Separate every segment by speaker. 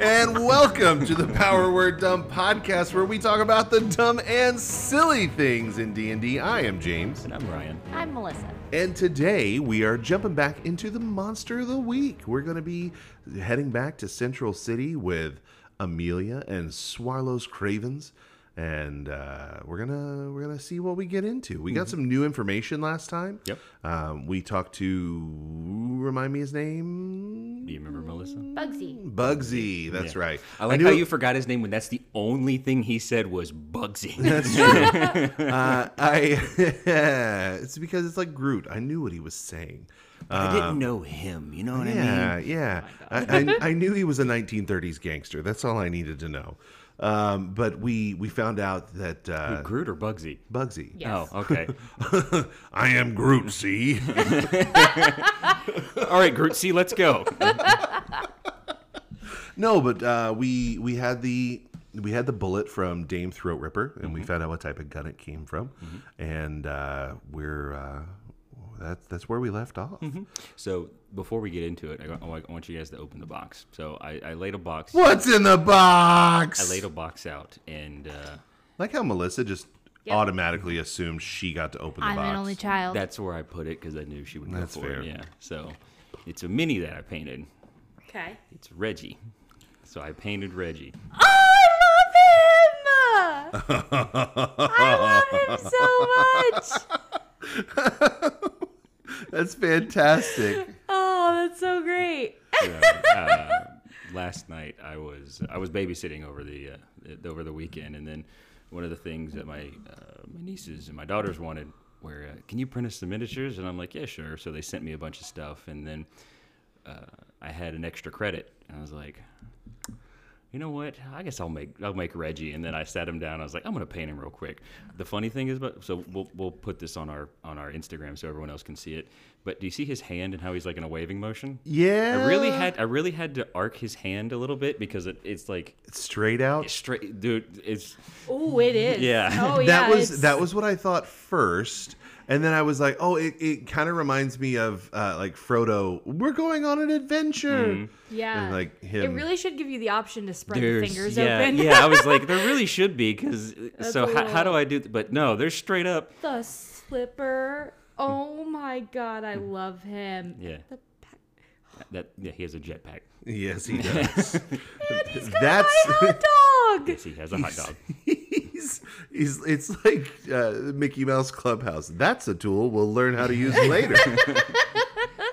Speaker 1: and welcome to the Power Word Dumb podcast, where we talk about the dumb and silly things in D and d I am James,
Speaker 2: And I'm Ryan.
Speaker 3: I'm Melissa.
Speaker 1: and today we are jumping back into the Monster of the Week. We're going to be heading back to Central City with Amelia and Swallows Cravens, and uh, we're gonna we're gonna see what we get into. We got some new information last time.
Speaker 2: Mm-hmm. Yep.
Speaker 1: Um, we talked to remind me his name.
Speaker 2: Do you remember Melissa?
Speaker 3: Bugsy.
Speaker 1: Mm. Bugsy, that's
Speaker 2: Yeah.
Speaker 1: right.
Speaker 2: I like
Speaker 1: knew
Speaker 2: how
Speaker 1: it-
Speaker 2: you forgot his name when that's the only thing he said was Bugsy.
Speaker 1: Uh, I it's because it's like Groot. I knew what he was saying.
Speaker 2: I didn't know him. You know what I
Speaker 1: Uh, Yeah,
Speaker 2: mean?
Speaker 1: yeah. I, I, I knew he was a 1930s gangster. That's all I needed to know. Um, but we we found out that uh,
Speaker 2: Groot or Bugsy?
Speaker 1: Bugsy.
Speaker 3: Yes.
Speaker 2: Oh, okay.
Speaker 1: I am Groot. See,
Speaker 2: All right, Groot. See, let's go.
Speaker 1: no, but uh, we we had the. We had the bullet from Dame Throat Ripper, and
Speaker 2: Mm-hmm.
Speaker 1: we found out what type of gun it came from, and uh, we're uh, that, that's where we left off.
Speaker 2: Mm-hmm. So before we get into it, I, I want- I want you guys to open the box. So I, I laid a box.
Speaker 1: What's in the box?
Speaker 2: I laid a box out, and uh,
Speaker 1: Like how Melissa just
Speaker 3: Yep.
Speaker 1: automatically assumed she got to open the
Speaker 3: I'm
Speaker 1: box.
Speaker 3: an only child.
Speaker 2: that's where I put it because I knew she would go
Speaker 1: That's
Speaker 2: for
Speaker 1: fair.
Speaker 2: it. Yeah. So it's a mini that I painted.
Speaker 3: okay.
Speaker 2: It's Reggie. So I painted Reggie.
Speaker 3: I love him! I love him so much!
Speaker 1: That's fantastic.
Speaker 3: Oh, that's so great.
Speaker 2: last night I was I was babysitting over the uh, the- over the weekend, and then one of the things that my uh, my nieces and my daughters wanted were, uh, can you print us some miniatures? And I'm like, yeah, sure. So they sent me a bunch of stuff, and then uh, I had an extra credit, and I was like. You know what? I guess I'll make I'll make Reggie, and then I sat him down. I was like, I'm gonna paint him real quick. The funny thing is, but so we'll we'll put this on our on our Instagram so everyone else can see it. But do you see his hand and how he's like in a waving motion?
Speaker 1: Yeah.
Speaker 2: I really
Speaker 3: Uh.
Speaker 2: had I really had to arc his hand a little bit because it, it's like
Speaker 1: straight out.
Speaker 2: straight, dude. It's
Speaker 3: Oh, it is.
Speaker 2: Yeah.
Speaker 3: Oh, yeah.
Speaker 1: that was
Speaker 3: it's-
Speaker 1: that was uh, what I thought first. And then I was like, oh, it, it kind of reminds me of uh, like Frodo, we're going on an adventure.
Speaker 3: Yeah.
Speaker 1: and, like,
Speaker 3: It
Speaker 1: him-
Speaker 3: really should give you the option to spread your
Speaker 2: there's
Speaker 3: fingers
Speaker 2: yeah
Speaker 3: open.
Speaker 2: yeah. I was like, there really should be because so
Speaker 3: a
Speaker 2: how, how
Speaker 3: little-
Speaker 2: do I do? th- But no, they're straight up.
Speaker 3: the slipper. Oh my god, I love him.
Speaker 2: Yeah.
Speaker 3: The pack-
Speaker 2: That yeah, he has a jetpack.
Speaker 1: Yes, he does. That's
Speaker 3: My hot dog!
Speaker 2: Yes, he has a hot dog.
Speaker 1: he's, he's it's like uh, Mickey Mouse Clubhouse. That's a tool we'll learn how to use later.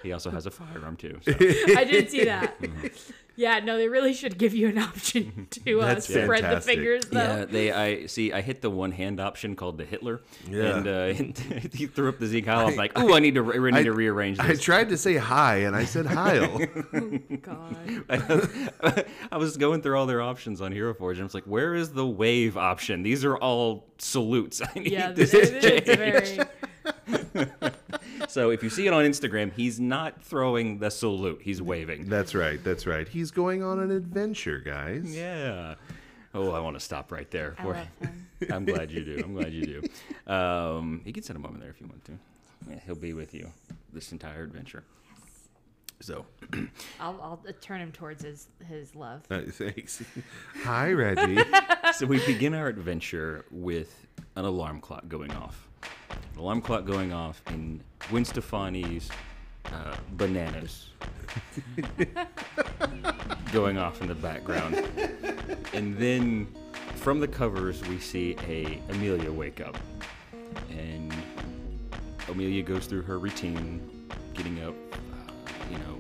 Speaker 2: He also has a firearm too. So.
Speaker 3: I did see that. Yeah, no, they really should give you an option to uh,
Speaker 1: That's
Speaker 3: spread the
Speaker 1: fantastic.
Speaker 3: fingers, though.
Speaker 2: Yeah, they. I see. I hit the one hand option called the Hitler,
Speaker 1: Yeah.
Speaker 2: and, uh, he threw up the Z Kyle. I'm like, oh, I need to, re- I need to
Speaker 1: I-
Speaker 2: rearrange
Speaker 1: I
Speaker 2: this.
Speaker 1: tried to say hi, and I said Heil.
Speaker 3: God.
Speaker 2: I was going through all their options on Hero Forge, and I was like, "Where is the wave option? These are all salutes." I need
Speaker 3: Yeah,
Speaker 2: this
Speaker 3: this
Speaker 2: to
Speaker 3: is it's very.
Speaker 2: change. So if you see it on Instagram, he's not throwing the salute; he's waving.
Speaker 1: That's right. That's right. He's going on an adventure, guys.
Speaker 2: Yeah. Oh, I want to stop right there.
Speaker 3: I love him.
Speaker 2: I'm glad you do. I'm glad you do. Um, you can send him over there if you want to. Yeah, he'll be with you this entire adventure. So
Speaker 3: I'll, I'll uh, turn him towards his his love.
Speaker 1: Uh, thanks. Hi, Reggie.
Speaker 2: so we begin our adventure with an alarm clock going off. An alarm clock going off in Gwen Stefani's uh, bananas going off in the background. And then from the covers, we see a Amelia wake up. And Amelia goes through her routine, getting up, uh, you know,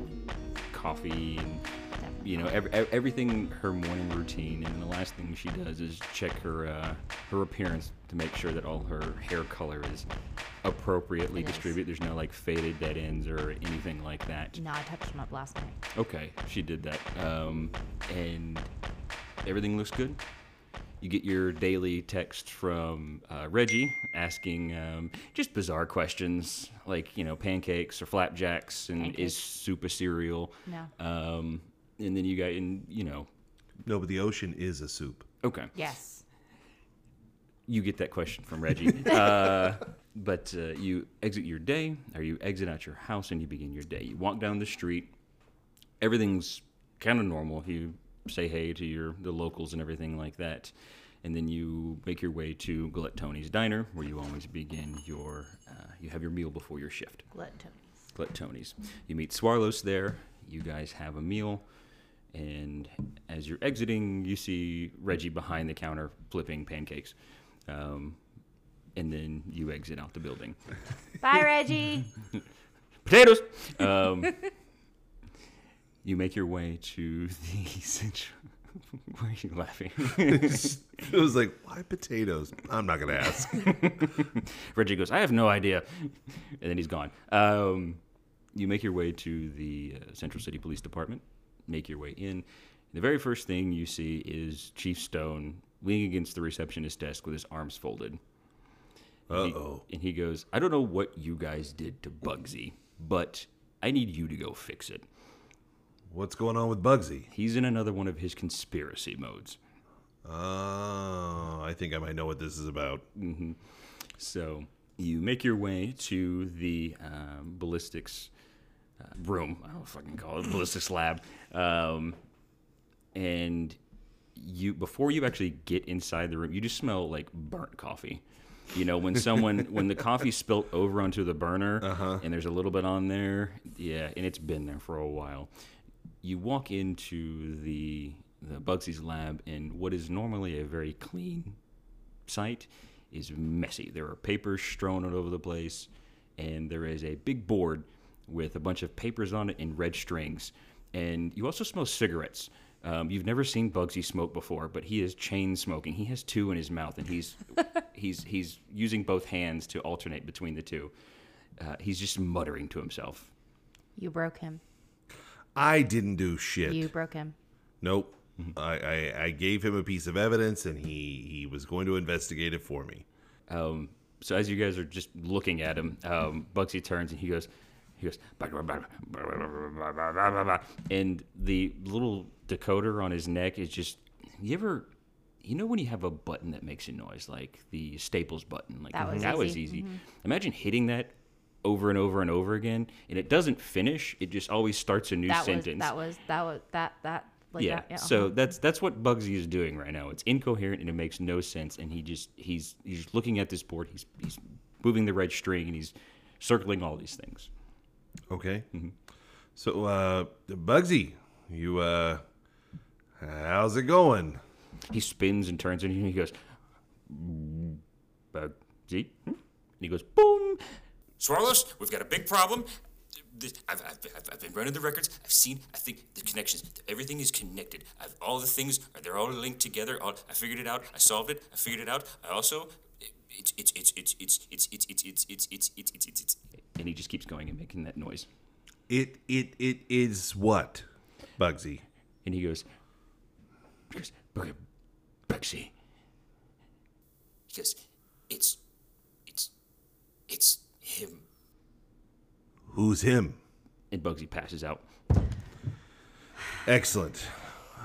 Speaker 2: coffee and you know ev- ev- everything her morning routine and the last thing she does is check her uh, her appearance to make sure that all her hair color is appropriately
Speaker 3: It is.
Speaker 2: distributed there's no like faded dead ends or anything like that
Speaker 3: No, I touched him up last night.
Speaker 2: okay she did that um, and everything looks good you get your daily text from uh, Reggie asking um, just bizarre questions like you know pancakes or flapjacks and
Speaker 3: Pancakes.
Speaker 2: is super cereal
Speaker 3: No.
Speaker 2: um, and then you got in, you know,
Speaker 1: no, but the ocean is a soup.
Speaker 2: okay,
Speaker 3: Yes.
Speaker 2: you get that question from Reggie. uh, but uh, you exit your day, or you exit out your house and you begin your day. You walk down the street. Everything's kind of normal. You say hey to your the locals and everything like that. And then you make your way to Glut Tony's Diner, where you always begin your uh, you have your meal before your shift.
Speaker 3: Glutton Tony's.
Speaker 2: Glut Tony's. You meet Swarlos there. You guys have a meal, and as you're exiting, you see Reggie behind the counter flipping pancakes. Um, and then you exit out the building.
Speaker 3: Bye, Reggie.
Speaker 2: Potatoes. Um, you make your way to the central. Why are you laughing?
Speaker 1: it was like, why potatoes? I'm not gonna ask.
Speaker 2: Reggie goes, I have no idea. And then he's gone. Um, you make your way to the uh, Central City Police Department, make your way in. The very first thing you see is Chief Stone leaning against the receptionist desk with his arms folded.
Speaker 1: Uh
Speaker 2: He-
Speaker 1: oh.
Speaker 2: And he goes, I don't know what you guys did to Bugsy, but I need you to go fix it.
Speaker 1: What's going on with Bugsy?
Speaker 2: He's in another one of his conspiracy modes.
Speaker 1: Oh, I think I might know what this is about.
Speaker 2: So you make your way to the um, ballistics uh, room. I don't fucking call it ballistics lab. Um, and you before you actually get inside the room, you just smell like burnt coffee. You know when someone when the coffee's spilt over onto the burner and there's a little bit on there, yeah, and it's been there for a while. You walk into the the Bugsy's lab in what is normally a very clean site is messy. There are papers strewn all over the place, and there is a big board with a bunch of papers on it and red strings. And you also smell cigarettes. Um, you've never seen Bugsy smoke before, but he is chain smoking. He has two in his mouth, and he's he's he's using both hands to alternate between the two. Uh, he's just muttering to himself.
Speaker 4: You broke him.
Speaker 1: I didn't do shit.
Speaker 4: You broke him.
Speaker 1: Nope. I, I, I gave him a piece of evidence and he, he was going to investigate it for me.
Speaker 2: Um, so as you guys are just looking at him, um, Bugsy turns and he goes, he goes, and the little decoder on his neck is just. You ever, you know, when you have a button that makes a noise, like the Staples button, like
Speaker 4: That was
Speaker 2: was
Speaker 4: easy. Mm-hmm.
Speaker 2: easy. Imagine hitting that over and over and over again, and it doesn't finish. It just always starts a new
Speaker 4: That was
Speaker 2: sentence.
Speaker 4: that was that was that that like
Speaker 2: yeah.
Speaker 4: that, yeah. uh-huh.
Speaker 2: So that's that's what Bugsy is doing right now. It's incoherent and it makes no sense. And he just he's he's looking at this board. He's he's moving the red string and he's circling all these things.
Speaker 1: Okay. So, uh, Bugsy, you, uh, how's it going?
Speaker 2: He spins and turns and he goes, Bugsy, hmm?" and he goes boom.
Speaker 5: Swarlos, we've got a big problem. This- I've, I've, I've, I've been running the records. I've seen, I think, the connections. Everything is connected. I've, all the things, are they're all linked together. All, I figured it out. I solved it. I figured it out. I also, it's, it's, it's, it's, it's, it's, it's, it's, it's, it's, it's, it's, it's, it's, it's,
Speaker 2: And he just keeps going and making that noise.
Speaker 1: It, it, it is what? Bugsy.
Speaker 2: And he goes, he goes "Bug- Bugsy.
Speaker 5: because it's, it's, it's him.
Speaker 1: Who's him?
Speaker 2: And Bugsy passes out.
Speaker 1: Excellent.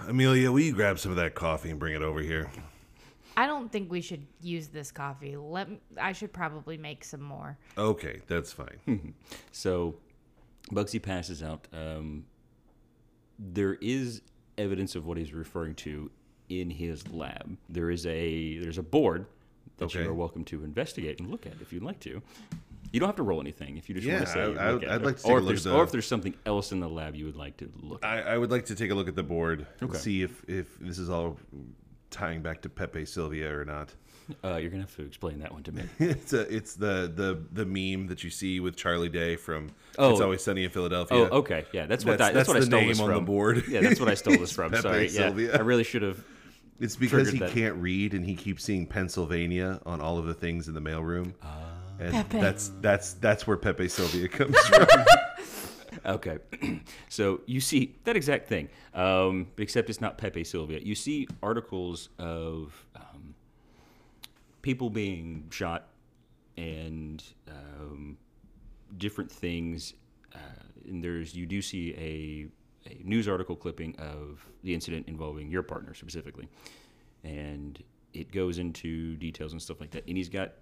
Speaker 1: Amelia, will you grab some of that coffee and bring it over here?
Speaker 4: I don't think we should use this coffee. Let m- I should probably make some more.
Speaker 1: Okay, that's fine.
Speaker 2: So Bugsy passes out. Um, there is evidence of what he's referring to in his lab. There is a there's a board that
Speaker 1: Okay.
Speaker 2: you are welcome to investigate and look at if you'd like to. You don't have to roll anything if you just
Speaker 1: Yeah,
Speaker 2: want to say.
Speaker 1: I-
Speaker 2: you
Speaker 1: I-
Speaker 2: look at
Speaker 1: I'd
Speaker 2: it.
Speaker 1: like to take a
Speaker 2: or if
Speaker 1: look
Speaker 2: there's
Speaker 1: at the-
Speaker 2: or if there's something else in the lab you would like to look at.
Speaker 1: I, I would like to take a look at the board and see if, if this is all tying back to Pepe Sylvia or not.
Speaker 2: Uh, you're gonna have to explain that one to me.
Speaker 1: It's a, it's the, the the meme that you see with Charlie Day from
Speaker 2: Oh.
Speaker 1: It's Always Sunny in Philadelphia.
Speaker 2: Oh, okay, yeah, that's what
Speaker 1: That's-
Speaker 2: that, that's,
Speaker 1: that's
Speaker 2: what I
Speaker 1: the
Speaker 2: stole
Speaker 1: name
Speaker 2: this
Speaker 1: on
Speaker 2: from.
Speaker 1: the board.
Speaker 2: Yeah, that's what I stole this from.
Speaker 1: Pepe
Speaker 2: Sorry, yeah,
Speaker 1: Sylvia.
Speaker 2: I really should have.
Speaker 1: It's because
Speaker 2: triggered
Speaker 1: he
Speaker 2: that.
Speaker 1: can't read and he keeps seeing Pennsylvania on all of the things in the mailroom. and that's that's that's where Pepe Sylvia comes from.
Speaker 2: Okay, so you see that exact thing, um, except it's not Pepe Sylvia. You see articles of um, people being shot and um, different things. Uh, and there's you do see a, a news article clipping of the incident involving your partner specifically, and it goes into details and stuff like that. And he's got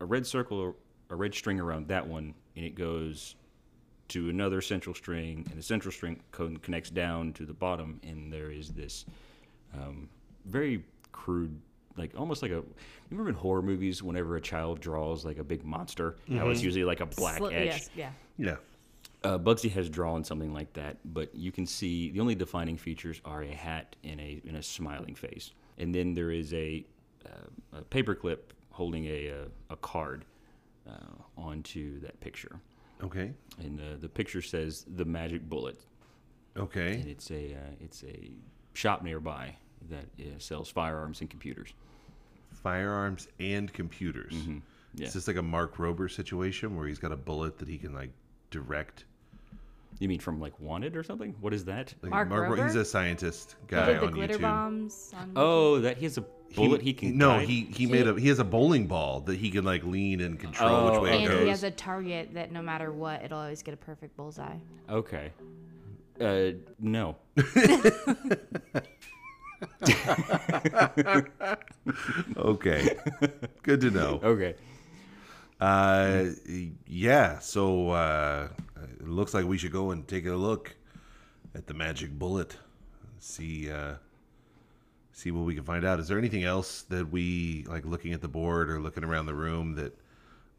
Speaker 2: a red circle, a red string around that one, and it goes to another central string, and the central string co- connects down to the bottom, and there is this um, very crude, like almost like a. You remember in horror movies, whenever a child draws like a big monster, how it's usually like a black
Speaker 3: Sli-
Speaker 2: edge.
Speaker 3: Yes, yeah.
Speaker 1: Yeah.
Speaker 2: Uh, Bugsy has drawn something like that, but you can see the only defining features are a hat and a and a smiling face, and then there is a, uh, a paperclip holding a a, a card uh, onto that picture,
Speaker 1: Okay.
Speaker 2: and uh, the picture says the magic bullet, and
Speaker 1: Okay.
Speaker 2: it's a uh, it's a shop nearby that uh, sells firearms and computers.
Speaker 1: Firearms and computers.
Speaker 2: Mm-hmm. Yeah.
Speaker 1: Is this like a Mark Rober situation where he's got a bullet that he can like direct?
Speaker 2: You mean from like Wanted or something? What is that?
Speaker 1: Like
Speaker 4: Mark
Speaker 1: Ro-
Speaker 4: Rober?
Speaker 1: He's a scientist guy
Speaker 4: Did the
Speaker 1: on
Speaker 4: glitter
Speaker 1: YouTube.
Speaker 4: bombs on
Speaker 2: Oh, that he has a bullet he, can
Speaker 1: no
Speaker 2: guide?
Speaker 1: he he made a he has a bowling ball that he can like lean and control which
Speaker 2: Oh,
Speaker 1: way
Speaker 4: and
Speaker 1: it
Speaker 4: he
Speaker 1: goes
Speaker 4: has a target that no matter what, it'll always get a perfect bullseye.
Speaker 2: Okay. Uh, no.
Speaker 1: okay good to know
Speaker 2: Okay.
Speaker 1: uh yeah so uh it looks like we should go and take a look at the magic bullet see uh see what we can find out is there anything else that we like looking at the board or looking around the room that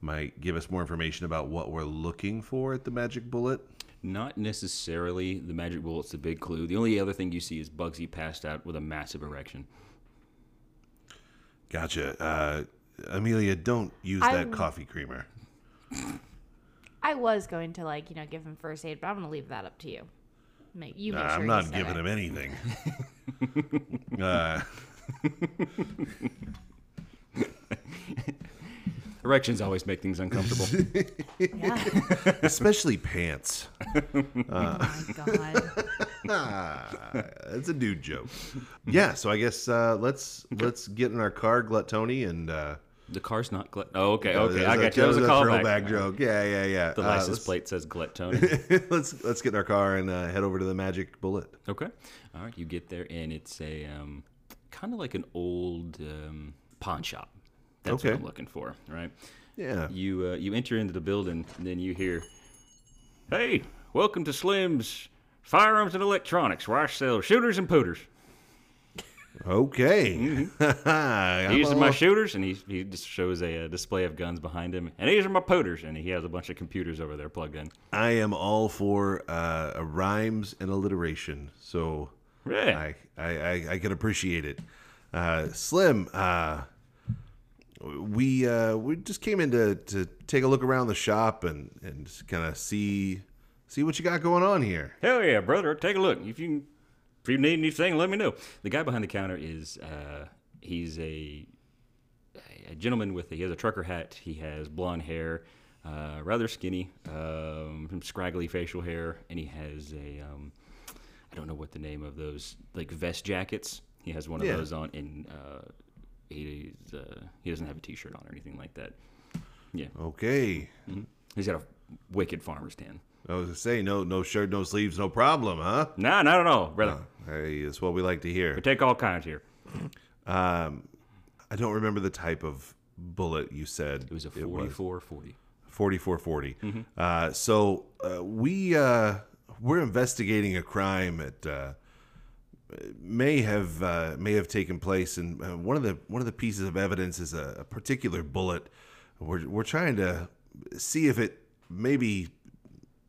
Speaker 1: might give us more information about what we're looking for at the magic bullet
Speaker 2: Not necessarily the magic bullet's the big clue. The only other thing you see is Bugsy passed out with a massive erection.
Speaker 1: gotcha uh amelia don't use
Speaker 4: I
Speaker 1: that
Speaker 4: w-
Speaker 1: coffee creamer
Speaker 4: I was going to like you know give him first aid, but I'm gonna leave that up to you. Ma- You make
Speaker 1: Nah,
Speaker 4: sure
Speaker 1: I'm
Speaker 4: he's
Speaker 1: not
Speaker 4: all
Speaker 1: giving
Speaker 4: right.
Speaker 1: him anything. uh,
Speaker 2: Erections always make things uncomfortable.
Speaker 4: Yeah.
Speaker 1: especially pants. Uh.
Speaker 4: oh my god.
Speaker 1: Ah, that's a dude joke. Yeah, so I guess uh, let's let's get in our car, Glut Tony, and uh,
Speaker 2: the car's not glut. Oh, okay,
Speaker 1: that
Speaker 2: okay. I got you. That was a
Speaker 1: throwback
Speaker 2: callback.
Speaker 1: joke. Yeah, yeah, yeah.
Speaker 2: The
Speaker 1: Uh,
Speaker 2: license
Speaker 1: let's-
Speaker 2: plate says gluttony.
Speaker 1: let's let's get in our car and uh, head over to the Magic Bullet.
Speaker 2: okay. All right. You get there, and it's a um, kind of like an old um, pawn shop. That's
Speaker 1: Okay.
Speaker 2: what I'm looking for, right?
Speaker 1: Yeah.
Speaker 2: You uh, you enter into the building, and then you hear, "Hey, welcome to Slim's Firearms and Electronics, where I sell shooters and pooters.
Speaker 1: Okay. I'm
Speaker 2: Mm-hmm. These are
Speaker 1: all-
Speaker 2: my shooters," and he he just shows a, uh display of guns behind him, and these are my pooters, and he has a bunch of computers over there plugged in.
Speaker 1: I am all for uh, rhymes and alliteration. So
Speaker 2: Yeah.
Speaker 1: I, I, I, I can appreciate it. Uh, Slim, uh, we uh, we just came in to, to take a look around the shop and and kind of see see what you got going on here.
Speaker 2: Hell yeah, brother! Take a look. If you if you need anything, let me know. The guy behind the counter is uh, he's a a gentleman with a, he has a trucker hat. He has blonde hair, uh, rather skinny, um, some scraggly facial hair, and he has a um, I don't know what the name of those like vest jackets. He has one of
Speaker 1: Yeah.
Speaker 2: those on, and uh, he uh, he doesn't have a t-shirt on or anything like that.
Speaker 1: Okay,
Speaker 2: He's got a wicked farmer's tan.
Speaker 1: I was gonna say no no shirt, no sleeves, no problem, huh?
Speaker 2: Nah, not at all, brother.
Speaker 1: Hey, that's what we like to hear.
Speaker 2: We take all kinds here.
Speaker 1: Um, I don't remember the type of bullet you said.
Speaker 2: It was a forty-four forty.
Speaker 1: 4440. Uh, so uh, we uh, we're investigating a crime that uh, may have uh, may have taken place, and uh, one of the one of the pieces of evidence is a, a particular bullet. We're we're trying to see if it maybe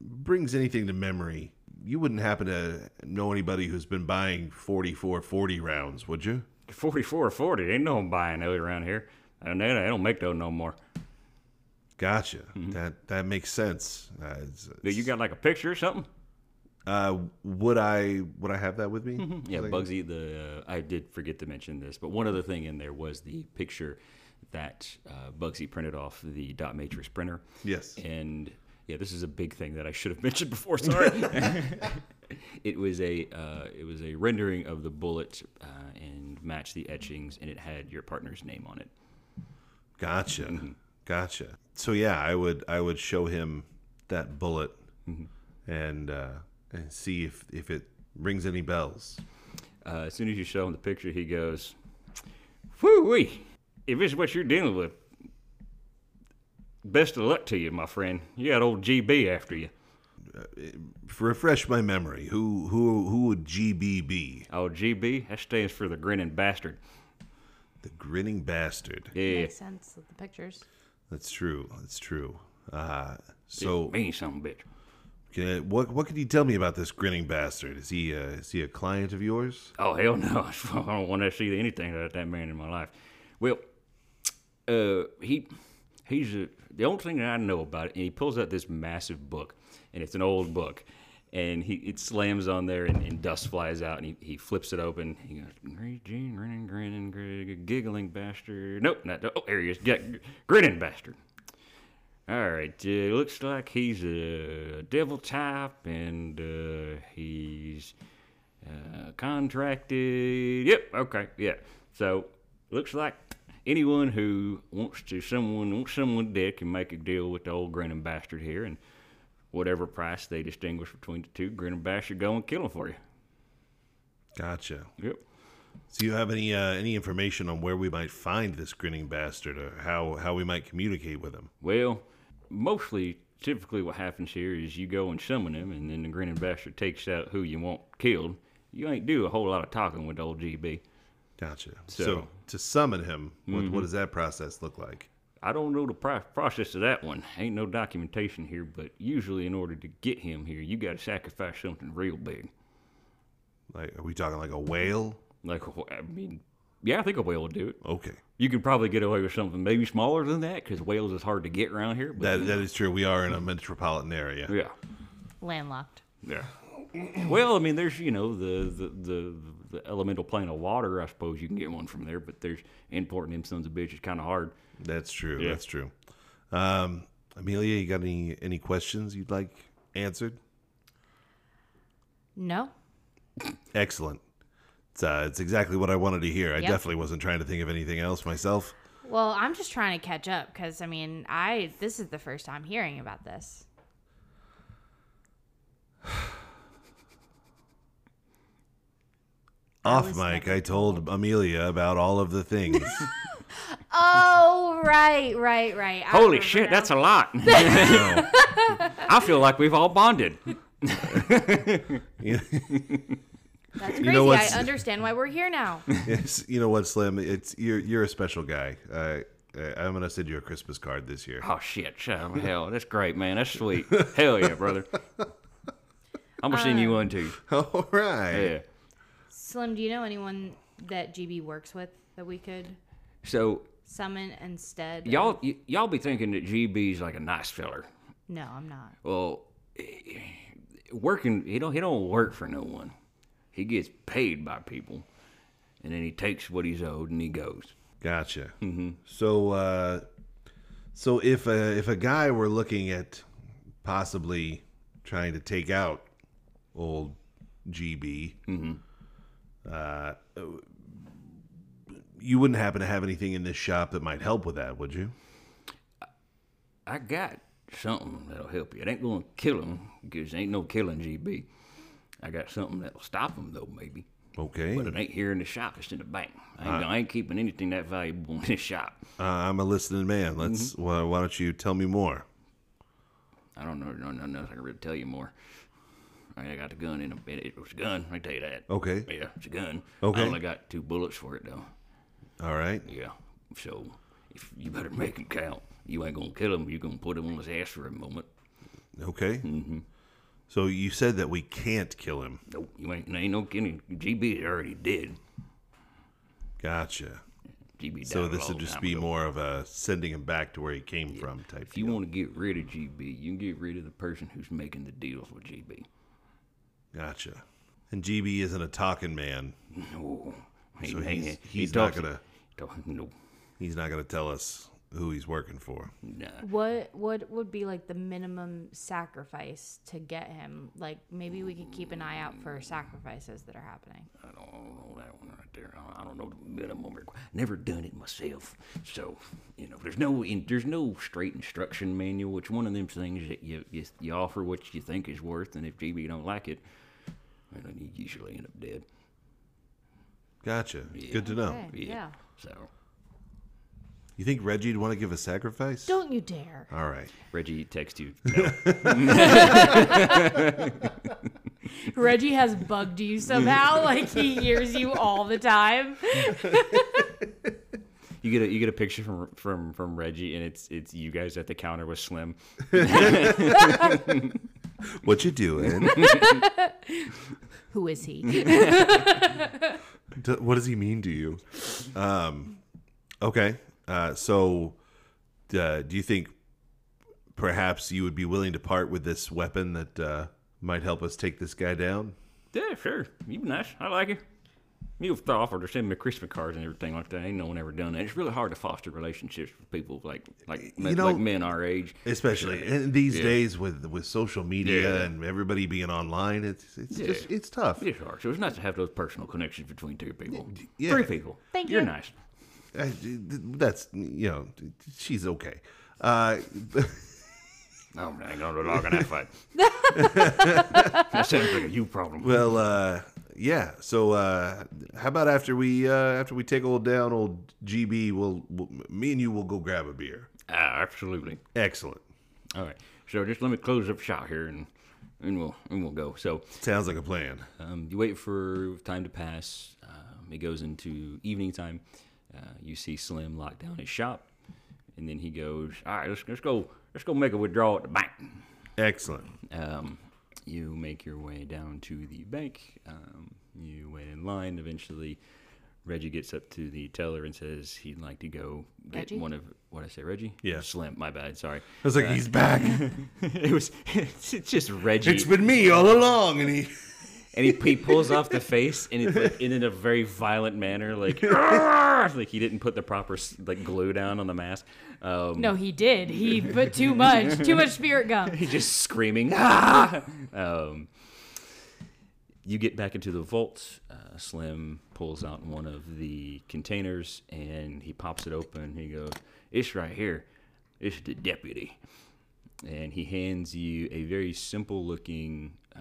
Speaker 1: brings anything to memory. You wouldn't happen to know anybody who's been buying 4440 rounds, would you?
Speaker 2: 44 40 ain't no one buying those around here and they, they don't make those no more
Speaker 1: Gotcha. That that makes sense. Uh, it's-
Speaker 2: Do you got like a picture or something
Speaker 1: Uh, would I would I have that with me?
Speaker 2: yeah
Speaker 1: Like-
Speaker 2: bugsy the uh, i did forget to mention this but one other thing in there was the picture that uh, bugsy printed off the dot matrix printer
Speaker 1: Yes.
Speaker 2: and yeah this is a big thing that i should have mentioned before sorry it was a uh, it was a rendering of the bullet uh, and matched the etchings and it had your partner's name on it
Speaker 1: Gotcha. Gotcha. So yeah, I would I would show him that bullet and uh, and see if if it rings any bells.
Speaker 2: Uh, as soon as you show him the picture, he goes, "Whoo wee! If this is what you're dealing with, best of luck to you, my friend. You got old GB after you."
Speaker 1: refresh my memory. Who who who would GB be?
Speaker 2: Oh, GB, that stands for the grinning bastard.
Speaker 1: The grinning bastard.
Speaker 2: Yeah,
Speaker 4: Makes sense with the pictures.
Speaker 1: That's true. That's true. Uh, so
Speaker 2: me some bitch.
Speaker 1: can, what what can you tell me about this grinning bastard? Is he uh, is he a client of yours?
Speaker 2: Oh hell no! I don't want to see anything like that man in my life. Well, uh, he he's a, the only thing that I know about it. And he pulls out this massive book, and it's an old book, and he it slams on there, and, and dust flies out, and he, he flips it open. He goes, "Great Gene, grinning, grinning, grinning, giggling bastard." Nope, not oh, there he is, yeah, grinning bastard. All right, uh, looks like he's a devil type, and uh, he's uh, contracted. Yep. Okay. Yeah. So looks like anyone who wants to someone wants someone dead can make a deal with the old grinning bastard here, and whatever price they distinguish between the two, grinning bastard go and kill him for you.
Speaker 1: Gotcha.
Speaker 2: Yep.
Speaker 1: So you have any uh, any information on where we might find this grinning bastard, or how how we might communicate with him?
Speaker 2: Well, mostly, typically, what happens here is you go and summon him, and then the grinning bastard takes out who you want killed. You ain't do a whole lot of talking with old GB.
Speaker 1: Gotcha. So,
Speaker 2: So-
Speaker 1: to summon him, what, what does that process look like?
Speaker 2: I don't know the pro- process of that one. Ain't no documentation here, but usually in order to get him here, you got to sacrifice something real big.
Speaker 1: Like, are we talking like a whale?
Speaker 2: Like, a wh- I mean, yeah, I think a whale would do it.
Speaker 1: Okay,
Speaker 2: You could probably get away with something maybe smaller than that because whales is hard to get around here. But
Speaker 1: that that is true. We are in a metropolitan area.
Speaker 2: yeah,
Speaker 4: Landlocked.
Speaker 2: yeah. well, I mean, there's you know the the, the the elemental plane of water. I suppose you can get one from there, but there's importing them sons of bitches kind of hard.
Speaker 1: That's true. That's true. Um, Amelia, you got any any questions you'd like answered?
Speaker 4: No.
Speaker 1: Excellent. It's uh, it's exactly what I wanted to hear. I
Speaker 4: Yep.
Speaker 1: definitely wasn't trying to think of anything else myself.
Speaker 4: Well, I'm just trying to catch up because I mean, I this is the first time hearing about this.
Speaker 1: Off mic, I told Amelia about all of the things.
Speaker 4: Oh, right, right, right. I
Speaker 2: Holy
Speaker 4: remember
Speaker 2: shit,
Speaker 4: now.
Speaker 2: that's a lot.
Speaker 1: So,
Speaker 2: I feel like we've all bonded.
Speaker 1: you-
Speaker 4: that's
Speaker 1: you
Speaker 4: crazy.
Speaker 1: know what's-
Speaker 4: I understand why we're here now.
Speaker 1: Yes, you know what, Slim? It's you're you're a special guy. Uh, I- I'm gonna send you a Christmas card this year.
Speaker 2: Oh shit! Oh, hell, that's great, man. That's sweet. hell yeah, brother. I'm gonna send you
Speaker 4: Uh,
Speaker 2: one too.
Speaker 1: All right.
Speaker 2: Yeah.
Speaker 4: Slim, do you know anyone that GB works with that we could
Speaker 2: So
Speaker 4: summon instead? of-
Speaker 2: y'all y- y'all be thinking that GB's like a nice feller.
Speaker 4: No, I'm not.
Speaker 2: Well, working he don't he don't work for no one. He gets paid by people, and then he takes what he's owed and he goes.
Speaker 1: Gotcha. So, uh, so if a if a guy were looking at possibly trying to take out old GB, uh, you wouldn't happen to have anything in this shop that might help with that, would you?
Speaker 2: I got something that'll help you. It ain't gonna kill him because ain't no killing GB. I got something that'll stop him though, maybe.
Speaker 1: Okay.
Speaker 2: But it ain't here in the shop. It's in the bank. I ain't, I ain't keeping anything that valuable in this shop.
Speaker 1: Uh, I'm a listening man. Let's. Why, why don't you tell me more?
Speaker 2: I don't know. No, no, no. I can really tell you more. I ain't got the gun in a It, it was a gun. I can tell you that.
Speaker 1: Okay.
Speaker 2: Yeah, it's a gun.
Speaker 1: Okay.
Speaker 2: I only got two bullets for it though.
Speaker 1: All right.
Speaker 2: Yeah. So if you better make it count. You ain't gonna kill him. You gonna put him on his ass for a moment.
Speaker 1: Okay. So you said that we can't kill him.
Speaker 2: Nope. You ain't. Ain't no kidding. GB is already dead.
Speaker 1: Gotcha.
Speaker 2: GB died
Speaker 1: So
Speaker 2: a
Speaker 1: this
Speaker 2: long
Speaker 1: would just
Speaker 2: time
Speaker 1: be
Speaker 2: ago.
Speaker 1: more of a sending him back to where he came from type
Speaker 2: If you
Speaker 1: deal.
Speaker 2: want to get rid of GB, you can get rid of the person who's making the deals with GB.
Speaker 1: Gotcha. And GB isn't a talking man.
Speaker 2: No. He,
Speaker 1: So
Speaker 2: he-
Speaker 1: he's-
Speaker 2: he
Speaker 1: he's not
Speaker 2: talks-
Speaker 1: gonna-
Speaker 2: talk- no.
Speaker 1: He's not going to tell us who he's working for.
Speaker 2: Nah.
Speaker 4: What what would be like the minimum sacrifice to get him? Like maybe we could keep an eye out for sacrifices that are happening.
Speaker 2: I don't know that one right there. I- I don't know the minimum requ- Never done it myself, so you know there's no in, there's no straight instruction manual. It's one of them things that you, you you offer what you think is worth, and if GB don't like it, well, then you usually end up dead.
Speaker 1: Gotcha. Good to know.
Speaker 4: Okay, yeah.
Speaker 2: So
Speaker 6: You think Reggie'd want to give a sacrifice?
Speaker 4: Don't you dare.
Speaker 1: All right.
Speaker 2: Reggie text you. No.
Speaker 3: Reggie has bugged you somehow. like he hears you all the time.
Speaker 2: you get a you get a picture from from from Reggie, and it's it's you guys at the counter with Slim.
Speaker 1: What you doing?
Speaker 4: Who is he?
Speaker 1: D- what does he mean to you? Um, okay. Uh, so, uh, do you think perhaps you would be willing to part with this weapon that uh, might help us take this guy down?
Speaker 2: Yeah, sure. You be nice. I like it. You've offered to send me Christmas cards and everything like that. Ain't no one ever done that. It's really hard to foster relationships with people like like men-
Speaker 1: know-
Speaker 2: like men our age.
Speaker 1: Especially in these days with with social media
Speaker 2: Yeah.
Speaker 1: and everybody being online, it's it's
Speaker 2: Yeah.
Speaker 1: just it's tough.
Speaker 2: It's hard. So it's nice to have those personal connections between two people,
Speaker 1: yeah.
Speaker 2: three people.
Speaker 4: Thank
Speaker 2: You're
Speaker 4: you.
Speaker 2: nice.
Speaker 1: I- that's you know, she's okay. Uh,
Speaker 2: I'm not gonna log on that fight. that sounds like a you problem.
Speaker 1: Well, uh, yeah. So, uh, how about after we uh, after we take old down old GB, we'll, we'll me and you will go grab a beer.
Speaker 2: Ah, absolutely.
Speaker 1: Excellent.
Speaker 2: All right. So just let me close up shop here, and and we'll and we'll go. So
Speaker 1: Sounds like a plan.
Speaker 2: Um, you wait for time to pass. Um, it goes into evening time. Uh, you see Slim lock down his shop, and then he goes, "All right, let's, let's go. Let's go make a withdrawal at the bank."
Speaker 1: Excellent.
Speaker 2: Um, you make your way down to the bank. Um, you wait in line. Eventually, Reggie gets up to the teller and says he'd like to go get
Speaker 4: Reggie?
Speaker 2: one of what I say, Reggie.
Speaker 1: Yeah.
Speaker 2: Slim. My bad. Sorry.
Speaker 1: I was like, he's back.
Speaker 2: it was. It's just Reggie.
Speaker 1: it's been me all along, and he.
Speaker 2: and he, he pulls off the face and it's like, and in a very violent manner like "Argh!" like he didn't put the proper like glue down on the mask um
Speaker 3: No, he did. He put too much, too much spirit gum.
Speaker 2: he's just screaming "Ah!" um you get back into the vault uh, slim pulls out one of the containers and he pops it open he goes it's right here it's the deputy and he hands you a very simple looking uh,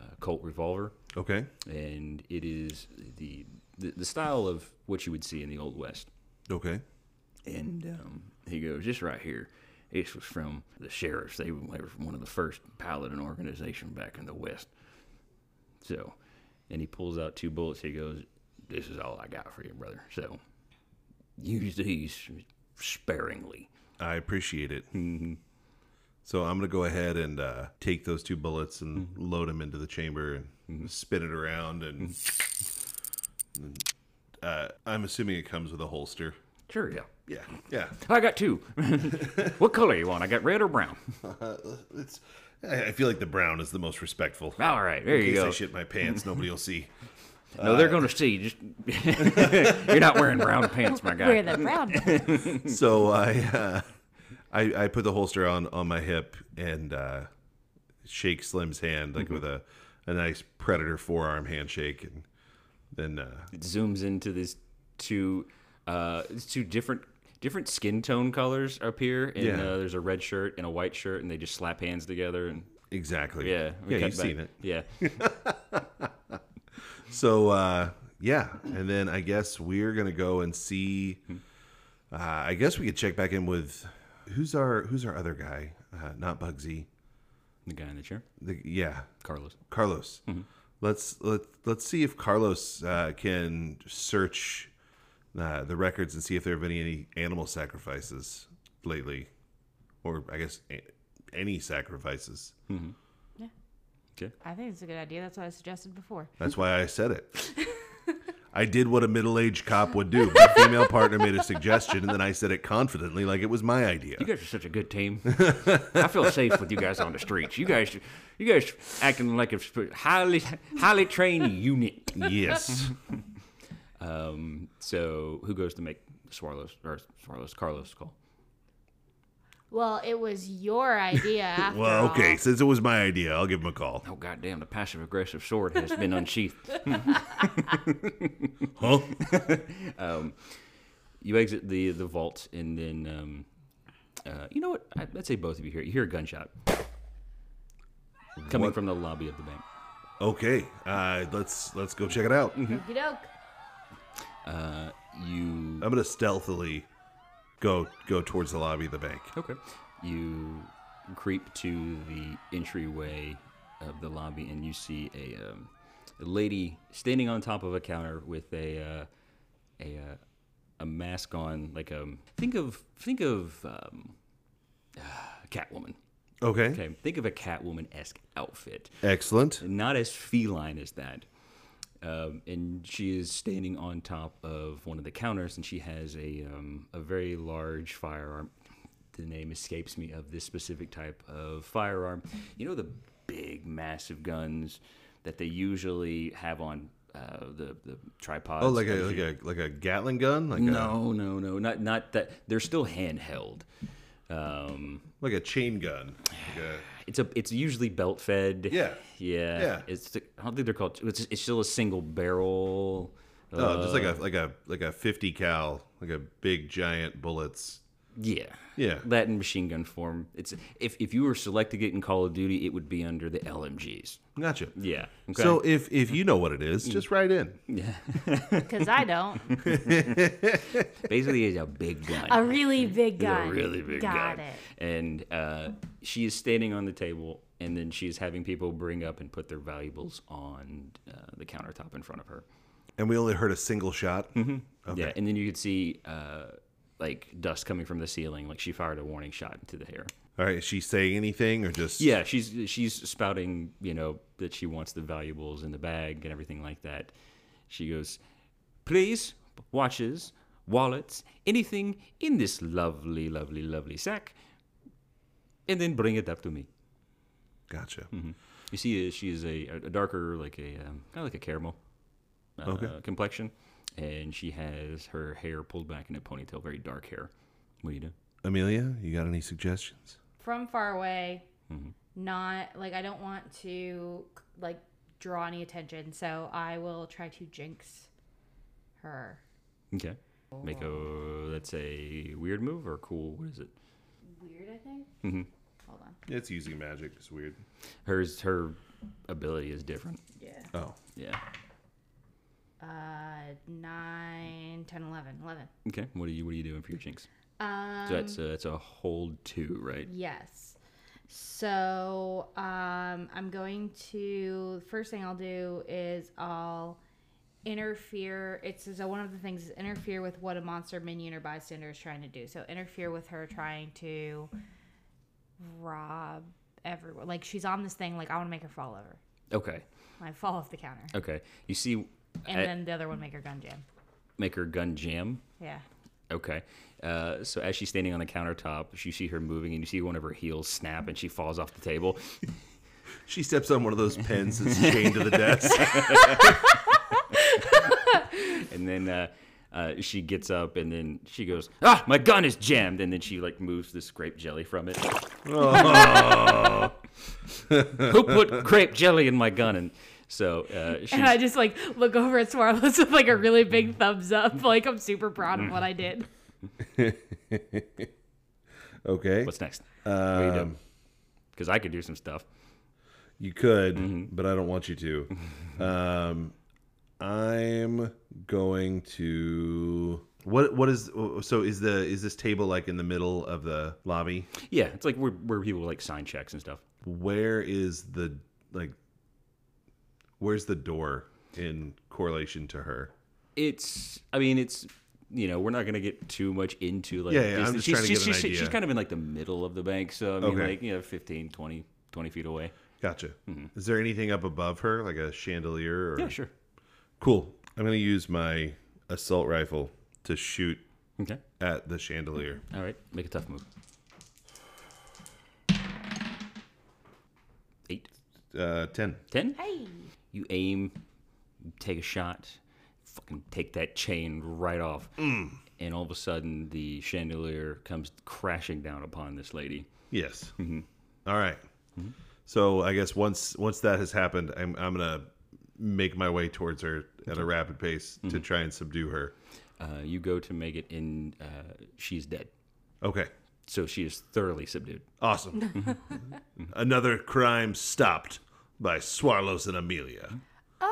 Speaker 2: uh, Colt revolver
Speaker 1: Okay.
Speaker 2: and it is the, the the style of what you would see in the old west.
Speaker 1: Okay.
Speaker 2: And um, he goes, "This right here, this was from the sheriffs. They were they were one of the first piloting organization back in the west." So, and he pulls out two bullets. He goes, "This is all I got for you, brother. So, use these sparingly."
Speaker 1: I appreciate it. So I'm gonna go ahead and uh, take those two bullets and load them into the chamber and spin it around, and, and, uh, I'm assuming it comes with a holster.
Speaker 2: Sure, yeah.
Speaker 1: Yeah. Yeah.
Speaker 2: I got two. what color you want? I got red or brown.
Speaker 1: It's. I I feel like the brown is the most respectful.
Speaker 2: All right, there
Speaker 1: In
Speaker 2: you
Speaker 1: case
Speaker 2: go.
Speaker 1: I shit my pants, nobody will see.
Speaker 2: No, they're going to see. Just you're not wearing brown pants, my guy.
Speaker 4: Wear the brown one.
Speaker 1: So I, uh, I, I put the holster on on my hip and uh, shake Slim's hand like with a, a nice predator forearm handshake, and then uh,
Speaker 2: it zooms into these two uh these two different different skin tone colors up here and
Speaker 1: Yeah.
Speaker 2: uh, there's a red shirt and a white shirt and they just slap hands together and
Speaker 1: exactly.
Speaker 2: yeah we
Speaker 1: yeah,
Speaker 2: cut
Speaker 1: you've
Speaker 2: back.
Speaker 1: seen it.
Speaker 2: yeah
Speaker 1: So uh, yeah, and then I guess we're gonna go and see. Uh, I guess we could check back in with who's our who's our other guy? Uh, not Bugsy.
Speaker 2: the guy in the chair
Speaker 1: The, yeah,
Speaker 2: carlos
Speaker 1: Carlos. Let's let let's see if Carlos uh, can search uh, the records and see if there have been any animal sacrifices lately, or I guess a- any sacrifices.
Speaker 4: I think it's a good idea. That's what I suggested before.
Speaker 1: That's why I said it. I did what a middle-aged cop would do. My female partner made a suggestion, and then I said it confidently, like it was my idea.
Speaker 2: you guys are such a good team i feel safe with you guys on the streets you guys you guys acting like a sp- highly highly trained unit
Speaker 1: Yes.
Speaker 2: um so who goes to make swallows or swallows carlos call
Speaker 4: Well, it was your idea after
Speaker 1: Well,
Speaker 4: all.
Speaker 1: okay. Since it was my idea, I'll give him a call.
Speaker 2: oh goddamn the passive aggressive sword has been unsheathed
Speaker 1: Huh?
Speaker 2: you exit the the vault and then um, uh, you know what I, let's say both of you hear you hear a gunshot coming from the lobby of the bank
Speaker 1: Okay. Uh, let's let's go check it out.
Speaker 4: Okey doke.
Speaker 2: uh, you
Speaker 1: I'm gonna stealthily go go towards the lobby of the bank.
Speaker 2: Okay. You creep to the entryway of the lobby and you see a, um, a lady standing on top of a counter with a uh, a uh, a mask on, like um think of think of um, Catwoman.
Speaker 1: Okay.
Speaker 2: Okay, think of a Catwoman esque outfit,
Speaker 1: Excellent.
Speaker 2: not as feline as that. Um, and she is standing on top of one of the counters, and she has a um, a very large firearm. The name escapes me of this specific type of firearm. You know the big, massive guns that they usually have on uh, the the tripods.
Speaker 1: Oh, like a
Speaker 2: that
Speaker 1: like
Speaker 2: you-
Speaker 1: a like a Gatling gun, like a
Speaker 2: no, no, no, not not that. They're still handheld. Um,
Speaker 1: like a chain gun. Like a,
Speaker 2: It's a. It's usually belt fed.
Speaker 1: Yeah.
Speaker 2: Yeah.
Speaker 1: Yeah.
Speaker 2: It's. The, I don't think they're called. It's, it's still a single barrel.
Speaker 1: no, oh,
Speaker 2: Uh,
Speaker 1: just like a like a like a fifty cal, like a big giant bullets.
Speaker 2: Yeah.
Speaker 1: Yeah.
Speaker 2: That in machine gun form. It's if if you were selecting it in Call of Duty, it would be under the LMGs.
Speaker 1: Gotcha.
Speaker 2: Yeah. Okay. Mm.
Speaker 1: So if if you know what it is, just write in.
Speaker 4: Because I don't.
Speaker 2: basically, it's a big gun.
Speaker 4: A really big
Speaker 2: It's
Speaker 4: guy.
Speaker 2: a really big
Speaker 4: Got
Speaker 2: gun.
Speaker 4: it.
Speaker 2: And uh, she is standing on the table, and then she's having people bring up and put their valuables on uh, the countertop in front of her.
Speaker 1: And we only heard a single shot.
Speaker 2: Mm-hmm. Yeah, and then you could see uh, like dust coming from the ceiling. Like she fired a warning shot into the air.
Speaker 1: All right, is she saying anything or just
Speaker 2: Yeah, she's she's spouting, you know, that she wants the valuables in the bag and everything like that. She goes, "Please, watches, wallets, anything in this lovely, lovely, lovely sack, and then bring it up to me."
Speaker 1: Gotcha.
Speaker 2: You see, uh, she is a, a darker, like a um, kind of like a caramel uh, complexion, and she has her hair pulled back in a ponytail, very dark hair. What do you do?
Speaker 1: Amelia, you got any suggestions?
Speaker 4: From far away. Not like I don't want to like draw any attention, so I will try to jinx her.
Speaker 2: Okay, make a that's a weird move or cool. What is it?
Speaker 4: Weird, I think. Hold on.
Speaker 1: It's using magic. It's weird.
Speaker 2: Hers her ability is different.
Speaker 1: Oh.
Speaker 2: Yeah.
Speaker 4: Uh, 9, 10, 11. 11.
Speaker 2: Okay. What are you What are you doing for your jinx?
Speaker 4: Um,
Speaker 2: So that's a, that's a hold two, right?
Speaker 4: Yes. So um, I'm going to. First thing I'll do is I'll interfere. It's so one of the things is interfere with what a monster minion or bystander is trying to do. So interfere with her trying to rob everyone. Like she's on this thing. Like I want to make her fall over.
Speaker 2: Okay.
Speaker 4: I fall off the counter,
Speaker 2: Okay. You see,
Speaker 4: and
Speaker 2: I-
Speaker 4: then the other one make her gun jam.
Speaker 2: make her gun jam.
Speaker 4: Yeah.
Speaker 2: Okay. Uh, so as she's standing on the countertop, you see her moving, and you see one of her heels snap, and she falls off the table.
Speaker 1: She steps on one of those pens that's chained to the desk.
Speaker 2: and then uh, uh, she gets up, and then she goes, "Ah, my gun is jammed!" And then she like moves the grape jelly from it. Who put grape jelly in my gun? And so uh, she's,
Speaker 3: And I just like look over at Swarlos with like a really big thumbs up. Like I'm super proud of what I did.
Speaker 1: okay.
Speaker 2: what's next?
Speaker 1: Um,
Speaker 2: Because I could do some stuff.
Speaker 1: You could,
Speaker 2: Mm-hmm.
Speaker 1: but I don't want you to. Um, I'm going to what? What is so? Is the is this table like in the middle of the lobby?
Speaker 2: Yeah, it's like where, where people like sign checks and stuff.
Speaker 1: Where is the like? Where's the door in correlation to her?
Speaker 2: It's, I mean, it's. You know, we're not gonna get too much into like.
Speaker 1: Yeah, yeah, I'm just
Speaker 2: distance. she's,
Speaker 1: trying to
Speaker 2: she's,
Speaker 1: get an
Speaker 2: she's,
Speaker 1: idea.
Speaker 2: she's kind of in like the middle of the bank, so I mean,
Speaker 1: Okay.
Speaker 2: like you know, 15, 20, 20 feet away.
Speaker 1: Gotcha. Is there anything up above her, like a chandelier? Or...
Speaker 2: Mm-hmm. Yeah, sure.
Speaker 1: Cool. I'm gonna use my assault rifle to shoot
Speaker 2: Okay.
Speaker 1: at the chandelier.
Speaker 2: All right, make a tough move. Eight,
Speaker 1: Uh, Ten.
Speaker 2: ten. Hey. You aim, take a shot, fucking take that chain right off, and all of a sudden the chandelier comes crashing down upon this lady.
Speaker 1: Yes. All right. So I guess once once that has happened, I'm I'm gonna make my way towards her at a rapid pace to try and subdue her.
Speaker 2: Uh, you go to make it, and uh, she's dead.
Speaker 1: Okay.
Speaker 2: So she is thoroughly subdued.
Speaker 1: Awesome. Mm-hmm. Another crime stopped by Swallows and Amelia.
Speaker 4: Uh,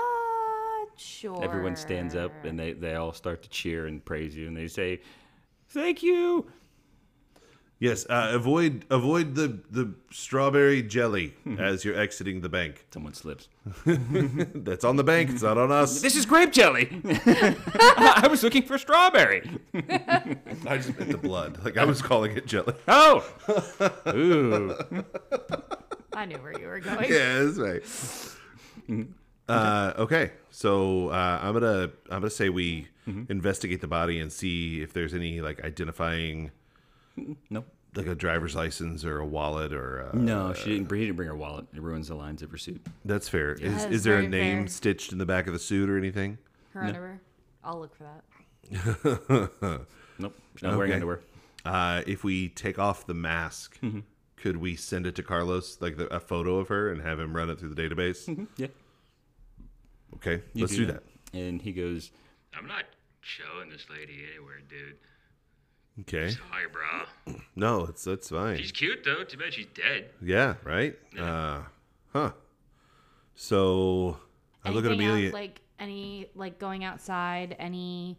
Speaker 4: sure.
Speaker 2: Everyone stands up, and they, they all start to cheer and praise you, and they say, Thank you.
Speaker 1: Yes, uh, avoid avoid the the strawberry jelly as you're exiting the bank.
Speaker 2: Someone slips.
Speaker 1: That's on the bank. It's not on us.
Speaker 2: This is grape jelly. I was looking for strawberry.
Speaker 1: I just meant the blood. Like I was calling it jelly.
Speaker 2: Oh. Ooh.
Speaker 3: I knew where you were going.
Speaker 1: yeah, that's right. Uh, okay, so uh, I'm gonna I'm gonna say we investigate the body and see if there's any like identifying
Speaker 2: No.
Speaker 1: like a driver's license or a wallet or uh,
Speaker 2: No, she didn't. He didn't bring her wallet. It ruins the lines of her suit.
Speaker 1: That's fair. Is,
Speaker 4: That
Speaker 1: is
Speaker 4: is
Speaker 1: there a
Speaker 4: very
Speaker 1: name
Speaker 4: fair.
Speaker 1: stitched in the back of the suit or anything?
Speaker 4: Her underwear. I'll look for that.
Speaker 2: Nope. She's not wearing
Speaker 1: Okay.
Speaker 2: underwear.
Speaker 1: Uh, if we take off the mask, could we send it to Carlos like the, a photo of her and have him run it through the database?
Speaker 2: Yeah.
Speaker 1: Okay,
Speaker 2: Mm-hmm. you
Speaker 1: let's do, that.
Speaker 2: And he goes,
Speaker 7: I'm not showing this lady anywhere, dude.
Speaker 1: Okay,
Speaker 7: Sorry, bro.
Speaker 1: no, it's that's fine.
Speaker 7: She's cute though. Too bad she's dead.
Speaker 1: Yeah, right. Uh, huh. So I look at
Speaker 4: Anything else,
Speaker 1: Amelia.
Speaker 4: like any like going outside, any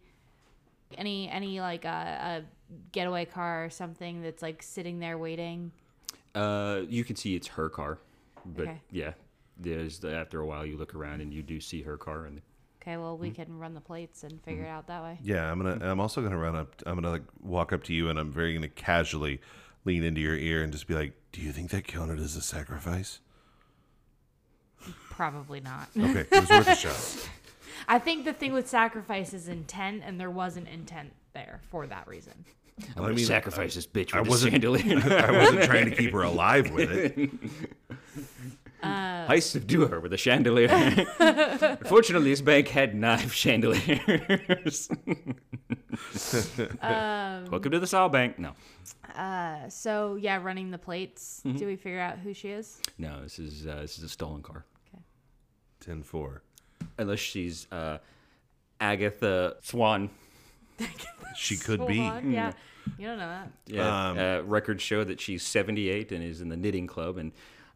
Speaker 4: any any like a, a getaway car or something that's like sitting there waiting.
Speaker 2: uh, you can see it's her car, but
Speaker 4: Okay.
Speaker 2: yeah, there's the, after a while you look around and you do see her car and
Speaker 4: Okay, well
Speaker 1: Mm.
Speaker 4: we can run the plates
Speaker 1: Mm-hmm.
Speaker 4: and figure it out that way.
Speaker 1: yeah, I'm gonna. I'm also gonna run up. I'm gonna like walk up to you, and I'm very gonna casually lean into your ear and just be like, "Do you think that counted as a sacrifice?"
Speaker 4: Probably not.
Speaker 1: Okay, it was worth a shot.
Speaker 4: I think the thing with sacrifice is intent, and there wasn't intent there for that reason.
Speaker 2: I'm gonna
Speaker 1: mean,
Speaker 2: sacrifice this bitch with
Speaker 1: I
Speaker 2: this
Speaker 1: wasn't-
Speaker 2: chandelier.
Speaker 1: I wasn't trying to keep her alive with it.
Speaker 2: I subdue her with a chandelier. Fortunately, this bank had knife chandeliers. Welcome to the Saw Bank. No,
Speaker 4: Uh, so yeah, running the plates.
Speaker 1: Mm-hmm.
Speaker 4: Do we figure out who she is?
Speaker 2: no, this is uh, this is a stolen car.
Speaker 1: Ten four.
Speaker 2: Unless she's uh, Agatha Swan.
Speaker 1: She could
Speaker 4: Hold
Speaker 1: be. Mm.
Speaker 4: on, Yeah, you don't know that.
Speaker 2: Yeah, uh, records show that she's 78 and is in the knitting club and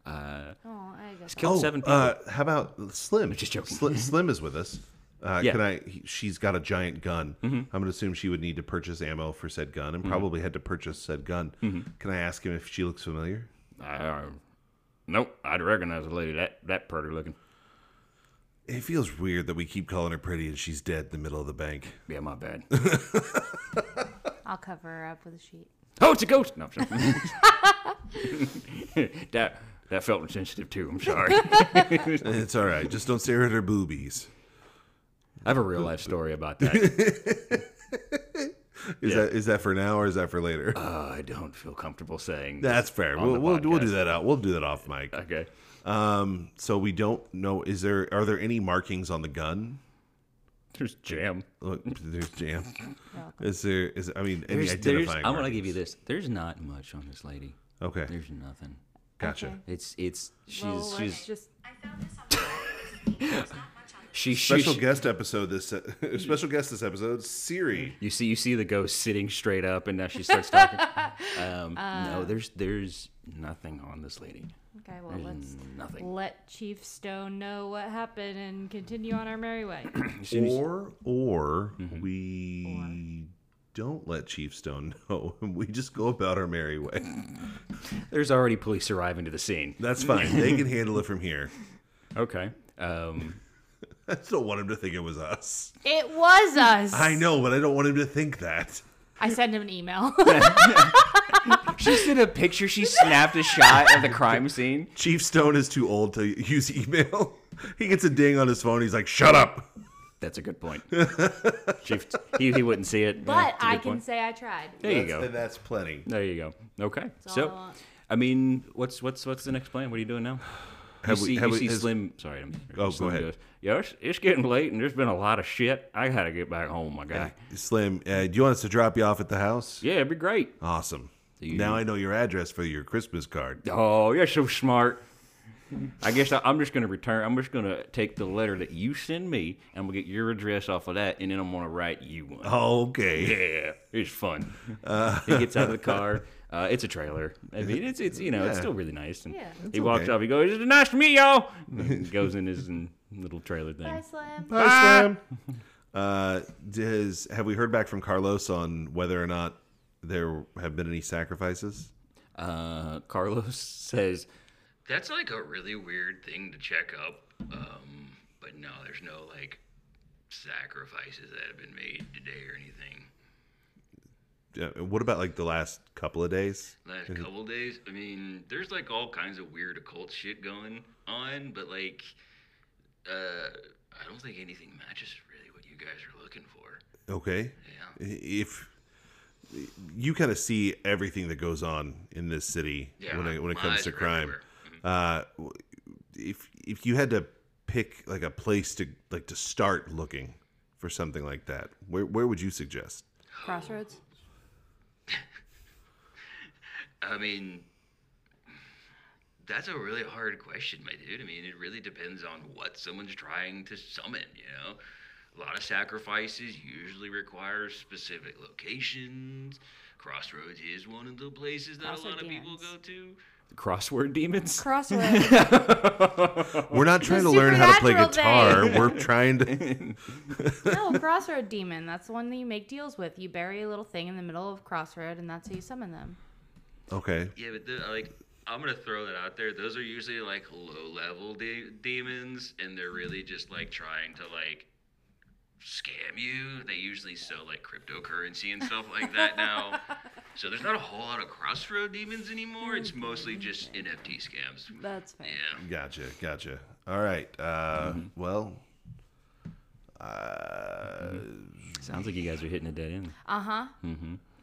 Speaker 2: uh,
Speaker 4: Oh, I guess.
Speaker 2: has killed seven people.
Speaker 1: Uh, how about Slim?
Speaker 2: just joking.
Speaker 1: Sli- Slim is with us. Uh,
Speaker 2: Yeah. Mm-hmm.
Speaker 1: Can I? he- she's got a giant gun. I'm gonna assume she would need to purchase ammo for said gun, and probably had to purchase said gun.
Speaker 2: Mm-hmm.
Speaker 1: Can I ask him if she looks familiar?
Speaker 2: Uh, nope, I'd recognize the lady that that pretty looking.
Speaker 1: It feels weird that we keep calling her pretty and she's dead in the middle of the bank.
Speaker 2: Yeah, my bad.
Speaker 4: I'll cover her up with a sheet.
Speaker 2: oh, it's a ghost. No, I'm sorry. that that felt insensitive too. I'm sorry.
Speaker 1: it's all right. Just don't stare at her boobies.
Speaker 2: I have a real life story about that.
Speaker 1: Is
Speaker 2: Yeah.
Speaker 1: that is that for now or is that for later?
Speaker 2: Uh, I don't feel comfortable saying.
Speaker 1: That's fair.
Speaker 2: on
Speaker 1: We'll
Speaker 2: the
Speaker 1: we'll, we'll do
Speaker 2: podcast.
Speaker 1: that out. We'll do that off mic.
Speaker 2: Okay.
Speaker 1: Um. So we don't know. Is there are there any markings on the gun?
Speaker 2: There's jam.
Speaker 1: Look, there's jam. Is there? Is I mean, any
Speaker 2: There's, there's,
Speaker 1: identifying?
Speaker 2: I'm gonna
Speaker 1: markings?
Speaker 2: give you this. There's not much on this lady.
Speaker 1: Okay,
Speaker 2: There's nothing.
Speaker 1: gotcha.
Speaker 2: It's it's she's
Speaker 4: Well, let's
Speaker 2: she's
Speaker 4: just
Speaker 2: she
Speaker 1: Special
Speaker 2: she,
Speaker 1: guest episode. This uh, special guest this episode, Siri.
Speaker 2: You see, you see the ghost sitting straight up, and now she starts talking. um,
Speaker 4: Uh,
Speaker 2: no, there's there's nothing on this lady.
Speaker 4: okay. Well,
Speaker 2: There's
Speaker 4: let's
Speaker 2: nothing.
Speaker 4: let Chief Stone know what happened and continue on our merry way.
Speaker 2: Mm-hmm.
Speaker 1: Or or we don't let Chief Stone know, and we just go about our merry way.
Speaker 2: There's already police arriving to the scene.
Speaker 1: That's fine. they can handle it from here.
Speaker 2: Okay. Um,
Speaker 1: I just don't want him to think it was us.
Speaker 3: It was us.
Speaker 1: I know, but I don't want him to think that.
Speaker 4: I sent him an email.
Speaker 2: she sent a picture. She snapped a shot of the crime scene.
Speaker 1: Chief Stone is too old to use email. He gets a ding on his phone. He's like, "Shut up."
Speaker 2: That's a good point. Chief, he, he wouldn't see it.
Speaker 4: but
Speaker 2: That's a
Speaker 4: I
Speaker 2: good
Speaker 4: can
Speaker 2: point.
Speaker 4: say I tried.
Speaker 2: There you
Speaker 1: That's-
Speaker 2: go.
Speaker 1: and that's plenty.
Speaker 2: There you go. Okay.
Speaker 4: all I
Speaker 2: so,
Speaker 4: want.
Speaker 2: I mean, what's what's what's the next plan? What are you doing now?
Speaker 1: Have
Speaker 2: you
Speaker 1: we-
Speaker 2: see,
Speaker 1: have
Speaker 2: you
Speaker 1: we-
Speaker 2: see
Speaker 1: has-
Speaker 2: Slim. Sorry, I'm.
Speaker 1: Oh, go
Speaker 2: Slim
Speaker 1: ahead.
Speaker 2: goes, yeah, it's, it's getting late, and there's been a lot of shit. I gotta get back home, my guy.
Speaker 1: Slim, uh, do you want us to drop you off at the house?
Speaker 2: Yeah, it'd be great.
Speaker 1: Awesome.
Speaker 2: you-
Speaker 1: Now I know your address for your Christmas card.
Speaker 2: Oh, you're so smart. I guess I, I'm just gonna return. I'm just gonna take the letter that you send me, and I'm gonna get your address off of that, and then I'm gonna write you one.
Speaker 1: Oh. Okay.
Speaker 2: Yeah, it's fun.
Speaker 1: Uh.
Speaker 2: he gets out of the car. Uh, it's a trailer. I mean, it's it's you know it's still really nice. And
Speaker 4: Yeah.
Speaker 2: he walks
Speaker 1: okay.
Speaker 2: off. He goes, "It's nice to meet y'all." And goes in his mm, little trailer thing.
Speaker 4: Bye, Slim.
Speaker 2: Ah!
Speaker 1: Hi, Slim. Uh, does have we heard back from Carlos on whether or not there have been any sacrifices?
Speaker 4: Uh, Carlos says,
Speaker 2: That's like a really weird thing to check up. Um, but no, there's no like sacrifices that have been made today or anything.
Speaker 1: Uh, What about like the last couple of days?
Speaker 2: Last couple days, I mean, there's like all kinds of weird occult shit going on, but like, uh, I don't think anything matches really what you guys are looking for.
Speaker 1: Okay.
Speaker 2: Yeah.
Speaker 1: If you kind of see everything that goes on in this city
Speaker 2: Yeah,
Speaker 1: when it, when it
Speaker 2: my
Speaker 1: comes
Speaker 2: eyes
Speaker 1: to
Speaker 2: are
Speaker 1: crime,
Speaker 2: everywhere. Mm-hmm.
Speaker 1: uh, if if you had to pick like a place to like to start looking for something like that, where where would you suggest?
Speaker 3: Crossroads.
Speaker 2: I mean, that's a really hard question, my dude. I mean, it really depends on what someone's trying to summon, you know? A lot of sacrifices usually require specific locations. Crossroads is one of the places that a
Speaker 3: Crossroad
Speaker 2: lot of people
Speaker 3: demons.
Speaker 2: go to.
Speaker 4: crossword demons?
Speaker 3: Crossroads.
Speaker 1: We're not trying to learn how to play guitar.
Speaker 3: supernatural
Speaker 1: We're trying to.
Speaker 3: no, crossroad demon. That's the one that you make deals with. You bury a little thing in the middle of crossroad, and that's how you summon them.
Speaker 1: Okay.
Speaker 2: Yeah, but the, like I'm gonna throw that out there. Those are usually like low-level de- demons, and they're really just like trying to like scam you. They usually sell like cryptocurrency and stuff like that now. So there's not a whole lot of crossroad demons anymore. It's mostly just NFT scams.
Speaker 8: That's fair.
Speaker 2: Yeah.
Speaker 1: Gotcha. Gotcha. All right.
Speaker 2: Mm-hmm.
Speaker 1: Uh, Well. Uh,
Speaker 4: Sounds like you guys are hitting a dead end.
Speaker 3: Uh huh.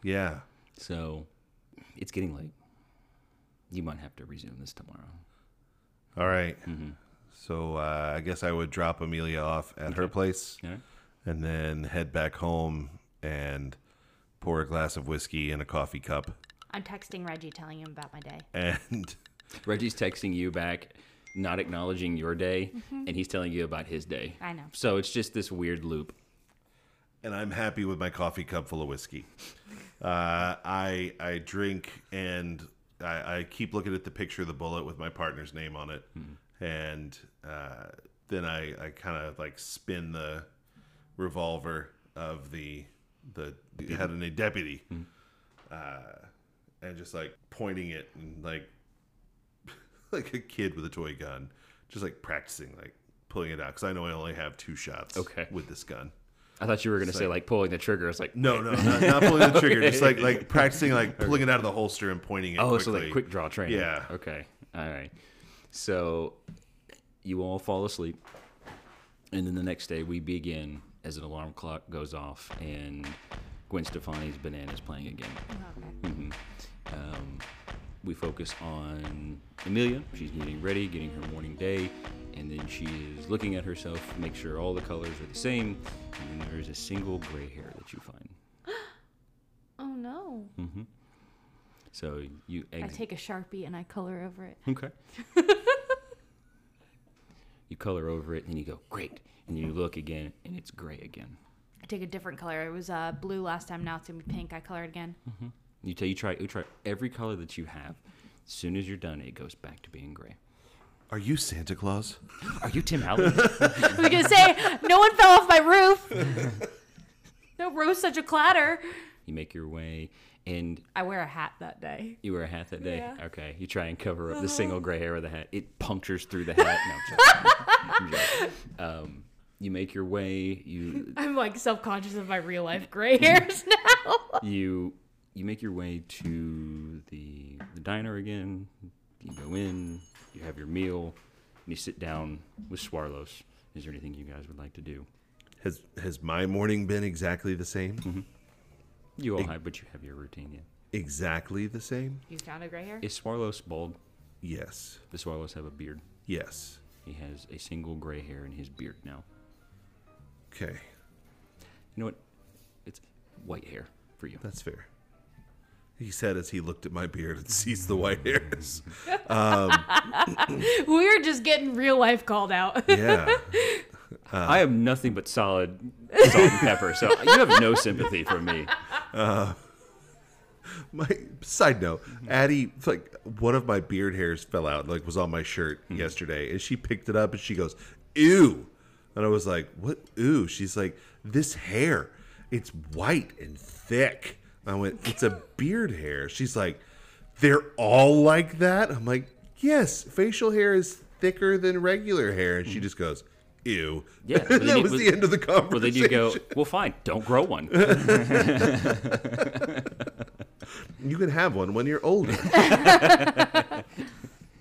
Speaker 1: yeah.
Speaker 4: So it's getting late. You might have to resume this tomorrow.
Speaker 1: All right.
Speaker 4: Mm-hmm.
Speaker 1: So uh, I guess I would drop Amelia off at her place
Speaker 4: All right.
Speaker 1: and then head back home and pour a glass of whiskey in a coffee cup.
Speaker 3: I'm texting Reggie, telling him about my day.
Speaker 1: And
Speaker 4: Reggie's texting you back, not acknowledging your day, and he's telling you about his day.
Speaker 3: I know.
Speaker 4: So it's just this weird loop.
Speaker 1: and I'm happy with my coffee cup full of whiskey. Uh, I I drink and I, I keep looking at the picture of the bullet with my partner's name on it, and uh, then I, I kind of like spin the revolver of the the head of a deputy, uh, and just like pointing it and like like a kid with a toy gun, just like practicing like pulling it out because I know I only have two shots
Speaker 4: Okay.
Speaker 1: with this gun.
Speaker 4: I thought you were gonna say like pulling the trigger. It's like
Speaker 1: No, no, not, not pulling the trigger. Just like like practicing like pulling it out of the holster and pointing it.
Speaker 4: oh,
Speaker 1: quickly.
Speaker 4: so like quick draw training.
Speaker 1: Yeah.
Speaker 4: Okay. All right. So you all fall asleep, and then the next day we begin as an alarm clock goes off and Gwen Stefani's banana is playing again. Um, we focus on Amelia. She's getting ready, getting her morning day, and then she is looking at herself, make sure all the colors are the same, and then there's a single gray hair that you find.
Speaker 3: Oh no!
Speaker 2: Hmm.
Speaker 4: So you
Speaker 3: I
Speaker 4: exit.
Speaker 3: take a sharpie and I color over it.
Speaker 4: Okay. you color over it, and you go great, and you look again, and it's gray again.
Speaker 3: I take a different color. It was uh, blue last time. Now it's gonna be pink. I color it again.
Speaker 4: You tell you try you try every color that you have. As soon as you're done, it goes back to being gray.
Speaker 1: Are you Santa Claus?
Speaker 4: Are you Tim Allen?
Speaker 3: I was gonna say no one fell off my roof. no roof, such a clatter.
Speaker 4: you make your way, and
Speaker 3: I wear a hat that day.
Speaker 4: you wear a hat that day.
Speaker 3: Yeah.
Speaker 4: Okay, you try and cover up the single gray hair of the hat. It punctures through the hat. No, I'm joking. I'm joking. Um, you make your way. You
Speaker 8: I'm like self conscious of my real life gray hairs now.
Speaker 4: you you make your way to the the diner again. You go in, you have your meal, and you sit down with Swarlos. Is there anything you guys would like to do?
Speaker 1: Has has my morning been exactly the same?
Speaker 4: You all have, but you have your routine. Yeah.
Speaker 1: Exactly the same?
Speaker 3: You found a gray hair?
Speaker 4: Is Swarlos bald?
Speaker 1: Yes.
Speaker 4: Does Swarlos have a beard?
Speaker 1: Yes.
Speaker 4: He has a single gray hair in his beard now.
Speaker 1: Okay,
Speaker 4: You know what? It's white hair for you.
Speaker 1: that's fair. He said as he looked at my beard and sees the white hairs.
Speaker 8: We're just getting real life called out.
Speaker 1: Yeah.
Speaker 4: I am nothing but solid salt and pepper, so you have no sympathy for me.
Speaker 1: My side note,
Speaker 4: Mm-hmm.
Speaker 1: Addie, it's like one of my beard hairs fell out, like was on my shirt
Speaker 4: Mm-hmm.
Speaker 1: yesterday, and she picked it up and she goes, "Ew," and I was like, "What? Ew?" She's like, "This hair, it's white and thick." I went, it's a beard hair. She's like, they're all like that? I'm like, yes, facial hair is thicker than regular hair. And she just goes, ew.
Speaker 4: Mm-hmm. Yeah, but then
Speaker 1: that
Speaker 4: it
Speaker 1: was
Speaker 4: was-
Speaker 1: the end of the conversation.
Speaker 4: Well, then you go, well, fine, don't grow one.
Speaker 1: You can have one when you're older.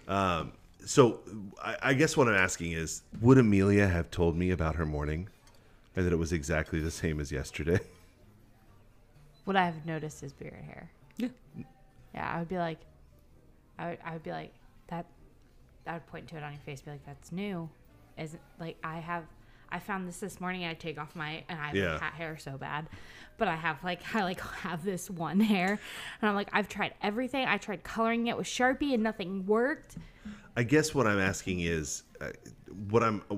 Speaker 1: um, so I, I guess what I'm asking is, would Amelia have told me about her morning and that it was exactly the same as yesterday?
Speaker 3: What I have noticed is beard hair. Yeah. Yeah, I would be like, I would, I would be like that. I would point to it on your face, be like, "That's new." Isn't like I have. I found this this morning. I take off my and I have
Speaker 1: Yeah.
Speaker 3: like, cat hair so bad, but I have like I like have this one hair, and I'm like I've tried everything. I tried coloring it with Sharpie and nothing worked.
Speaker 1: I guess what I'm asking is, uh, what I'm uh,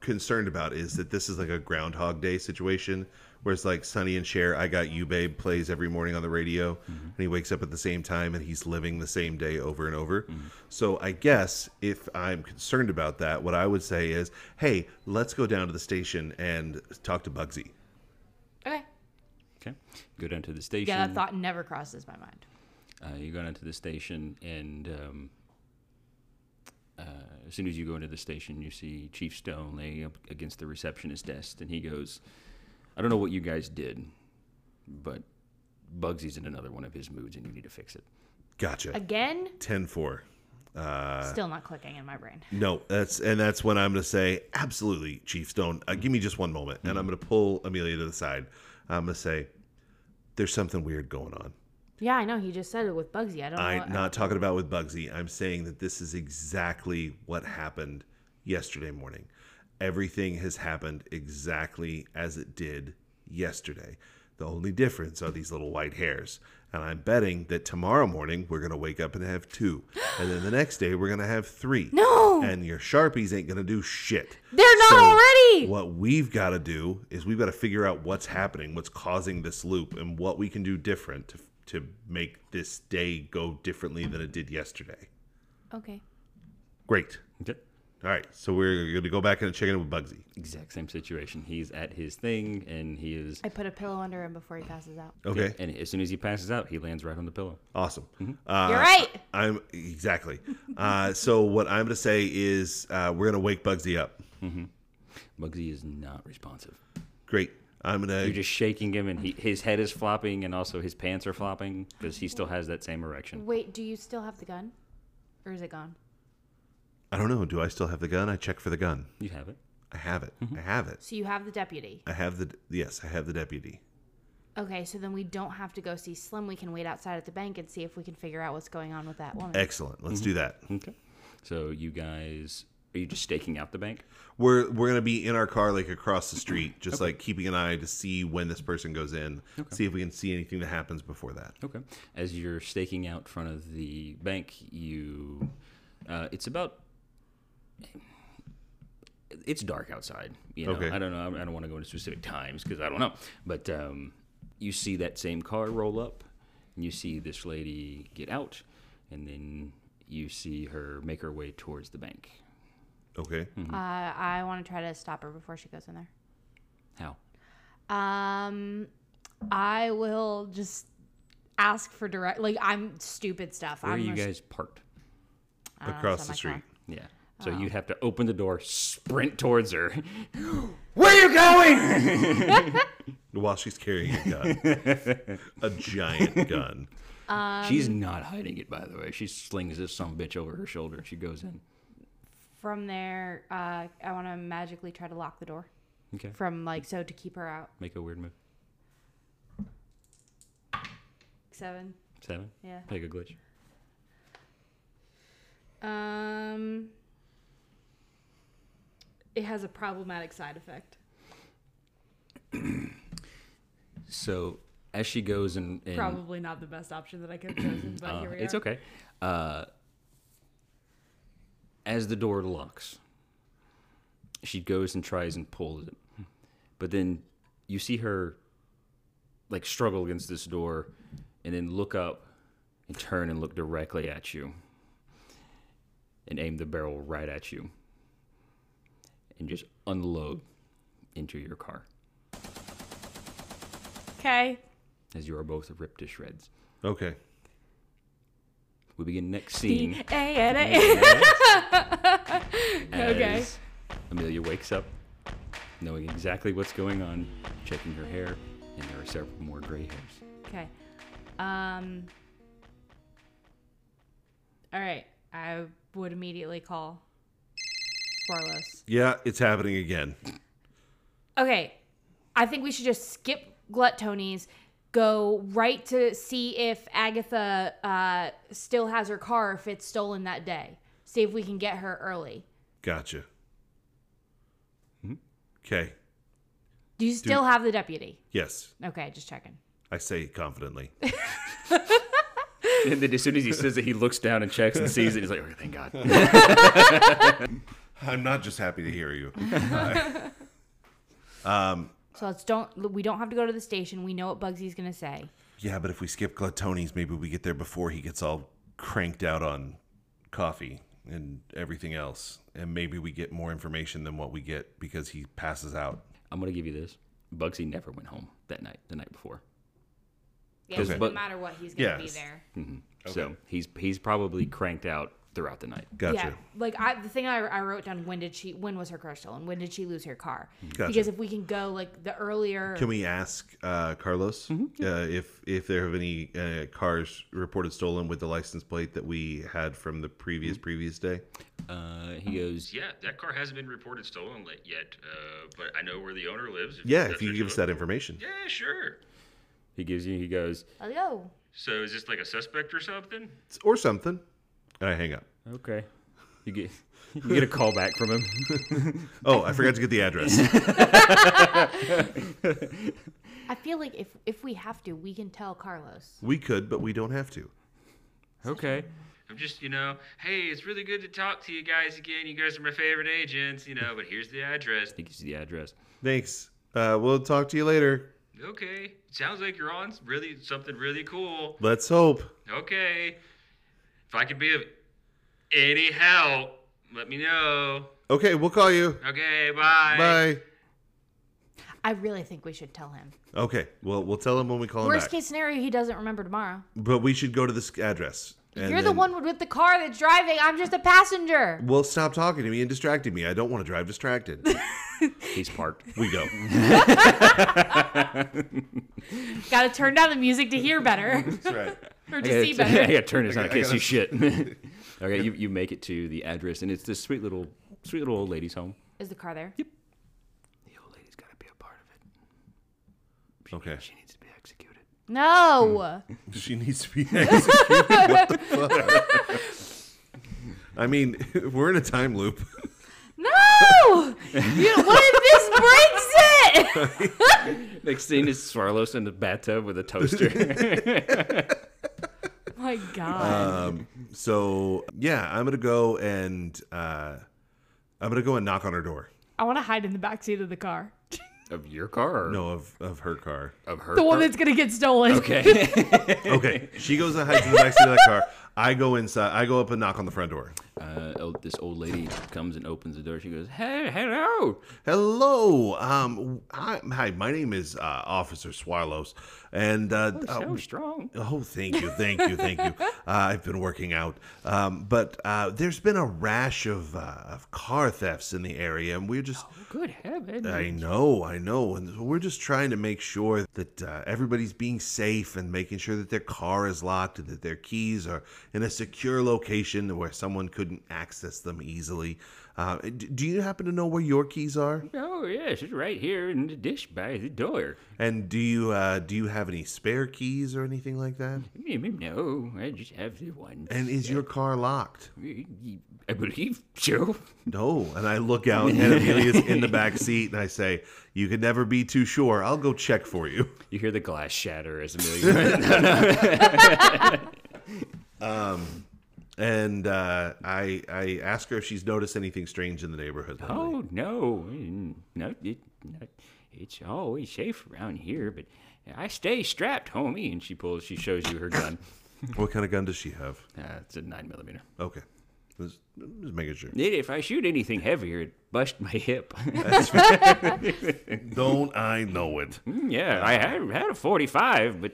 Speaker 1: concerned about is that this is like a Groundhog Day situation, where it's like Sonny and Cher, "I Got You, Babe" plays every morning on the radio, and he wakes up at the same time, and he's living the same day over and over. So I guess if I'm concerned about that, what I would say is, "Hey, let's go down to the station and talk to Bugsy."
Speaker 3: Okay.
Speaker 4: Okay, go down to the station.
Speaker 3: Yeah, that thought never crosses my mind.
Speaker 4: uh, you go down to the station, and um, uh, as soon as you go into the station, you see Chief Stone laying up against the receptionist desk, and he goes, "I don't know what you guys did, but Bugsy's in another one of his moods, and you need to fix it."
Speaker 1: Gotcha.
Speaker 3: Again,
Speaker 1: Ten four.
Speaker 3: still not clicking in my brain.
Speaker 1: No, that's and that's when I'm going to say absolutely, Chief Stone. Uh, give me just one moment, and I'm going to pull Amelia to the side. I'm going to say, "There's something weird going on."
Speaker 3: Yeah, I know. He just said it with Bugsy. I don't know.
Speaker 1: I'm
Speaker 3: what-
Speaker 1: not talking about with Bugsy. I'm saying that this is exactly what happened yesterday morning. Everything has happened exactly as it did yesterday. The only difference are these little white hairs. And I'm betting that tomorrow morning we're going to wake up and have two. And then the next day we're going to have three.
Speaker 3: No!
Speaker 1: And your Sharpies ain't going to do shit.
Speaker 3: They're not already!
Speaker 1: What we've got to do is we've got to figure out what's happening, what's causing this loop, and what we can do different to, to make this day go differently than it did yesterday.
Speaker 3: Okay.
Speaker 1: Great.
Speaker 4: Okay.
Speaker 1: All right. So we're going to go back and check in with Bugsy.
Speaker 4: Exact same situation. He's at his thing, and he is.
Speaker 3: I put a pillow under him before he passes out.
Speaker 1: Okay.
Speaker 4: And as soon as he passes out, he lands right on the pillow.
Speaker 1: Awesome.
Speaker 3: Mm-hmm.
Speaker 1: Uh,
Speaker 3: You're right.
Speaker 1: I'm exactly. Uh, so what I'm going to say is uh, we're going to wake Bugsy up.
Speaker 4: Bugsy is not responsive.
Speaker 1: Great. I'm
Speaker 4: You're
Speaker 1: going to.
Speaker 4: just shaking him, and he, his head is flopping, and also his pants are flopping because he still has that same erection.
Speaker 3: Wait, do you still have the gun? Or is it gone?
Speaker 1: I don't know. Do I still have the gun? I check for the gun.
Speaker 4: You have it.
Speaker 1: I have it.
Speaker 3: Mm-hmm.
Speaker 1: I have it.
Speaker 3: So you have the deputy.
Speaker 1: I have the. Yes, I have the deputy.
Speaker 3: Okay, so then we don't have to go see Slim. We can wait outside at the bank and see if we can figure out what's going on with that woman.
Speaker 1: Excellent. Let's
Speaker 3: Mm-hmm.
Speaker 1: do that.
Speaker 4: Okay. So you guys, are you just staking out the bank?
Speaker 1: We're we're gonna be in our car like across the street, just like keeping an eye to see when this person goes in, see if we can see anything that happens before that.
Speaker 4: Okay. As you're staking out front of the bank, you, uh, it's about, it's dark outside. You know,
Speaker 1: Okay.
Speaker 4: I don't know. I don't want to go into specific times because I don't know. But um, you see that same car roll up, and you see this lady get out, and then you see her make her way towards the bank.
Speaker 1: Okay.
Speaker 3: Uh, I want to try to stop her before she goes in there.
Speaker 4: How?
Speaker 3: Um, I will just ask for direct. Like I'm stupid stuff.
Speaker 4: Where
Speaker 3: I'm uh,
Speaker 4: are you
Speaker 3: gonna-
Speaker 4: guys parked?
Speaker 3: I don't know,
Speaker 1: Across
Speaker 3: it's
Speaker 1: the
Speaker 3: not my car.
Speaker 1: street.
Speaker 4: Yeah. So you'd have to open the door, sprint towards her.
Speaker 1: While she's carrying a gun. a giant gun.
Speaker 4: She's not hiding it, by the way. She slings this some bitch over her shoulder. She goes in.
Speaker 3: From there, uh, I want to magically try to lock the door
Speaker 4: Okay.
Speaker 3: from like so to keep her out.
Speaker 4: Make a weird move.
Speaker 3: Seven.
Speaker 4: Seven.
Speaker 3: Yeah.
Speaker 4: Make a glitch.
Speaker 9: Um, it has a problematic side effect.
Speaker 4: So as she goes and, and
Speaker 9: Probably not the best option that I could have chosen, but
Speaker 4: uh,
Speaker 9: here we
Speaker 4: it's
Speaker 9: are.
Speaker 4: okay. Uh, as the door locks, she goes and tries and pulls it, but then you see her like struggle against this door, and then look up and turn and look directly at you, and aim the barrel right at you, and just unload into your car.
Speaker 3: Okay.
Speaker 4: as you are both ripped to shreds.
Speaker 1: Okay.
Speaker 4: We begin next scene.
Speaker 10: Okay.
Speaker 4: as Amelia wakes up, knowing exactly what's going on, checking her hair, and there are several more gray hairs.
Speaker 3: Okay. Um. All right. I would immediately call Swarlos.
Speaker 1: Yeah, it's happening again.
Speaker 3: Okay. I think we should just skip Glut Tony's, go right to see if Agatha uh, still has her car if it's stolen that day. See if we can get her early.
Speaker 1: Gotcha. Okay.
Speaker 3: Do you still have the deputy?
Speaker 1: Yes,
Speaker 3: Okay, just checking.
Speaker 1: I say confidently.
Speaker 4: And then as soon as he says it, he looks down and checks and sees it. He's like, "Oh, thank God."
Speaker 1: I'm not just happy to hear you.
Speaker 3: So let's don't we don't have to go to the station. We know what Bugsy's gonna say.
Speaker 1: yeah, but if we skip Gluttony's, maybe we get there before he gets all cranked out on coffee and everything else. And maybe we get more information than what we get because he passes out.
Speaker 4: I'm gonna give you this. Bugsy never went home that night, the night before.
Speaker 3: Yeah,
Speaker 4: Does
Speaker 3: no
Speaker 4: Bug-
Speaker 3: matter what, he's gonna be
Speaker 1: Yes.
Speaker 3: there.
Speaker 4: So he's he's probably cranked out throughout the night.
Speaker 1: Gotcha.
Speaker 3: Yeah, like I, the thing I, I wrote down: when did she? When was her car stolen? When did she lose her car?
Speaker 1: Gotcha.
Speaker 3: Because if we can go like the earlier,
Speaker 1: Can we ask uh, Carlos uh, if if there have any uh, cars reported stolen with the license plate that we had from the previous previous day?
Speaker 4: Uh, he goes,
Speaker 2: Yeah, that car hasn't been reported stolen li- yet, uh, but I know where the owner lives.
Speaker 1: Yeah,
Speaker 2: that's
Speaker 1: if you
Speaker 2: what
Speaker 1: could give
Speaker 2: you're
Speaker 1: us that
Speaker 2: looking
Speaker 1: information.
Speaker 2: for. Yeah, sure.
Speaker 4: he gives you, he goes,
Speaker 3: let's go.
Speaker 2: So is this like a suspect or something?
Speaker 1: Or something. And I hang up.
Speaker 4: okay. You get you get a call back from him.
Speaker 1: Oh, I forgot to get the address.
Speaker 3: I feel like if if we have to, we can tell Carlos.
Speaker 1: we could, but we don't have to.
Speaker 4: okay.
Speaker 2: I'm just, you know, hey, it's really good to talk to you guys again. You guys are my favorite agents, you know, but here's the address.
Speaker 4: He gives you the address.
Speaker 1: Thanks. Uh, we'll talk to you later.
Speaker 2: Okay, sounds like you're on really something really cool.
Speaker 1: Let's hope.
Speaker 2: Okay, if I could be of any help, let me know.
Speaker 1: Okay, we'll call you.
Speaker 2: Okay, bye.
Speaker 1: Bye.
Speaker 3: I really think we should tell him.
Speaker 1: Okay. Well, we'll tell him when we call him
Speaker 3: Worst
Speaker 1: back.
Speaker 3: case scenario, he doesn't remember tomorrow.
Speaker 1: But we should go to this address. and
Speaker 3: You're the
Speaker 1: then-
Speaker 3: one with the car that's driving. I'm just a passenger.
Speaker 1: Well, stop talking to me and distracting me. I don't want to drive distracted.
Speaker 4: He's parked.
Speaker 1: we go.
Speaker 3: Got to turn down the music to hear better
Speaker 1: That's right.
Speaker 3: or
Speaker 4: I
Speaker 3: to see
Speaker 4: gotta, I
Speaker 3: better.
Speaker 4: gotta turn this on in
Speaker 1: I
Speaker 4: case you shit. okay, you, you make it to the address, and it's this sweet little sweet little old lady's home.
Speaker 3: Is the car there?
Speaker 4: The old lady's gotta be a part of it.
Speaker 1: Okay.
Speaker 4: She needs to be executed.
Speaker 3: No.
Speaker 1: She needs to be executed. what the fuck? I mean, we're in a time loop.
Speaker 3: No. You, what if this breaks it?
Speaker 4: Next scene is Swarlos in the bathtub with a toaster.
Speaker 3: my
Speaker 1: Uh,
Speaker 3: God.
Speaker 1: So yeah, I'm gonna go and uh, I'm gonna go and knock on her door.
Speaker 3: I want to hide in the back seat of the car.
Speaker 4: of your car or
Speaker 1: No, of of her car.
Speaker 4: of her
Speaker 3: The one
Speaker 4: car?
Speaker 3: that's gonna get stolen.
Speaker 4: Okay.
Speaker 1: Okay, she goes and hides in the backseat of that car. I go inside. I go up and knock on the front door.
Speaker 4: uh, oh, this old lady comes and opens the door. She goes, "Hey, hello."
Speaker 1: Hello, um, hi, hi my name is uh, Officer Swallows, and uh,
Speaker 4: So
Speaker 1: uh,
Speaker 4: strong.
Speaker 1: Oh, thank you, thank you, thank you. Uh, I've been working out, um, but uh, there's been a rash of uh, of car thefts in the area, and we're just.
Speaker 4: Good heaven.
Speaker 1: I know, I know, and we're just trying to make sure that uh, everybody's being safe and making sure that their car is locked and that their keys are in a secure location where someone couldn't access them easily. Uh, d- do you happen to know where your keys are?
Speaker 4: Oh yeah, she's right here in the dish by the door.
Speaker 1: And do you uh, do you have any spare keys or anything like that?
Speaker 4: No, I just have the one.
Speaker 1: And is your car locked?
Speaker 4: I believe so.
Speaker 1: No. And I look out, and Amelia's in the back seat, and I say, "You can never be too sure. I'll go check for you."
Speaker 4: You hear the glass shatter as Amelia.
Speaker 1: And uh, I I ask her if she's noticed anything strange in the neighborhood. lately.
Speaker 4: oh no, mm, no, it, no, it's always safe around here. But I stay strapped, homie. And she pulls. She shows you her gun.
Speaker 1: What kind of gun does she have?
Speaker 4: Uh, it's a nine millimeter.
Speaker 1: Okay. Just, just making sure.
Speaker 4: If I shoot anything heavier, it bust my hip.
Speaker 1: Don't I know it?
Speaker 4: yeah, I had, had a 45, but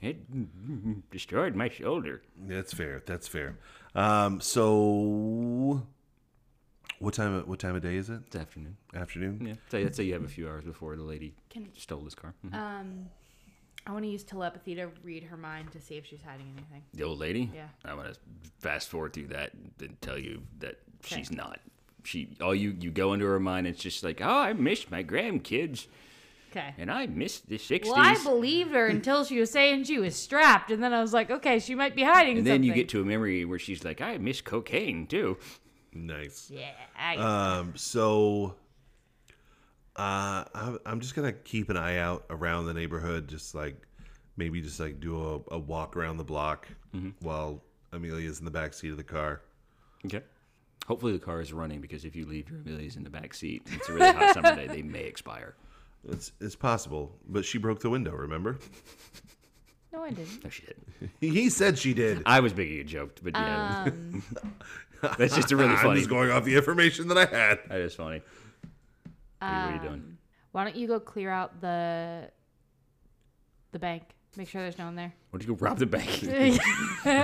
Speaker 4: it destroyed my shoulder.
Speaker 1: That's fair. That's fair. Um, so, what time? What time of day is it?
Speaker 4: This afternoon.
Speaker 1: Afternoon.
Speaker 4: Yeah, so let's say you have a few hours before the lady
Speaker 11: Can-
Speaker 4: stole this car. Mhm.
Speaker 11: Um, I want to use telepathy to read her mind to see if she's hiding anything.
Speaker 4: the old lady?
Speaker 11: Yeah.
Speaker 4: I'm going to fast forward through that and then tell you that she's not. She, all you, you go into her mind, it's just like, oh, I miss my grandkids,
Speaker 11: Okay.
Speaker 4: and I miss the 60s.
Speaker 3: Well, I believed her until she was saying she was strapped, and then I was like, okay, she might be hiding
Speaker 4: and
Speaker 3: something.
Speaker 4: then you get to a memory where she's like, I miss cocaine too.
Speaker 1: Nice.
Speaker 3: yeah, I,
Speaker 1: Um, so, uh, I'm- I'm just gonna keep an eye out around the neighborhood, just like maybe just like do a, a walk around the block while Amelia's in the back seat of the car.
Speaker 4: Okay. Hopefully the car is running because if you leave your Amelia's in the back seat, it's a really hot summer day. They may expire.
Speaker 1: It's it's possible, but she broke the window. Remember?
Speaker 3: no, I didn't.
Speaker 4: Oh shit!
Speaker 1: he said she did.
Speaker 4: I was making a joke, but yeah,
Speaker 11: Um,
Speaker 3: Uh.
Speaker 4: that's just a really
Speaker 1: I'm
Speaker 4: funny.
Speaker 1: just going off the information that I had.
Speaker 4: That is funny. What are you doing?
Speaker 3: Why don't you go clear out the the bank? Make sure there's no one there.
Speaker 4: Why don't you go rob the bank?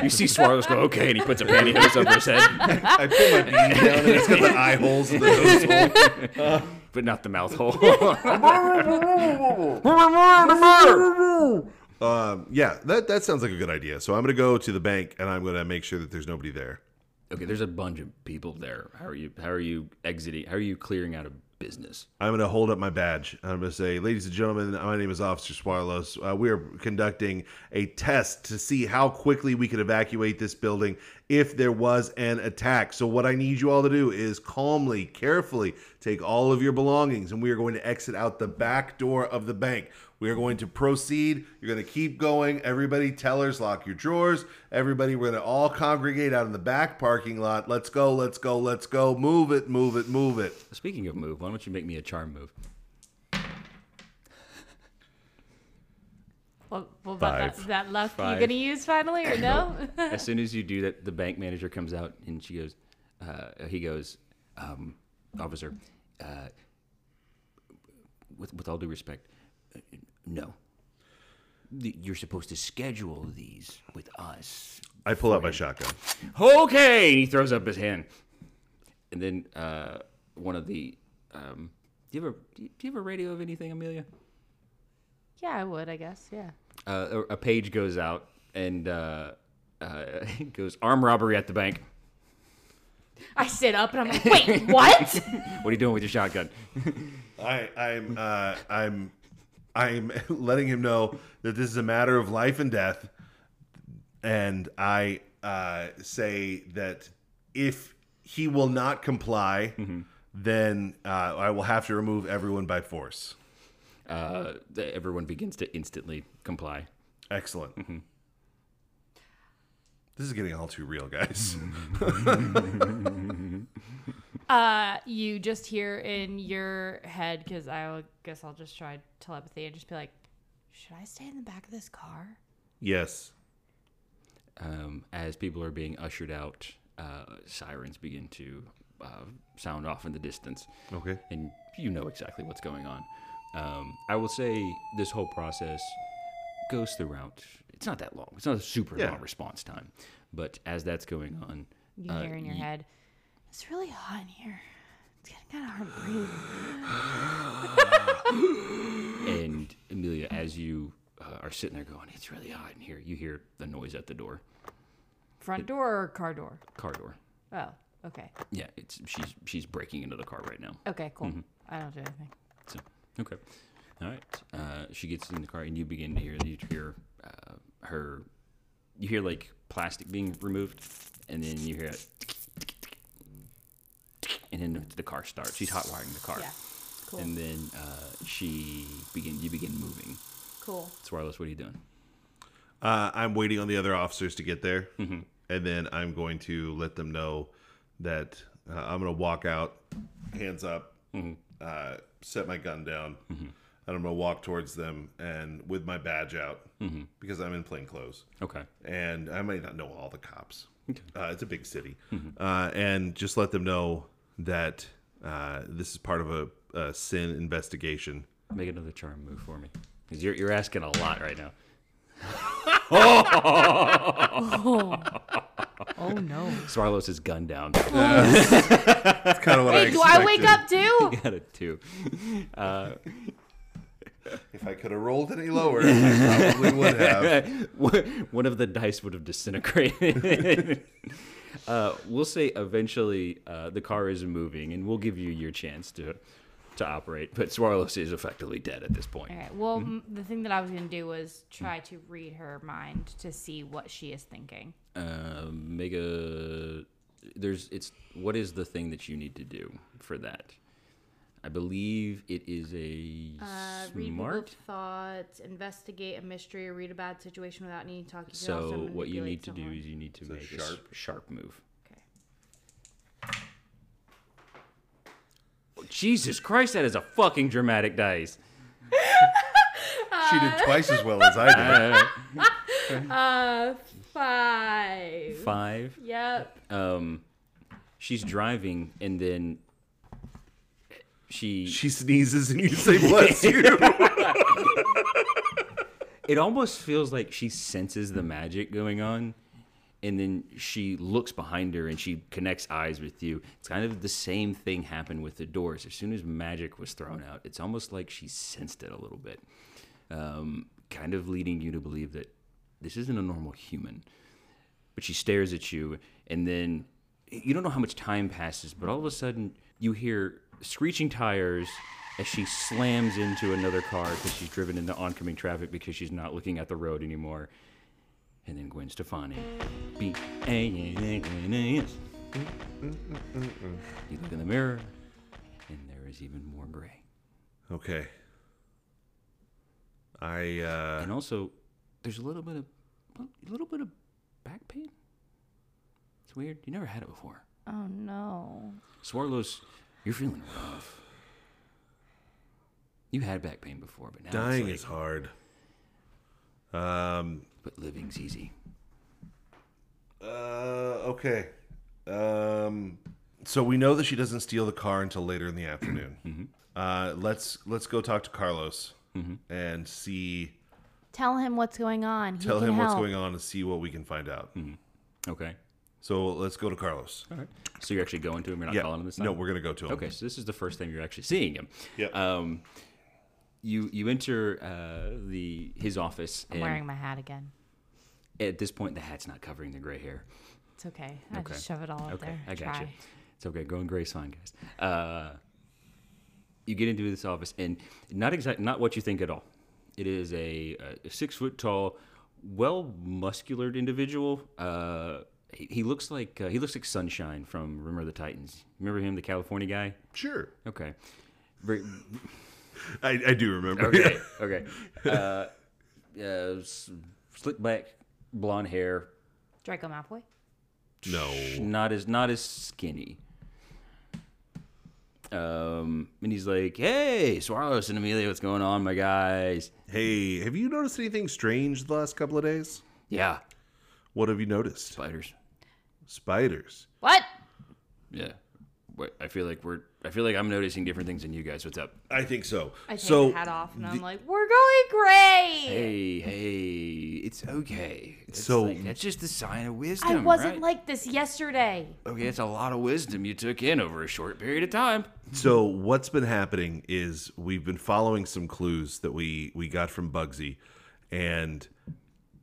Speaker 4: you see Swallows go okay, and he puts a pantyhose over his head,
Speaker 1: I put my bean down and it's got the eye holes and the nose hole.
Speaker 4: but not the mouth hole.
Speaker 1: Um, yeah, that, that sounds like a good idea. So I'm going to go to the bank and I'm going to make sure that there's nobody there.
Speaker 4: okay, there's a bunch of people there. How are you? How are you exiting? How are you clearing out a business?
Speaker 1: I'm going to hold up my badge. and I'm going to say, ladies and gentlemen, my name is Officer Swarlos. Uh, we are conducting a test to see how quickly we could evacuate this building if there was an attack. So, what I need you all to do is calmly, carefully take all of your belongings and we are going to exit out the back door of the bank. We are going to proceed. You're going to keep going. Everybody, tellers, lock your drawers. Everybody, we're going to all congregate out in the back parking lot. Let's go, let's go, let's go. Move it, move it, move it.
Speaker 4: Speaking of move, why don't you make me a charm move?
Speaker 3: What, what about
Speaker 1: Five.
Speaker 3: that, that luck
Speaker 4: Five.
Speaker 3: you gonna use finally or no?
Speaker 4: as soon as you do that, the bank manager comes out and she goes, uh, he goes, um, officer, uh, with, with all due respect, uh, no. The- You're supposed to schedule these with us.
Speaker 1: I pull out my shotgun.
Speaker 4: Okay, and he throws up his hand. And then uh, one of the, um, do you have a do you, do you have a radio of anything, Amelia?
Speaker 3: yeah, I would, I guess. Yeah.
Speaker 4: Uh, a, a page goes out and uh, uh, it goes armed robbery at the bank.
Speaker 3: I sit up and I'm like, wait, what?
Speaker 4: What are you doing with your shotgun?
Speaker 1: I, I'm, uh, I'm, I'm letting him know that this is a matter of life and death, and I uh, say that if he will not comply, then uh, I will have to remove everyone by force.
Speaker 4: uh, that everyone begins to instantly comply.
Speaker 1: Excellent. This is getting all too real, guys.
Speaker 3: Uh, you just hear in your head because I will- guess I'll just try telepathy and just be like, should I stay in the back of this car?
Speaker 1: yes.
Speaker 4: Um, as people are being ushered out, uh, sirens begin to uh, sound off in the distance,
Speaker 1: Okay.
Speaker 4: and you know exactly what's going on. Um, I will say this whole process goes throughout. It's not that long. It's not a super
Speaker 1: Yeah.
Speaker 4: long response time, but as that's going on,
Speaker 3: You
Speaker 12: Uh,
Speaker 3: hear in your head, it's really hot in here. It's getting kind of hard to breathe.
Speaker 4: and Amelia, as you uh, are sitting there going, "It's really hot in here," you hear the noise at the door,
Speaker 3: Front door or car door?
Speaker 4: car door.
Speaker 3: Oh, okay.
Speaker 4: Yeah, it's she's she's breaking into the car right now.
Speaker 3: Okay, cool.
Speaker 12: Mm-hmm.
Speaker 3: I don't do anything.
Speaker 4: So, okay. All right. Uh, she gets in the car, and you begin to hear you hear uh, her. You hear like plastic being removed, and then you hear it, and then the car starts. She's hot wiring the car,
Speaker 11: Yeah. Cool.
Speaker 4: and then uh, she begin. You begin moving.
Speaker 11: Cool.
Speaker 4: Swarless, what are you doing?
Speaker 1: Uh, I'm waiting on the other officers to get there, and then I'm going to let them know that uh, I'm going to walk out, hands up, uh, set my gun down, and I'm going to walk towards them and with my badge out because I'm in plain clothes,
Speaker 4: Okay.
Speaker 1: and I may not know all the cops. Uh, it's a big city, uh, and just let them know that uh, this is part of a, a sin investigation.
Speaker 4: Make another charm move for me, because you're you're asking a lot right now.
Speaker 3: Oh no.
Speaker 4: Swarlos is gunned down.
Speaker 1: That's kind of what
Speaker 3: Hey, do I wake up too?
Speaker 4: He got a two.
Speaker 1: If I could have rolled any lower, I probably would have.
Speaker 4: One of the dice would have disintegrated. uh, we'll say eventually uh, the car is moving, and we'll give you your chance to to operate. But Swarlos is effectively dead at this point.
Speaker 3: All right. Well,
Speaker 12: Mm-hmm.
Speaker 3: m the thing that I was gonna do was try to read her mind to see what she is thinking.
Speaker 4: Um, make a there's it's what is the thing that you need to do for that i believe it is a
Speaker 12: Uh, read Google
Speaker 4: smart
Speaker 12: thoughts, investigate a mystery, or read a bad situation without needing to talk. You can also
Speaker 4: so what you
Speaker 12: manipulate
Speaker 4: need to do
Speaker 12: someone.
Speaker 4: is you need to make a sharp, sharp move
Speaker 12: Okay.
Speaker 4: Oh, jesus christ that is a fucking dramatic dice
Speaker 1: She did twice as well as I
Speaker 4: Uh,
Speaker 12: Uh, five.
Speaker 4: five
Speaker 12: Yep.
Speaker 4: um she's driving and then she
Speaker 1: did. She sneezes and you say, "Bless you."
Speaker 4: it almost feels like she senses the magic going on and then she looks behind her and she connects eyes with you it's kind of the same thing happened with the doors as soon as magic was thrown out it's almost like she sensed it a little bit um, kind of leading you to believe that this isn't a normal human but she stares at you and then you don't know how much time passes but all of a sudden you hear screeching tires as she slams into another car because she's driven into oncoming traffic because she's not looking at the road anymore and then gwen stefani B A N N A S. you look in the mirror and there is even more gray
Speaker 1: Okay. I uh,
Speaker 4: and also there's a little bit of a little bit of back pain it's weird you never had it before
Speaker 3: Oh no.
Speaker 4: Swarlos, you're feeling rough. You had back pain before, but now
Speaker 1: dying
Speaker 4: it's
Speaker 1: is
Speaker 4: like,
Speaker 1: hard. Um.
Speaker 4: but living's easy.
Speaker 1: Uh. Okay. Um. So we know that she doesn't steal the car until later in the afternoon.
Speaker 4: Mm-hmm.
Speaker 1: Uh. Let's let's go talk to Carlos and see.
Speaker 3: Tell him what's going on. He
Speaker 1: Tell
Speaker 3: can
Speaker 1: him
Speaker 3: help.
Speaker 1: what's going on and see what we can find out.
Speaker 4: Mm-hmm. Okay.
Speaker 1: So let's go to Carlos.
Speaker 4: All right. So you're actually going to him. You're not calling him this time.
Speaker 1: No, we're gonna go to him.
Speaker 4: Okay, so this is the first time you're actually seeing him.
Speaker 1: Yep.
Speaker 4: Um, you you enter uh, the his office,
Speaker 3: I'm
Speaker 4: and
Speaker 3: wearing my hat again.
Speaker 4: at this point the hat's not covering the gray hair.
Speaker 3: It's okay. I
Speaker 4: Okay.
Speaker 3: just shove it all up
Speaker 4: Okay,
Speaker 3: there.
Speaker 4: I got
Speaker 3: Try.
Speaker 4: you. It's okay. Going gray sign, guys. Uh, you get into this office, and not exact, not what you think at all. It is a, a six foot tall, well musculared individual. Uh, he, he looks like uh, he looks like Sunshine from Remember the Titans. Remember him, the California guy?
Speaker 1: Sure.
Speaker 4: Okay. Very,
Speaker 1: I, I do remember.
Speaker 4: Okay. okay. Uh, uh, s- slick back, blonde hair.
Speaker 3: Draco Malfoy.
Speaker 1: no.
Speaker 4: Not as not as skinny. Um, and he's like, "Hey, Swarlos and Amelia, what's going on, my guys?
Speaker 1: Hey, have you noticed anything strange the last couple of days?
Speaker 4: Yeah,
Speaker 1: What have you noticed?
Speaker 4: spiders.
Speaker 1: Spiders.
Speaker 3: What?
Speaker 4: Yeah, Wait, I feel like we're. I feel like I'm noticing different things than you guys. What's up?
Speaker 1: I think so.
Speaker 12: I take
Speaker 1: so
Speaker 12: the hat off and I'm like, we're going gray.
Speaker 4: Hey, hey, it's okay. It's
Speaker 1: So-
Speaker 4: like- that's just the sign of wisdom.
Speaker 3: I wasn't
Speaker 4: right?
Speaker 3: like this yesterday.
Speaker 4: okay. It's a lot of wisdom you took in over a short period of time.
Speaker 1: So what's been happening is we've been following some clues that we we got from Bugsy, and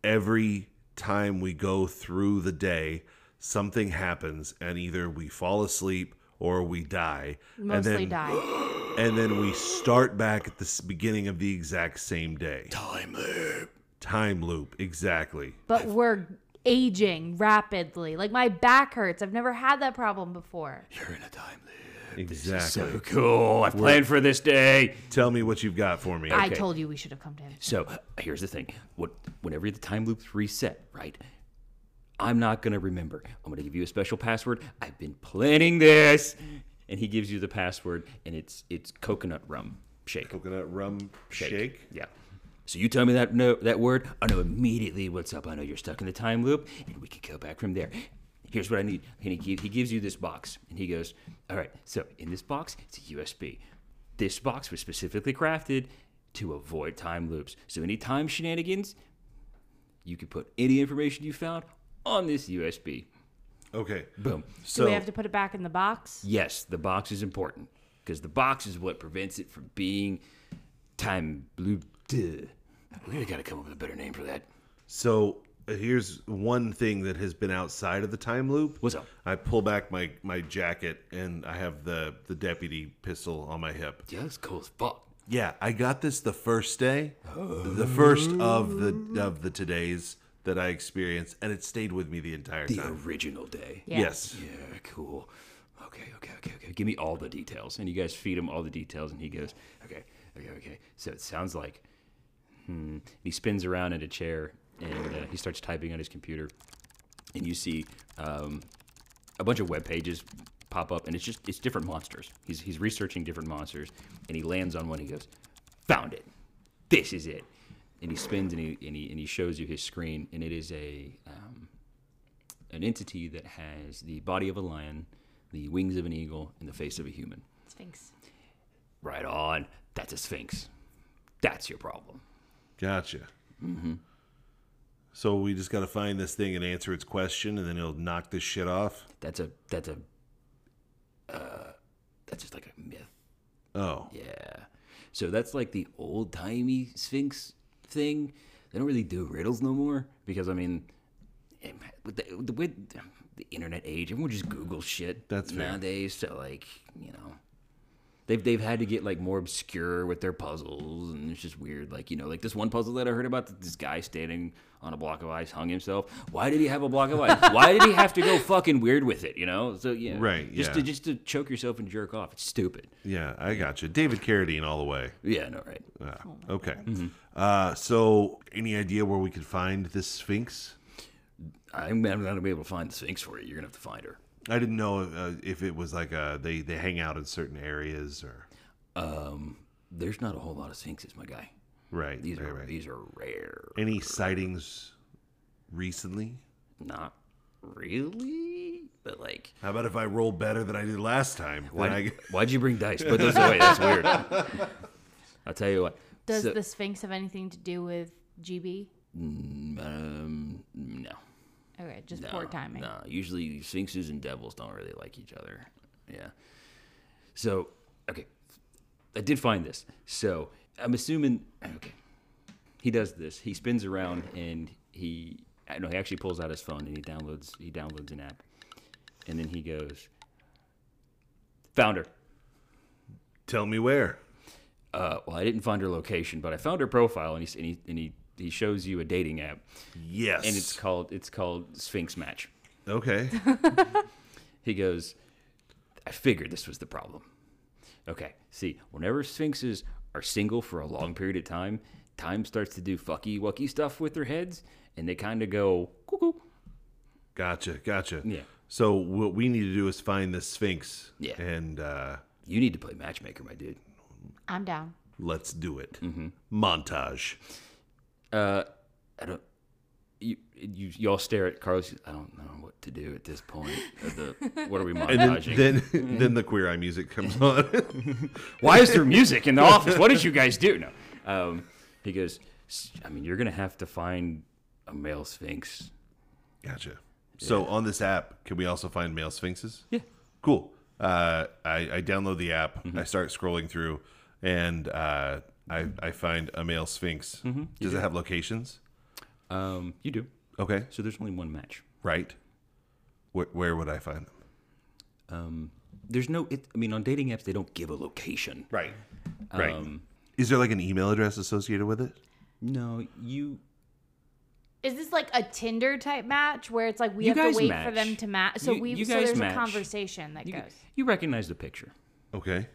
Speaker 1: every time we go through the day, something happens, and either we fall asleep or we die,
Speaker 3: Mostly
Speaker 1: and then
Speaker 3: died.
Speaker 1: and then we start back at the s- beginning of the exact same day.
Speaker 4: Time loop.
Speaker 1: Time loop, exactly.
Speaker 3: But we're aging rapidly. Like my back hurts. I've never had that problem before.
Speaker 4: You're in a time loop.
Speaker 1: Exactly.
Speaker 4: So cool. I've planned for this day.
Speaker 1: Tell me what you've got for me.
Speaker 3: I told you we should have come to him.
Speaker 4: So here's the thing: what whenever the time loops reset, right? I'm not gonna remember. I'm gonna give you a special password. I've been planning this, and he gives you the password, and it's it's coconut rum shake.
Speaker 1: Coconut rum shake.
Speaker 4: Yeah. So you tell me that no, that word, I know immediately what's up. I know you're stuck in the time loop, and we can go back from there.
Speaker 2: here's what I need. And he, give, he gives you this box, and he goes, all right, so in this box, it's a USB. This box was specifically crafted to avoid time loops. So any time shenanigans, you can put any information you found on this USB.
Speaker 1: Okay.
Speaker 2: Boom.
Speaker 1: So
Speaker 3: Do we have to put it back in the box?
Speaker 2: Yes, the box is important because the box is what prevents it from being time looped. We really got to come up with a better name for that.
Speaker 1: So uh, here's one thing that has been outside of the time loop.
Speaker 2: What's up?
Speaker 1: I pull back my my jacket and I have the the deputy pistol on my hip.
Speaker 2: Yeah, that's cool as fuck.
Speaker 1: Yeah, I got this the first day, the first of the of the todays that I experienced, and it stayed with me the entire
Speaker 2: The
Speaker 1: time.
Speaker 2: original day.
Speaker 3: Yeah.
Speaker 1: Yes.
Speaker 2: Yeah, cool. Okay, okay, okay, okay. Give me all the details. And you guys feed him all the details, and he goes, okay, okay, okay. So it sounds like, hmm. He spins around in a chair, and uh, he starts typing on his computer, and you see um, a bunch of web pages pop up, and it's just it's different monsters. He's he's researching different monsters, and he lands on one. He goes, found it. This is it. And he spins and he, and he, and he shows you his screen, and it is a um, an entity that has the body of a lion, the wings of an eagle, and the face of a human.
Speaker 3: Sphinx.
Speaker 2: Right on. That's a sphinx. That's your problem.
Speaker 1: Gotcha.
Speaker 2: Mm-hmm.
Speaker 1: So we just got to find this thing and answer its question, and then it'll knock this shit off.
Speaker 2: That's a that's a uh, that's just like a myth.
Speaker 1: Oh,
Speaker 2: Yeah. So that's like the old timey sphinx thing. They don't really do riddles no more because I mean, em- with the, with the, with the internet age, everyone just Google shit
Speaker 1: That's fair.
Speaker 2: nowadays. So like you know, they've they've had to get like more obscure with their puzzles, and it's just weird. Like you know, like this one puzzle that I heard about that this guy standing on a block of ice hung himself. Why did he have a block of ice? Why did he have to go fucking weird with it? You know? So yeah,
Speaker 1: Right,
Speaker 2: Just to
Speaker 1: yeah.
Speaker 2: just to choke yourself and jerk off. It's stupid.
Speaker 1: yeah, I gotcha. David Carradine all the way.
Speaker 2: Yeah, no, right.
Speaker 1: Ah, okay.
Speaker 2: Mm-hmm.
Speaker 1: Uh, so, any idea where we could find this Sphinx?
Speaker 2: I'm, I'm not gonna be able to find the Sphinx for you. You're gonna have to find her.
Speaker 1: I didn't know uh, if it was like uh they they hang out in certain areas or
Speaker 2: Um, there's not a whole lot of Sphinxes, my guy.
Speaker 1: right.
Speaker 2: These
Speaker 1: right,
Speaker 2: are
Speaker 1: right.
Speaker 2: these are rare.
Speaker 1: Any sightings recently?
Speaker 2: Not really, but like,
Speaker 1: How about if I roll better than I did last time? Then
Speaker 2: why,
Speaker 1: I,
Speaker 2: why'd you bring dice? Put those away. That's weird. I'll tell you what.
Speaker 3: Does
Speaker 2: So-
Speaker 3: the Sphinx have anything to do with GB?
Speaker 2: um no
Speaker 3: Okay, just
Speaker 2: no
Speaker 3: poor timing.
Speaker 2: no. Usually Sphinxes and devils don't really like each other. Yeah. So okay, I did find this. So I'm assuming okay. he does this. He spins around and he I know he actually pulls out his phone and he downloads he downloads an app. And then he goes Found her.
Speaker 1: tell me where.
Speaker 2: Uh, well, I didn't find her location, but I found her profile, and he s- and he, and he, he shows you a dating app,
Speaker 1: Yes.
Speaker 2: and it's called it's called Sphinx Match.
Speaker 1: okay.
Speaker 2: He goes, I figured this was the problem. Okay, see, whenever sphinxes are single for a long period of time, time starts to do fucky wucky stuff with their heads, and they kind of go cuckoo.
Speaker 1: Gotcha. Gotcha.
Speaker 2: Yeah.
Speaker 1: So what we need to do is find the Sphinx.
Speaker 2: Yeah.
Speaker 1: And uh,
Speaker 2: You need to play matchmaker, my dude.
Speaker 3: I'm down.
Speaker 1: let's do it.
Speaker 2: Mm-hmm.
Speaker 1: Montage.
Speaker 2: Uh, I don't. You, you you all stare at Carlos. I don't know what to do at this point. of the what are we
Speaker 1: And
Speaker 2: montaging?
Speaker 1: then then, then the queer eye music comes on.
Speaker 2: Why is there music in the office? What did you guys do? No. Um, he goes. "S- I mean, you're gonna have to find a male sphinx.
Speaker 1: Gotcha. So on this app, can we also find male sphinxes? Yeah. Cool. Uh, I, I download the app. I start scrolling through, and uh, I I find a male sphinx. Does it have locations?
Speaker 2: Um, you do.
Speaker 1: Okay.
Speaker 2: So there's only one match.
Speaker 1: Right. Where, where would I find them?
Speaker 2: Um, there's no. It, I mean, on dating apps, they don't give a location.
Speaker 1: Right. Right.
Speaker 2: Um,
Speaker 1: Is there like an email address associated with it?
Speaker 2: no, you.
Speaker 3: Is this like a Tinder type match where it's like we
Speaker 2: You
Speaker 3: have
Speaker 2: guys
Speaker 3: to wait for
Speaker 2: match.
Speaker 3: them to match? So
Speaker 2: You-
Speaker 3: we
Speaker 2: you
Speaker 3: so
Speaker 2: guys
Speaker 3: there's
Speaker 2: match.
Speaker 3: a conversation that
Speaker 2: You,
Speaker 3: goes.
Speaker 2: you recognize the picture.
Speaker 1: Okay.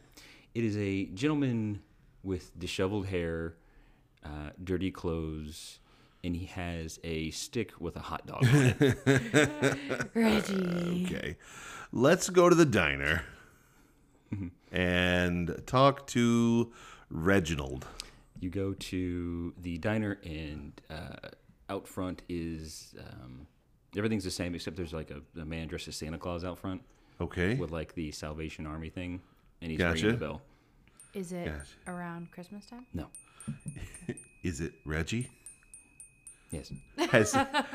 Speaker 2: It is a gentleman with disheveled hair, uh, dirty clothes, and he has a stick with a hot dog on it.
Speaker 3: Reggie.
Speaker 1: Okay. Let's go to the diner Mm-hmm. and talk to Reginald.
Speaker 2: You go to the diner, and uh, out front is um,
Speaker 4: everything's the same except there's like a, a man dressed as Santa Claus out front
Speaker 1: Okay.
Speaker 4: with like the Salvation Army thing, and he's
Speaker 1: Gotcha.
Speaker 4: ringing the bell.
Speaker 3: Is it
Speaker 1: Gotcha.
Speaker 3: around Christmas time?
Speaker 4: No.
Speaker 1: Is it Reggie?
Speaker 4: Yes.
Speaker 1: Has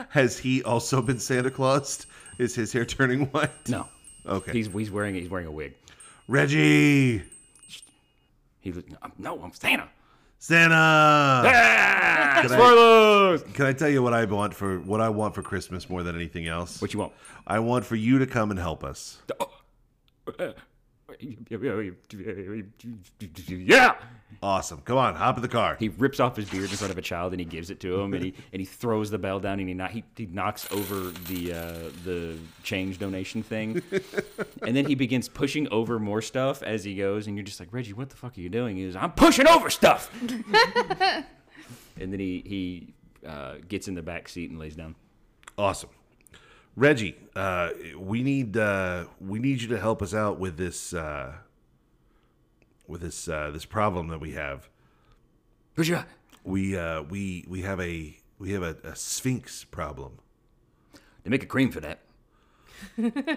Speaker 1: has he also been Santa Claus? Is his hair turning white?
Speaker 4: No.
Speaker 1: Okay.
Speaker 4: He's he's wearing he's wearing a wig.
Speaker 1: Reggie,
Speaker 4: He look- no, I'm Santa.
Speaker 1: Santa.
Speaker 4: Ah!
Speaker 1: Can I-
Speaker 4: Spoilers.
Speaker 1: Can I tell you what I want for what I want for Christmas more than anything else?
Speaker 4: What you want?
Speaker 1: I want for you to come and help us.
Speaker 4: Yeah.
Speaker 1: Awesome. Come on, hop in the car.
Speaker 4: He rips off his beard in front of a child and he gives it to him and he and he throws the bell down and he not, he, he knocks over the uh, the change donation thing and then he begins pushing over more stuff as he goes and you're just like Reggie what the fuck are you doing? He goes I'm pushing over stuff. and then he he uh, gets in the back seat and lays down.
Speaker 1: Awesome. Reggie, uh, we need uh, we need you to help us out with this uh, with this uh, this problem that we have.
Speaker 4: Who's you?
Speaker 1: We uh, we we have a we have a, a sphinx problem.
Speaker 4: They make a cream for that.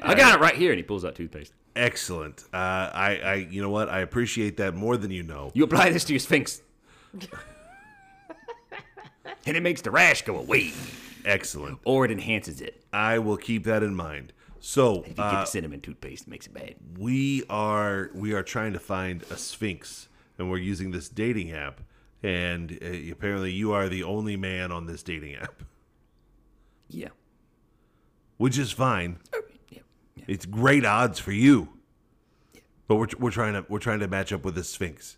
Speaker 4: I got it right here and he pulls out toothpaste.
Speaker 1: Excellent. Uh, I I you know what? I appreciate that more than you know.
Speaker 4: You apply this to your sphinx. and it makes the rash go away.
Speaker 1: Excellent.
Speaker 4: Or it enhances it.
Speaker 1: I will keep that in mind. So
Speaker 4: If you get
Speaker 1: uh,
Speaker 4: the cinnamon toothpaste, it makes it bad.
Speaker 1: we are we are trying to find a sphinx, and we're using this dating app. And uh, apparently, you are the only man on this dating app,
Speaker 4: Yeah.
Speaker 1: which is fine.
Speaker 4: yeah. yeah.
Speaker 1: It's great odds for you. But we're, we're trying to we're trying to match up with the sphinx.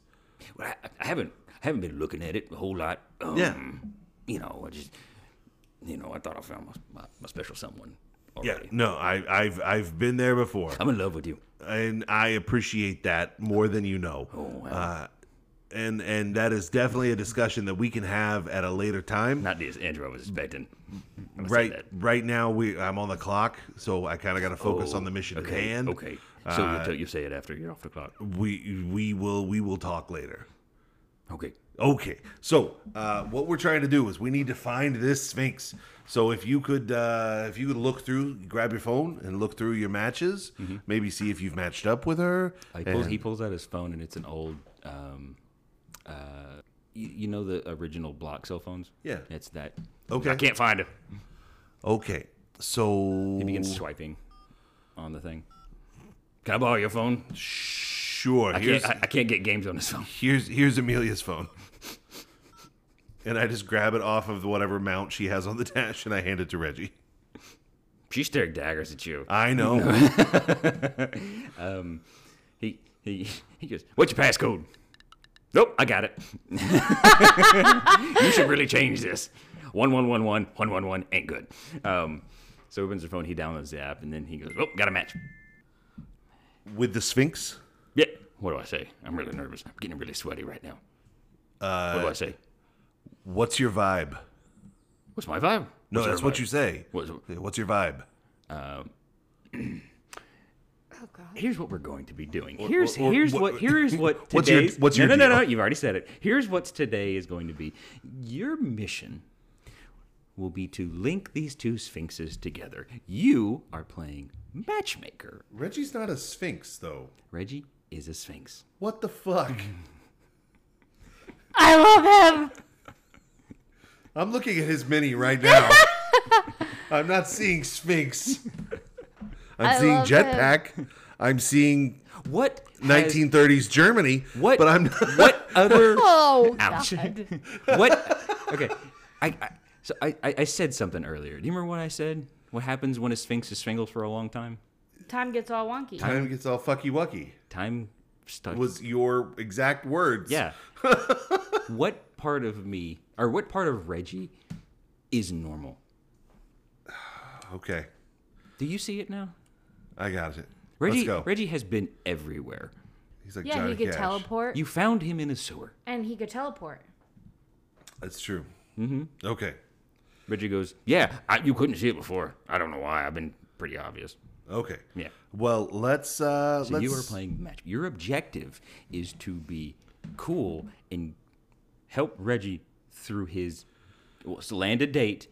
Speaker 4: Well, I, I haven't I haven't been looking at it a whole lot. Um,
Speaker 1: Yeah.
Speaker 4: You know, I just, you know, I thought I found my, my, my special someone
Speaker 1: Yeah,
Speaker 4: already.
Speaker 1: no, I, I've I've been there before,
Speaker 4: I'm in love with you.
Speaker 1: and I appreciate that more than you know.
Speaker 4: Oh, wow.
Speaker 1: Uh, and and that is definitely a discussion that we can have at a later time.
Speaker 4: Not this Andrew I was expecting. I would say
Speaker 1: right
Speaker 4: that.
Speaker 1: right now we I'm on the clock, so I kind of got to focus
Speaker 4: Oh,
Speaker 1: on the mission at
Speaker 4: okay,
Speaker 1: hand.
Speaker 4: Okay. So
Speaker 1: uh,
Speaker 4: you'll tell- you say it after you're off the clock.
Speaker 1: We we will we will talk later.
Speaker 4: Okay.
Speaker 1: Okay, so uh, what we're trying to do is we need to find this sphinx. So if you could, uh, if you could look through, grab your phone and look through your matches,
Speaker 4: Mm-hmm.
Speaker 1: maybe see if you've matched up with her.
Speaker 4: He pulls,
Speaker 1: and-
Speaker 4: he pulls out his phone, and it's an old, um, uh, you, you know, the original block cell phones.
Speaker 1: Yeah.
Speaker 4: it's that.
Speaker 1: Okay.
Speaker 4: I can't find it.
Speaker 1: Okay, so
Speaker 4: He begins swiping on the thing. Can I borrow your phone?
Speaker 1: sure.
Speaker 4: I
Speaker 1: Here's
Speaker 4: can't. I, I can't get games on this phone.
Speaker 1: here's here's Amelia's phone, and I just grab it off of whatever mount she has on the dash, and I hand it to Reggie.
Speaker 4: She's staring daggers at you.
Speaker 1: I know.
Speaker 4: He he he goes. What's your passcode? Nope, I got it. you should really change this. One one one one one one one ain't good. Um, so he opens the phone. He downloads the app, and then he goes. Oh, got a match.
Speaker 1: with the sphinx,
Speaker 4: Yeah. What do I say? I'm really nervous. I'm getting really sweaty right now. Uh, what do I say?
Speaker 1: what's your vibe?
Speaker 4: What's my vibe?
Speaker 1: No,
Speaker 4: What's
Speaker 1: that's
Speaker 4: our
Speaker 1: what
Speaker 4: vibe?
Speaker 1: you say.
Speaker 4: What's-
Speaker 1: What's your vibe?
Speaker 4: Here's what we're going to be doing. Here's
Speaker 1: or-
Speaker 4: here's
Speaker 1: what-
Speaker 4: what here's what
Speaker 1: What's your-
Speaker 4: today's
Speaker 1: what's
Speaker 4: no,
Speaker 1: your
Speaker 4: no no
Speaker 1: deal?
Speaker 4: no you've already said it. Here's what's today is going to be. Your mission will be to link these two sphinxes together. You are playing matchmaker.
Speaker 1: Reggie's not a sphinx though.
Speaker 4: Reggie is a sphinx.
Speaker 1: What the fuck?
Speaker 4: Mm.
Speaker 13: I love him.
Speaker 1: I'm looking at his mini right now. I'm not seeing Sphinx. I'm
Speaker 3: I
Speaker 1: seeing
Speaker 3: love
Speaker 1: Jetpack. I'm seeing
Speaker 4: What has-
Speaker 1: 1930s Germany.
Speaker 4: what
Speaker 1: But I'm
Speaker 4: what other
Speaker 3: Oh,
Speaker 4: Ouch. what? Okay. I, I so I, I I said something earlier. Do you remember what I said? What happens when a sphinx is single for a long time?
Speaker 3: time gets all wonky.
Speaker 1: Time gets all fucky wucky.
Speaker 4: Time stuck.
Speaker 1: Was your exact words?
Speaker 4: yeah. what part of me or what part of Reggie is normal?
Speaker 1: Okay,
Speaker 4: Do you see it now?
Speaker 1: I got it.
Speaker 4: Reggie
Speaker 1: Let's go.
Speaker 4: Reggie has been everywhere.
Speaker 1: He's like
Speaker 3: Yeah,
Speaker 1: Johnny
Speaker 3: he could
Speaker 1: Cash.
Speaker 3: teleport,
Speaker 4: You found him in a sewer.
Speaker 3: and he could teleport.
Speaker 1: That's true. Mm-hmm. Okay.
Speaker 4: Reggie goes, "Yeah, I, you couldn't see it before. I don't know why. I've been pretty obvious."
Speaker 1: Okay.
Speaker 4: Yeah.
Speaker 1: Well, let's. Uh,
Speaker 4: So
Speaker 1: let's
Speaker 4: you are playing match. Your objective is to be cool and help Reggie through his well, so land a date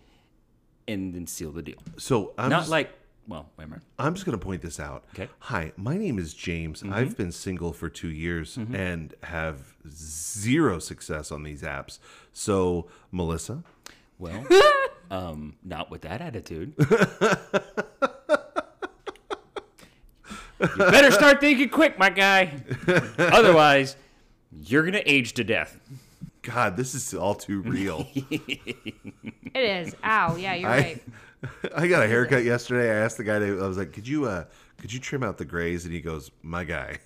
Speaker 4: and then seal the deal.
Speaker 1: So I'm
Speaker 4: Not
Speaker 1: just,
Speaker 4: like, well, wait a minute.
Speaker 1: I'm just going to point this out.
Speaker 4: Okay. Mm-hmm.
Speaker 1: Hi, my name is James. I've been single for two years and have zero success on these apps. So, Melissa,
Speaker 4: Well, um, not with that attitude. you better start thinking quick, my guy. Otherwise, you're gonna age to death.
Speaker 1: God, this is all too real.
Speaker 3: It is. Ow. Yeah, you're
Speaker 1: I,
Speaker 3: right.
Speaker 1: I got a haircut yesterday. I asked the guy to, I was like, "Could you uh could you trim out the grays?" And he goes, "My guy,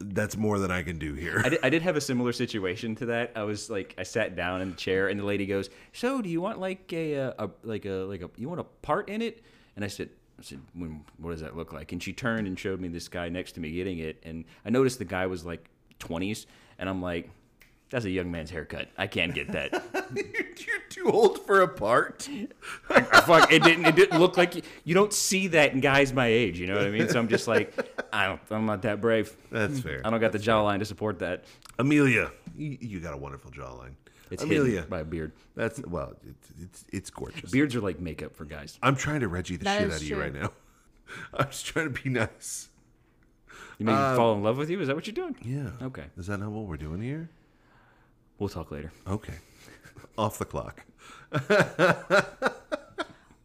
Speaker 1: that's more than I can do here."
Speaker 4: I did, I did have a similar situation to that. I was like, I sat down in the chair, and the lady goes, "So, do you want like a, uh, a like a like a you want a part in it?" And I said, "I said, when, what does that look like?" And she turned and showed me this guy next to me getting it, and I noticed the guy was like 20s, and I'm like, "That's a young man's haircut. I can't get that."
Speaker 1: You're too old for a part.
Speaker 4: I fuck, it didn't. It didn't look like you don't see that in guys my age. You know what I mean? So I'm just like, I don't. I'm not that brave.
Speaker 1: That's fair.
Speaker 4: I don't got the jawline to support that.
Speaker 1: Amelia, you, you got a wonderful jawline.
Speaker 4: It's
Speaker 1: Amelia,
Speaker 4: hidden by a beard.
Speaker 1: that's well, it's it's, it's gorgeous.
Speaker 4: Beards are like makeup for guys.
Speaker 1: I'm trying to Reggie the
Speaker 3: That
Speaker 1: shit
Speaker 3: is
Speaker 1: out of you
Speaker 3: true.
Speaker 1: right now. I'm just trying to be nice.
Speaker 4: You make them fall in love with you? Is that what you're doing?
Speaker 1: Yeah.
Speaker 4: Okay.
Speaker 1: Is that not what we're doing here?
Speaker 4: We'll talk later.
Speaker 1: Okay. Off the clock.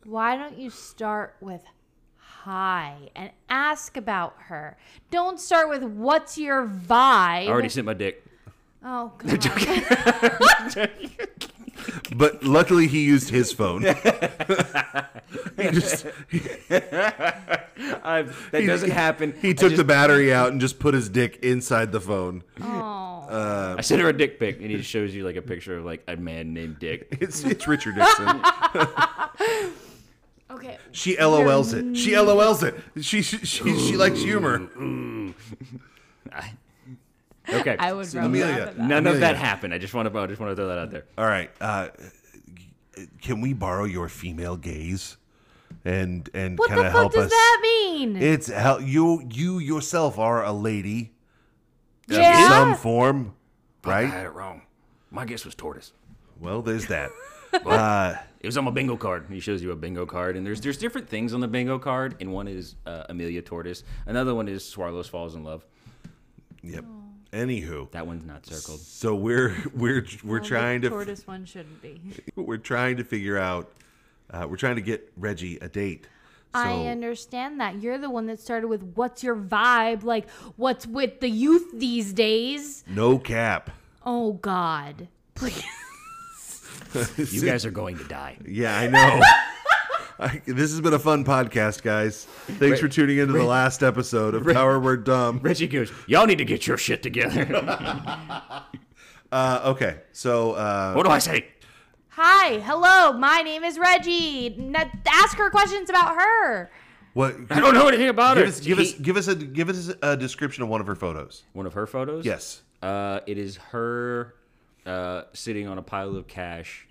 Speaker 3: Why don't you start with hi and ask about her? Don't start with what's your vibe.
Speaker 4: I already sent my dick.
Speaker 3: Oh god.
Speaker 1: But luckily, he used his phone. he just
Speaker 4: I've, that
Speaker 1: He-
Speaker 4: doesn't
Speaker 1: he-
Speaker 4: happen.
Speaker 1: He
Speaker 4: I
Speaker 1: took the
Speaker 4: just-
Speaker 1: battery out and just put his dick inside the phone.
Speaker 3: Oh.
Speaker 2: Uh,
Speaker 4: I sent her a dick pic, and he just shows you like a picture of like a man named Dick.
Speaker 1: It's it's Richard Nixon.
Speaker 3: okay.
Speaker 1: She LOLs it. She LOLs it. She she she, she likes humor.
Speaker 4: Okay.
Speaker 3: I would
Speaker 4: So
Speaker 3: rather
Speaker 1: Amelia,
Speaker 3: have it
Speaker 4: None
Speaker 3: that.
Speaker 4: of
Speaker 1: Amelia.
Speaker 4: that happened. I just want to. I just want to throw that out there.
Speaker 1: All right. Uh, can we borrow your female gaze and and
Speaker 3: What
Speaker 1: kind
Speaker 3: the
Speaker 1: of
Speaker 3: fuck
Speaker 1: help
Speaker 3: does
Speaker 1: us?
Speaker 3: that mean?
Speaker 1: It's hel- you you yourself are a lady in
Speaker 3: Yeah.
Speaker 1: some form,
Speaker 4: I
Speaker 1: right?
Speaker 4: had it wrong. My guess was tortoise.
Speaker 1: Well, there's that. Uh,
Speaker 4: It was on my bingo card. He shows you a bingo card, and there's there's different things on the bingo card, and one is uh, Amelia Tortoise. Another one is Swallows Falls in Love.
Speaker 1: yep.
Speaker 3: Oh.
Speaker 1: Anywho,
Speaker 4: That one's not circled.
Speaker 1: so we're we're we're trying to
Speaker 3: tortoise one shouldn't be.
Speaker 1: we're trying to figure out uh, we're trying to get reggie a date so
Speaker 3: I understand that. You're the one that started with what's your vibe? Like what's with the youth these days?
Speaker 1: no cap
Speaker 3: Oh god. Please.
Speaker 4: You guys are going to die.
Speaker 1: yeah i know I, this has been a fun podcast guys thanks for tuning into the last episode of power word dumb
Speaker 4: Reggie goes, y'all need to get your shit together.
Speaker 1: uh, okay so uh,
Speaker 4: what do I say?
Speaker 3: Hi, hello. My name is Reggie. N- ask her questions about her.
Speaker 1: what
Speaker 4: I don't know anything about
Speaker 1: give
Speaker 4: her.
Speaker 1: us give
Speaker 4: He-
Speaker 1: us give us a give us a description of one of her photos
Speaker 4: one of her photos.
Speaker 1: yes
Speaker 4: Uh, it is her uh, sitting on a pile of cash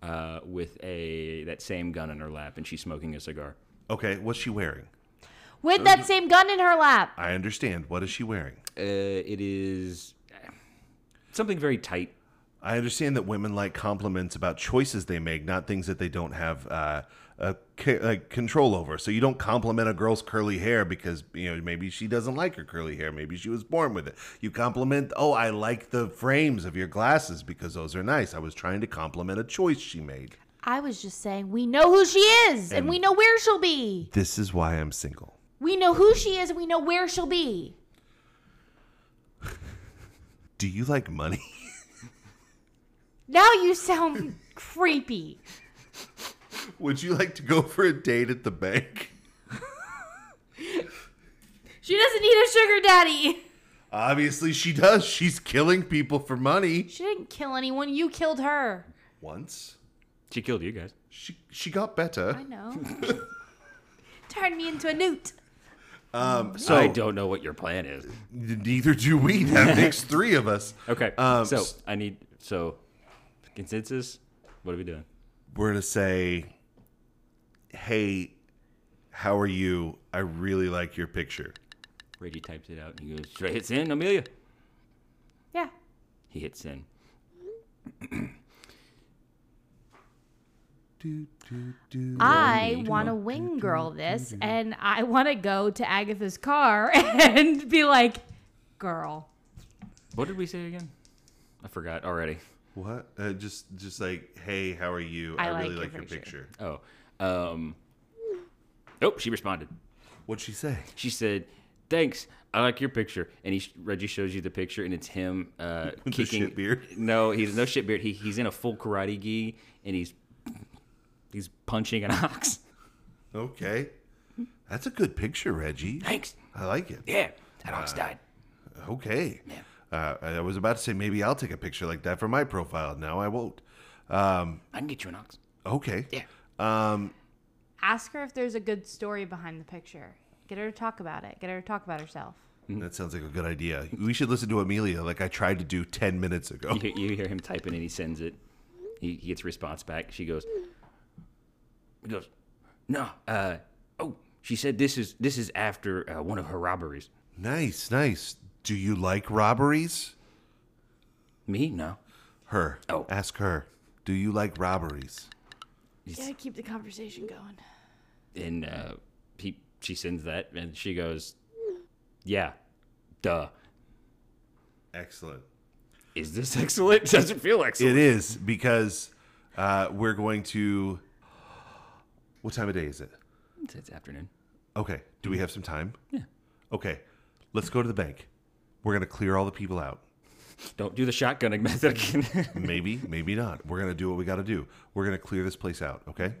Speaker 4: uh, with a that same gun in her lap, and she's smoking a cigar.
Speaker 1: okay what's she wearing
Speaker 3: With that same gun in her lap.
Speaker 1: i understand what is she wearing
Speaker 4: Uh, it is something very tight.
Speaker 1: I understand that women like compliments about choices they make, not things that they don't have uh, a, ca- like control over. So you don't compliment a girl's curly hair because you know maybe she doesn't like her curly hair, maybe she was born with it. You compliment, oh, I like the frames of your glasses because those are nice. I was trying to compliment a choice she made.
Speaker 3: I was just saying, we know who she is and we know where she'll be.
Speaker 1: This is why I'm single.
Speaker 3: We know who she is and we know where she'll be.
Speaker 1: Do you like money?
Speaker 3: Now you sound creepy.
Speaker 1: Would you like to go for a date at the bank?
Speaker 3: She doesn't need a sugar daddy.
Speaker 1: Obviously, she does. She's killing people for money.
Speaker 3: She didn't kill anyone. You killed her.
Speaker 1: Once
Speaker 4: She killed you guys.
Speaker 1: she she got better.
Speaker 3: I know. Turned me into a newt.
Speaker 1: So
Speaker 4: I don't know what your plan is.
Speaker 1: Neither do we. That makes three of us.
Speaker 4: Okay.
Speaker 1: Um,
Speaker 4: so
Speaker 1: s-
Speaker 4: I need so consensus. What are we doing?
Speaker 1: We're gonna say, "Hey, how are you? I really like your picture."
Speaker 4: Reggie types it out and he goes, Should I hit send, Amelia?
Speaker 3: Yeah.
Speaker 4: He hits send.
Speaker 1: do, do, do.
Speaker 14: I want to wing girl this, and I want to go to Agatha's car and be like, "Girl,
Speaker 4: What did we say again? I forgot already.
Speaker 1: What? Uh, just just like, hey, how are you?
Speaker 3: I
Speaker 1: I,
Speaker 3: like
Speaker 1: really
Speaker 3: your
Speaker 1: like your
Speaker 3: picture."
Speaker 1: picture.
Speaker 4: Oh, um, nope. She responded.
Speaker 1: What'd she say?
Speaker 4: She said, "Thanks, I like your picture." And he Reggie shows you the picture, and it's him uh,
Speaker 1: With the
Speaker 4: kicking.
Speaker 1: shit beard?
Speaker 4: No, he's no shit beard. He, he's in a full karate gi, and he's he's punching an ox.
Speaker 1: Okay. That's a good picture, Reggie.
Speaker 4: Thanks.
Speaker 1: I like it.
Speaker 4: Yeah, that ox
Speaker 1: Uh,
Speaker 4: died.
Speaker 1: Okay. Uh, I I was about to say maybe I'll take a picture like that for my profile. Now I won't. Um,
Speaker 4: I can get you an ox.
Speaker 1: okay.
Speaker 4: Yeah.
Speaker 1: Um,
Speaker 3: Ask her if there's a good story behind the picture. Get her to talk about it. Get her to talk about herself.
Speaker 1: that sounds like a good idea. We should listen to Amelia, like I tried to do ten minutes ago.
Speaker 4: You, you hear him typing, and he sends it. He, he gets a response back. She goes, he goes, no. Uh, oh, she said this is this is after uh, one of her robberies.
Speaker 1: Nice, nice. Do you like robberies?
Speaker 4: Me? No.
Speaker 1: Her.
Speaker 4: Oh.
Speaker 1: Ask her. Do you like robberies?
Speaker 3: Yeah, keep the conversation going.
Speaker 4: and uh, he, she sends that, and she goes, "Yeah, duh.
Speaker 1: Excellent.
Speaker 4: Is this excellent? Doesn't feel excellent.
Speaker 1: It is because uh, we're going to. What time of day is it?
Speaker 4: It's, it's afternoon.
Speaker 1: Okay. Do we have some time? Yeah. Okay. Let's go to the bank. We're going to clear all the people out.
Speaker 4: Don't do the shotgunning method again.
Speaker 1: Maybe, maybe not. We're going to do what we got to do. We're going to clear this place out. Okay.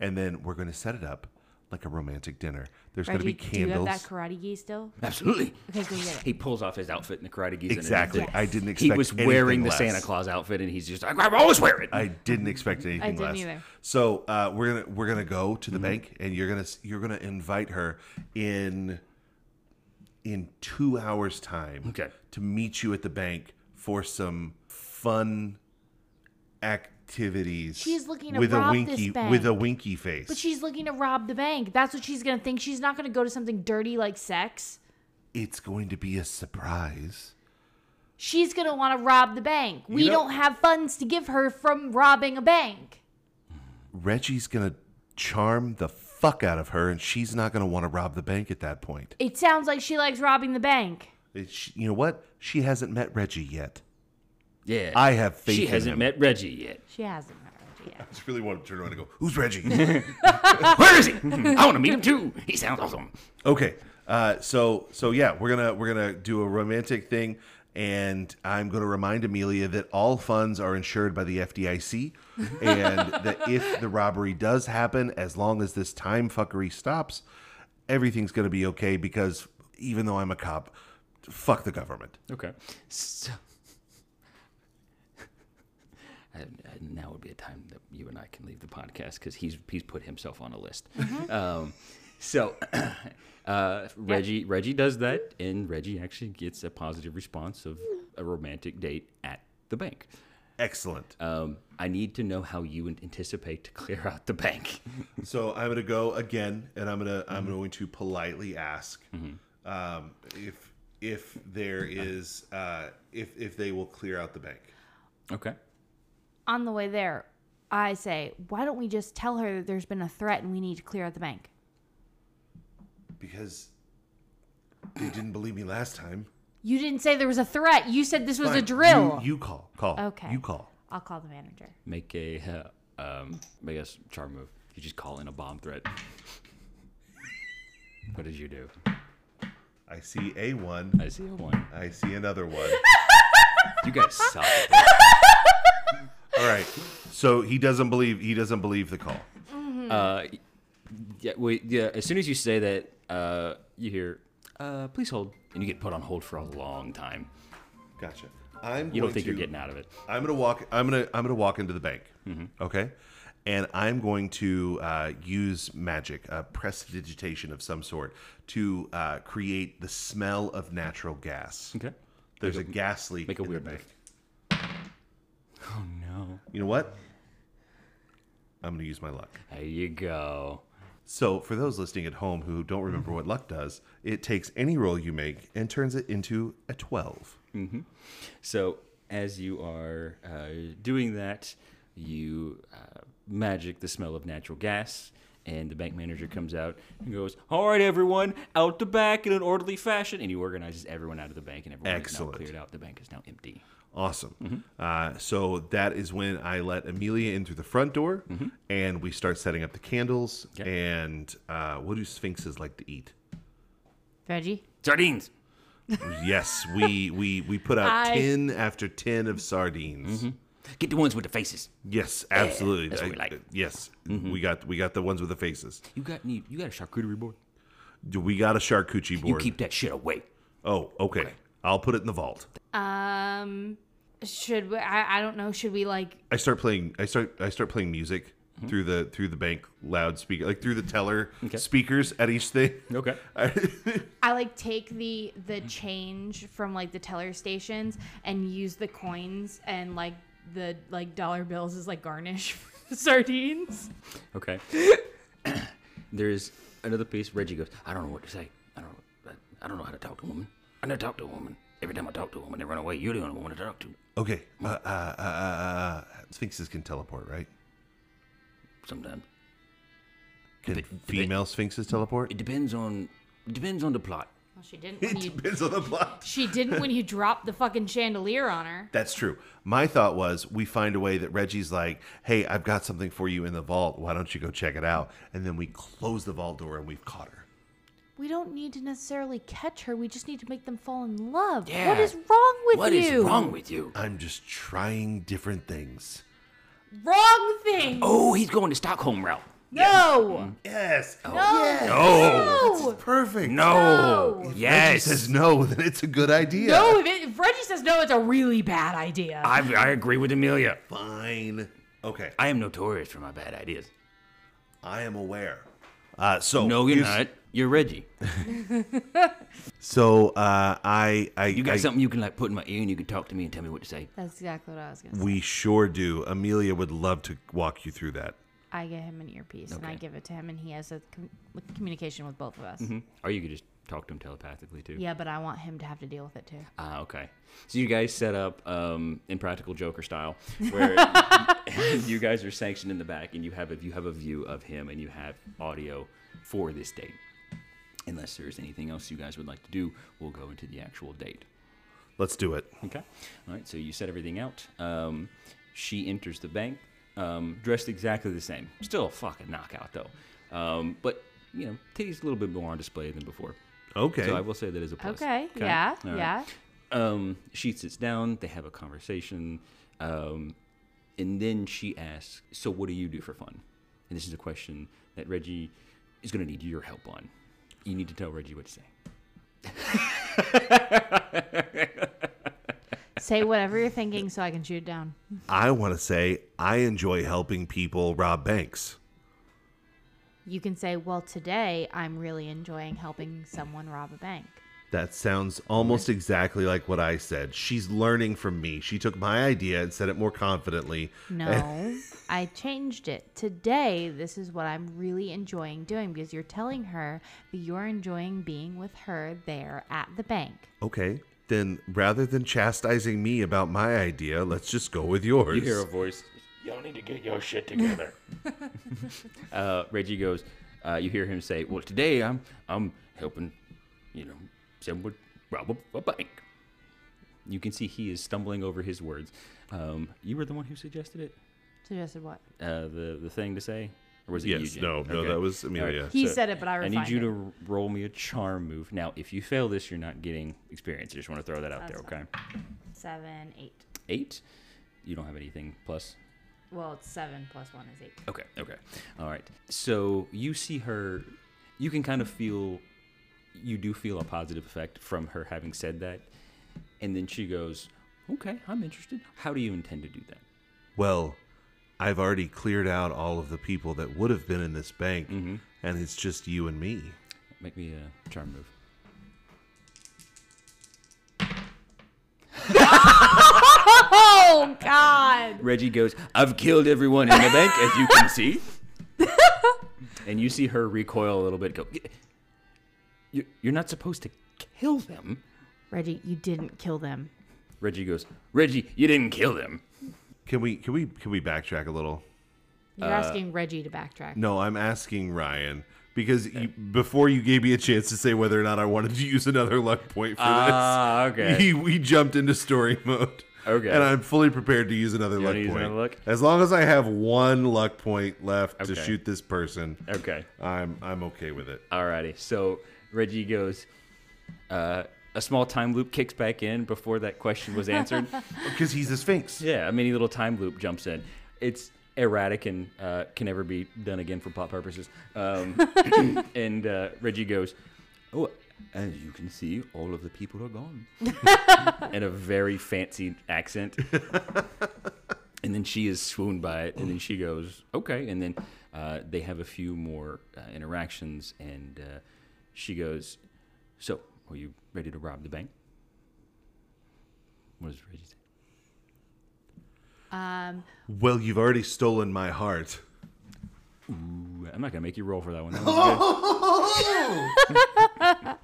Speaker 1: And then we're going to set it up like a romantic dinner. There's going to
Speaker 3: Reggie,
Speaker 1: be
Speaker 3: do you have
Speaker 1: candles.
Speaker 3: that karate gi still?
Speaker 4: Absolutely.
Speaker 3: Okay, go get it.
Speaker 4: He pulls off his outfit in the karate gi.
Speaker 1: exactly. I didn't
Speaker 4: He
Speaker 1: expect
Speaker 4: was
Speaker 1: anything
Speaker 4: wearing the
Speaker 1: less.
Speaker 4: Santa Claus outfit, and he's just like, "I always wear it."
Speaker 1: I didn't expect anything
Speaker 3: Mm-hmm. didn't
Speaker 1: less.
Speaker 3: either. Mm-hmm.
Speaker 1: So uh, we're gonna we're gonna go to the bank, and you're gonna s- you're gonna invite her in in two hours' time.
Speaker 4: Okay.
Speaker 1: To meet you at the bank for some fun activities.
Speaker 3: She's looking to
Speaker 1: with a
Speaker 3: rob this
Speaker 1: winky
Speaker 3: bank.
Speaker 1: with a winky face.
Speaker 3: But she's looking to rob the bank. That's what she's gonna think. She's not gonna go to something dirty like sex.
Speaker 1: it's going to be a surprise.
Speaker 3: She's gonna want to rob the bank. We
Speaker 1: know-
Speaker 3: don't have funds to give her from robbing a bank.
Speaker 1: Reggie's gonna charm the fuck out of her, and she's not gonna want to rob the bank at that point.
Speaker 3: It sounds like she likes robbing the bank.
Speaker 1: It- she- you know what? She hasn't met Reggie yet.
Speaker 4: yeah.
Speaker 1: I have faith.
Speaker 4: she
Speaker 1: in
Speaker 4: hasn't
Speaker 1: him.
Speaker 4: met Reggie yet.
Speaker 3: She hasn't met Reggie yet.
Speaker 1: just really want to turn around and go, "Who's Reggie?"
Speaker 4: Where is he? I want to meet him too. He sounds awesome.
Speaker 1: okay, uh, so so yeah, we're gonna we're gonna do a romantic thing, and I'm gonna remind Amelia that all funds are insured by the FDIC, and that if the robbery does happen, as long as this time fuckery stops, everything's gonna be okay because even though I'm a cop, fuck the government.
Speaker 4: Okay. So, I, I, now would be a time that you and I can leave the podcast because he's he's put himself on a list. Um, so, uh, Reggie Reggie does that, and Reggie actually gets a positive response of a romantic date at the bank.
Speaker 1: Excellent.
Speaker 4: Um, I need to know how you an- anticipate to clear out the bank.
Speaker 1: So I'm gonna go again, and I'm gonna I'm
Speaker 4: Mm-hmm.
Speaker 1: going to politely ask um, if if there is uh, if if they will clear out the bank.
Speaker 4: okay.
Speaker 3: On the way there, I say, why don't we just tell her that there's been a threat and we need to clear out the bank?
Speaker 1: because they didn't believe me last time.
Speaker 3: You didn't say there was a threat. You said this was a
Speaker 1: Fine,
Speaker 3: drill.
Speaker 1: You, you call, call.
Speaker 3: Okay.
Speaker 1: You call.
Speaker 3: I'll call the manager.
Speaker 4: Make a uh, um, I guess charm move. You just call in a bomb threat. what did you do?
Speaker 1: I see a one.
Speaker 4: I see a one.
Speaker 1: I see another one.
Speaker 4: You guys suck.
Speaker 1: All right. So he doesn't believe. He doesn't believe the call.
Speaker 4: uh, yeah, wait, yeah. As soon as you say that, uh, you hear, uh, "Please hold," and you get put on hold for a long time.
Speaker 1: Gotcha. I'm.
Speaker 4: You don't
Speaker 1: going
Speaker 4: think
Speaker 1: to,
Speaker 4: you're getting out of it.
Speaker 1: I'm gonna walk. I'm gonna. I'm gonna walk into the bank.
Speaker 4: Mm-hmm.
Speaker 1: Okay. And I'm going to uh, use magic, uh, prestidigitation of some sort, to uh, create the smell of natural gas.
Speaker 4: Okay.
Speaker 1: There's a, gas leak.
Speaker 4: Make a
Speaker 1: in the
Speaker 4: weird
Speaker 1: bank.
Speaker 4: move. Oh no!
Speaker 1: You know what? I'm going to use my luck.
Speaker 4: There you go.
Speaker 1: So, for those listening at home who don't remember
Speaker 4: Mm-hmm.
Speaker 1: what luck does, it takes any roll you make and turns it into a 12.
Speaker 4: So as you are uh, doing that, you uh,
Speaker 2: magic the smell of natural gas. And the bank manager comes out and goes, "All right, everyone, out the back in an orderly fashion." And he organizes everyone out of the bank, and everyone
Speaker 1: Excellent.
Speaker 2: is now cleared out. The bank is now empty.
Speaker 1: Awesome.
Speaker 2: Mm-hmm.
Speaker 1: Uh, so that is when I let Amelia in through the front door,
Speaker 2: Mm-hmm.
Speaker 1: and we start setting up the candles.
Speaker 2: Yeah.
Speaker 1: And uh, what do sphinxes like to eat?
Speaker 3: Veggie.
Speaker 2: Sardines.
Speaker 1: yes, we we we put out
Speaker 3: I-
Speaker 1: tin after tin of sardines.
Speaker 2: Get the ones with the faces.
Speaker 1: Yes, absolutely.
Speaker 2: Mm-hmm. that's what we
Speaker 1: I-
Speaker 2: like. Mm-hmm.
Speaker 1: Yes, we got we got the ones with the faces.
Speaker 2: You got you, you got a charcuterie board.
Speaker 1: Do we got a charcuterie
Speaker 2: You
Speaker 1: board?
Speaker 2: keep that shit away.
Speaker 1: oh, okay. I'll put it in the vault.
Speaker 4: Um, should we? I, I don't know. Should we like?
Speaker 1: I start playing. I start. I start playing music
Speaker 2: Mm-hmm.
Speaker 1: through the through the bank loudspeaker, like through the teller speakers at each thing.
Speaker 2: Okay.
Speaker 4: I like take the the
Speaker 2: Mm-hmm.
Speaker 4: change from like the teller stations and use the coins and like the like dollar bills as like garnish for sardines.
Speaker 2: Okay. There's another piece. Reggie goes, I don't know what to say. I don't. I, I don't know how to talk to a woman. I never talk to a woman. Every time I talk to a woman, they run away. You're the only woman to talk to.
Speaker 1: Okay. Uh, uh, uh, uh, sphinxes can teleport, right?
Speaker 2: Sometimes
Speaker 1: Can
Speaker 2: Dep- dep-
Speaker 1: female sphinxes teleport?
Speaker 2: it depends on it depends on the plot.
Speaker 4: Well, she didn't. When you,
Speaker 1: depends on the plot.
Speaker 4: she didn't when you dropped the fucking chandelier on her.
Speaker 1: That's true. My thought was we find a way that Reggie's like, hey, I've got something for you in the vault. Why don't you go check it out? And then we close the vault door and we've caught her.
Speaker 4: We don't need to necessarily catch her. We just need to make them fall in love.
Speaker 2: Yeah.
Speaker 4: What is wrong with
Speaker 2: What
Speaker 4: you?
Speaker 2: is wrong with you?
Speaker 1: I'm just trying different things.
Speaker 4: Wrong thing.
Speaker 2: Oh, he's going the Stockholm route.
Speaker 4: No.
Speaker 1: Yes. No.
Speaker 2: Oh, No.
Speaker 1: That's perfect.
Speaker 2: No.
Speaker 1: Reggie
Speaker 2: Yes.
Speaker 1: says no, then it's a good idea.
Speaker 4: No. If, it, if Reggie says no, it's a really bad idea.
Speaker 2: I, I agree with Amelia.
Speaker 1: Fine. Okay.
Speaker 2: I am notorious for my bad ideas.
Speaker 1: I am aware. Uh, so
Speaker 2: No, you're
Speaker 1: here's-
Speaker 2: not. You're Reggie.
Speaker 1: So uh, I, I,
Speaker 2: You got
Speaker 1: I,
Speaker 2: something you can like put in my ear, and you can talk to me and tell me what to say.
Speaker 3: That's exactly what I was gonna. say.
Speaker 1: We sure do. Amelia would love to walk you through that.
Speaker 3: I get him an earpiece and I
Speaker 2: Okay. Mm-hmm.
Speaker 3: give it to him, and he has a com- communication with both of us.
Speaker 2: Or you could just talk to him telepathically too.
Speaker 3: Yeah, but I want him to have to deal with it too.
Speaker 2: Ah, okay. So you guys set up um, impractical Joker style, where you guys are sanctioned in the back, and you have a, you have a view of him, and you have audio for this date. Unless there's anything else you guys would like to do, we'll go into the actual date.
Speaker 1: Let's do it.
Speaker 2: Okay. All right. So you set everything out. Um, she enters the bank, um, dressed exactly the same. Still a fucking knockout though, um, but you know, titties a little bit more on display than before.
Speaker 1: Okay.
Speaker 2: So I will say that is a plus.
Speaker 3: Okay. Yeah.
Speaker 2: All right.
Speaker 3: Yeah.
Speaker 2: Um, she sits down. They have a conversation, um, and then she asks, "So what do you do for fun?" And this is a question that Reggie is going to need your help on. You need to tell Reggie what to say.
Speaker 3: Say whatever you're thinking, so I can shoot it down.
Speaker 1: I want to say I enjoy helping people rob banks.
Speaker 3: You can say, "Well, today I'm really enjoying helping someone rob a bank."
Speaker 1: That sounds almost exactly like what I said. She's learning from me. She took my idea and said it more confidently.
Speaker 3: No, I changed it. Today, this is what I'm really enjoying doing because you're telling her that you're enjoying being with her there at the bank.
Speaker 1: Okay. Then rather than chastising me about my idea, let's just go with yours.
Speaker 2: You hear a voice. Y'all need to get your shit together. uh, Reggie goes. Uh, you hear him say, "Well, today I'm I'm helping, you know, someone rob a, a bank." You can see he is stumbling over his words. Um, you were the one who suggested it.
Speaker 3: Suggested what?
Speaker 2: uh, the the thing to say, or was it
Speaker 1: Yes,
Speaker 2: you? Jim?
Speaker 1: no, no, that was
Speaker 2: All right,
Speaker 1: Amelia.
Speaker 4: He said it, but I
Speaker 2: I need
Speaker 4: refined
Speaker 2: you
Speaker 4: it.
Speaker 2: to r- roll me a charm move. Now, if you fail this, you're not getting experience. I just want to throw that out there. Okay,
Speaker 4: Seven, eight.
Speaker 2: eight. You don't have anything plus.
Speaker 4: Well, it's seven plus one is eight.
Speaker 2: Okay, okay, all right. So you see her. You can kind of feel. You do feel a positive effect from her having said that, and then she goes, "Okay, I'm interested. How do you intend to do that?"
Speaker 1: Well, I've already cleared out all of the people that would have been in this bank,
Speaker 2: Mm-hmm.
Speaker 1: and it's just you and me.
Speaker 2: Make me a charm move.
Speaker 4: Oh God!
Speaker 2: Reggie goes, I've killed everyone in the bank, as you can see. and you see her recoil a little bit, go, "You- You're not supposed to kill them.
Speaker 3: Reggie, you didn't kill them.
Speaker 2: Reggie goes, Reggie, you didn't kill them.
Speaker 1: Can we can we can we backtrack a little?
Speaker 3: You're asking Reggie to backtrack.
Speaker 1: No, I'm asking Ryan because you, before you gave me a chance to say whether or not I wanted to use another luck point for
Speaker 4: Ah,
Speaker 1: this,
Speaker 4: okay.
Speaker 1: he, we jumped into story mode.
Speaker 4: Okay.
Speaker 1: And I'm fully prepared to use another luck
Speaker 4: wanna use
Speaker 1: point.
Speaker 4: another luck?
Speaker 1: As long as I have one luck point left to
Speaker 4: Okay.
Speaker 1: shoot this person,
Speaker 4: Okay.
Speaker 1: I'm I'm okay with it.
Speaker 4: Alrighty. So Reggie goes. Uh, a small time loop kicks back in before that question was answered.
Speaker 1: Because he's a sphinx.
Speaker 4: yeah, a mini little time loop jumps in. It's erratic and uh, can never be done again for plot purposes. Um, and uh, Reggie goes, "Oh, as you can see, all of the people are gone," in a very fancy accent. and then she is swooned by it, and then she goes, "Okay." And then uh, they have a few more uh, interactions, and uh, she goes, "So, are you ready to rob the bank?" What does Reggie say?
Speaker 15: Um,
Speaker 1: Well, you've already stolen my heart.
Speaker 4: I'm not gonna make you roll for that one. That one's good.
Speaker 3: That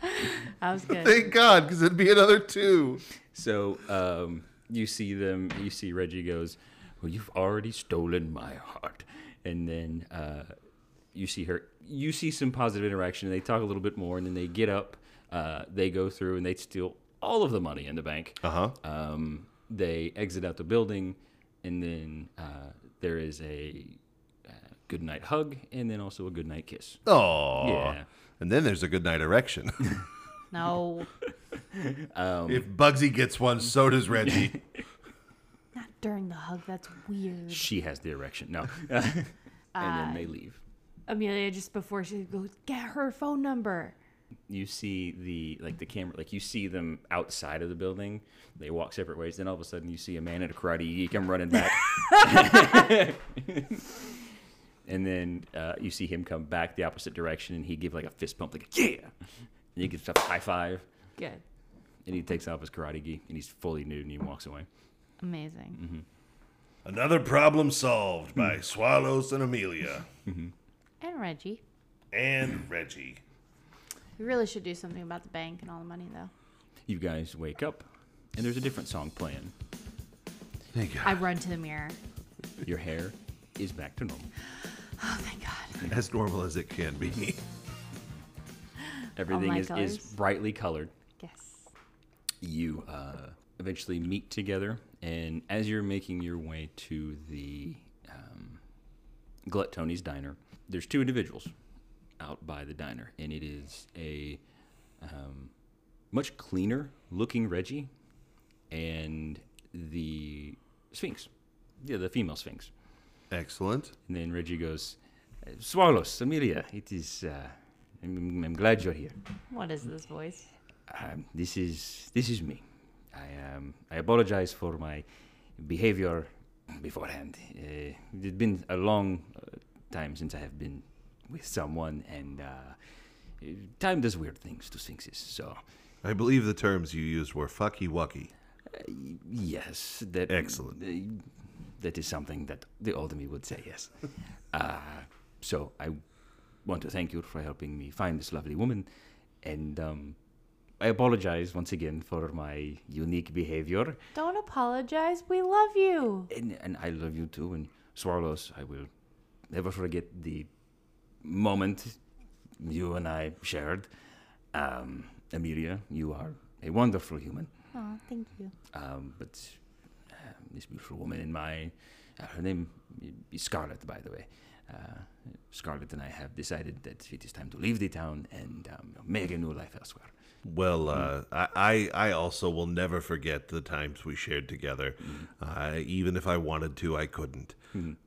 Speaker 3: was good.
Speaker 1: Thank God, because it'd be another two.
Speaker 4: so um, you see them. You see Reggie goes, "Well, you've already stolen my heart," and then uh, you see her. You see some positive interaction. And they talk a little bit more, and then they get up. Uh, they go through and they steal all of the money in the bank.
Speaker 1: Uh huh.
Speaker 4: Um, they exit out the building, and then uh, there is a uh, good night hug, and then also a good night kiss.
Speaker 1: Oh.
Speaker 4: Yeah.
Speaker 1: And then there's a good night erection.
Speaker 3: No,
Speaker 1: if Bugsy gets one, so does Reggie.
Speaker 3: not during the hug. That's weird.
Speaker 4: She has the erection. No, and then they leave.
Speaker 3: Amelia just before she goes, get her phone number.
Speaker 4: you see the like the camera like you see them outside of the building they walk separate ways then all of a sudden you see a man in a karate gi come running back and then uh, you see him come back the opposite direction and he give like a fist bump like yeah and he gives up a high five
Speaker 3: Good,
Speaker 4: and he takes off his karate gi and he's fully nude and he walks away
Speaker 15: amazing.
Speaker 1: Another problem solved by Swallows and Amelia
Speaker 3: and Reggie.
Speaker 1: and Reggie.
Speaker 3: We really should do something about the bank and all the money, though.
Speaker 4: you guys wake up and there's a different song playing
Speaker 1: Thank God.
Speaker 3: I run to the mirror.
Speaker 4: your hair is back to normal
Speaker 3: Oh, thank God.
Speaker 1: As normal as it can be.
Speaker 4: everything
Speaker 3: my
Speaker 4: is, is
Speaker 3: colors.
Speaker 4: brightly colored
Speaker 3: Yes.
Speaker 4: you uh, eventually meet together, and as you're making your way to the um, Glut Tony's diner, there's two individuals out by the diner, and it is a um, much cleaner looking Reggie and the Sphinx, yeah, the female Sphinx.
Speaker 1: Excellent.
Speaker 4: And then Reggie goes, "Swallows, Amelia, it is. Uh, I'm, I'm glad you're here."
Speaker 3: What is this voice?
Speaker 4: um, this is this is me. I um, I apologize for my behavior beforehand. Uh, it's been a long uh, time since I have been with someone, and uh, time does weird things to sphinxes. So
Speaker 1: I believe the terms you used were fucky wucky.
Speaker 4: yes, that
Speaker 1: Excellent.
Speaker 4: uh, that is something that the old me would say. Yes. uh, so I want to thank you for helping me find this lovely woman, and um, I apologize once again for my unique behavior.
Speaker 3: Don't apologize. We love you.
Speaker 4: and, and I love you too. And Swallows, I will never forget the moment you and I shared. Um, Amelia, you are a wonderful human,
Speaker 3: Oh, thank you.
Speaker 4: um, but um, this beautiful woman in my uh, her name is Scarlet, by the way. Uh, Scarlet and I have decided that it is time to leave the town and um, make a new life elsewhere.
Speaker 1: Well, uh,
Speaker 4: Hmm.
Speaker 1: I, I I also will never forget the times we shared together.
Speaker 4: Hmm.
Speaker 1: Uh, even if I wanted to, I couldn't.